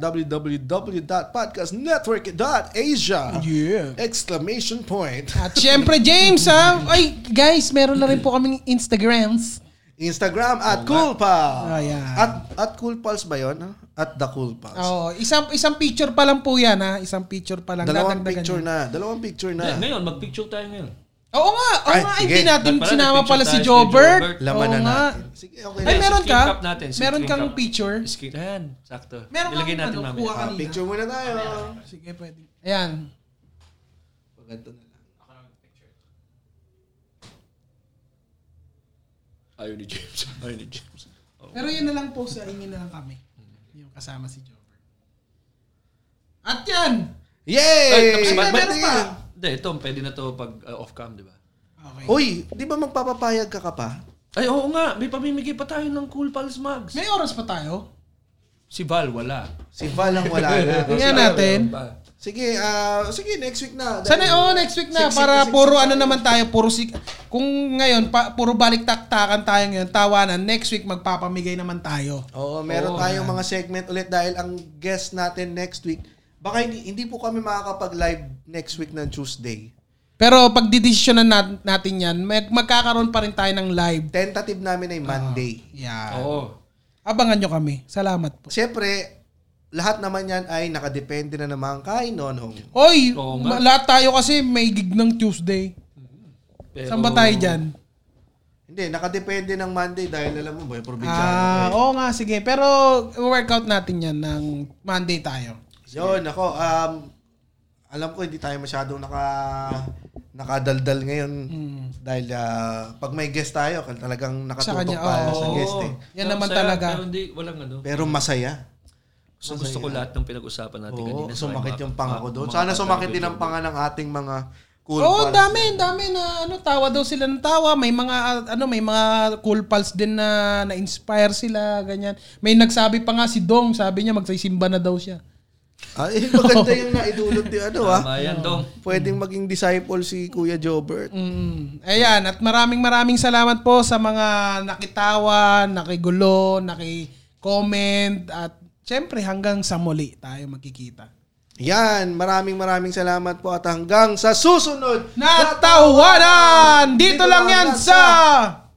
www.podcastnetwork.asia. Yeah. Exclamation point. At syempre James, ha? Ay, guys, meron na rin po kaming Instagrams. Instagram at Cool Pals. Ah, yeah. At, at Cool Pals ba yun? ah? At The Cool Pals. Oh, isang isang picture pa lang po 'yan, ha? Isang picture pa lang Dalawang Dadagdagan picture niyo. na. Dalawang picture Eh, na. Ngayon, mag-picture tayo ngayon. Oo nga, oo Ay, nga, sige. hindi natin Dapat pala, sinama nagpicture pala si tayo si Jobert. Jobert. Laman na Oo nga. natin. Sige, okay Ay, na. meron screen ka? cap natin, screen Meron cap. kang picture? Skin. Ayan, sakto. Meron Ilagay kang natin ano, mamaya. kuha Ah, picture muna tayo. Sige, pwede. Ayan. Ayaw ni James. Ayaw ni James. Pero yun na lang po sa inyo na lang kami. Yung kasama si Jobber. At yan! Yay! Ay, tapos ba- Ay, ba- meron Eh, pa. Hindi, ito, pwede na to pag uh, off-cam, di ba? Okay. Uy, di ba magpapapayag ka ka pa? Ay, oo nga. May pamimigay pa tayo ng Cool Pals mugs. May oras pa tayo. Si Val, wala. Si Val ang wala na. Tingnan natin. Sige, ah, sige, next week na. Sana oh, next week na Siksik na para siksik puro tayo. ano naman tayo, puro sik kung ngayon pa, puro balik taktakan tayo ngayon, tawanan, next week magpapamigay naman tayo. Oo, meron tayong mga segment ulit dahil ang guest natin next week, baka hindi, hindi po kami makakapag-live next week ng Tuesday. Pero pag didesisyonan nat- natin 'yan, mag- magkakaroon pa rin tayo ng live. Tentative namin ay Ah. Monday. Yeah. Oo. Abangan nyo kami. Salamat po. Siyempre, lahat naman yan ay nakadepende na naman kay Nonong. Oy, Oo nga. ma- lahat tayo kasi may gig ng Tuesday. Pero- Saan ba tayo dyan? Hindi, nakadepende ng Monday dahil alam mo ba, probinsyano Ah, kayo. oo nga, sige. Pero workout natin yan ng Monday tayo. Yun, ako, um, alam ko hindi tayo masyadong naka nakadaldal ngayon dahil ah, pag may guest tayo kal- talagang Hmm. Sa nakatutok kanya, tayo oo. sa Oo. guest eh. Yan Pero naman masaya, talaga. Pero hindi, walang ano. pero masaya So, gusto ko lahat ng pinag-usapan natin oo, kanina. sumakit mga- yung panga ko mga- doon mga sana sumakit katabi din ang ko. panga ng ating mga cool Oo, oh, pals. dami, dami na ano, tawa daw sila ng tawa. May mga ah, ano, may mga cool pals din na na-inspire sila, ganyan. May nagsabi pa nga si Dong, sabi niya magsisimba na daw siya. Ay, maganda yung naidulot ni ano ah Tama yan, Dong. pwedeng maging disciple si Kuya Jobert Mm. Ayan, at maraming maraming salamat po sa mga nakitawa, nakigulo, naki-comment at syempre hanggang sa muli tayo magkikita. yan maraming maraming salamat po at hanggang sa susunod Natawanan! Dito lang yan sa...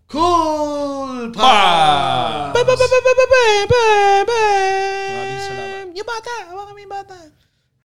Cool Pals! Bye, bye, bye, bye, bye, bye, bye, bye, bye. Maraming salamat. Yung bata, hawa kami yung bata.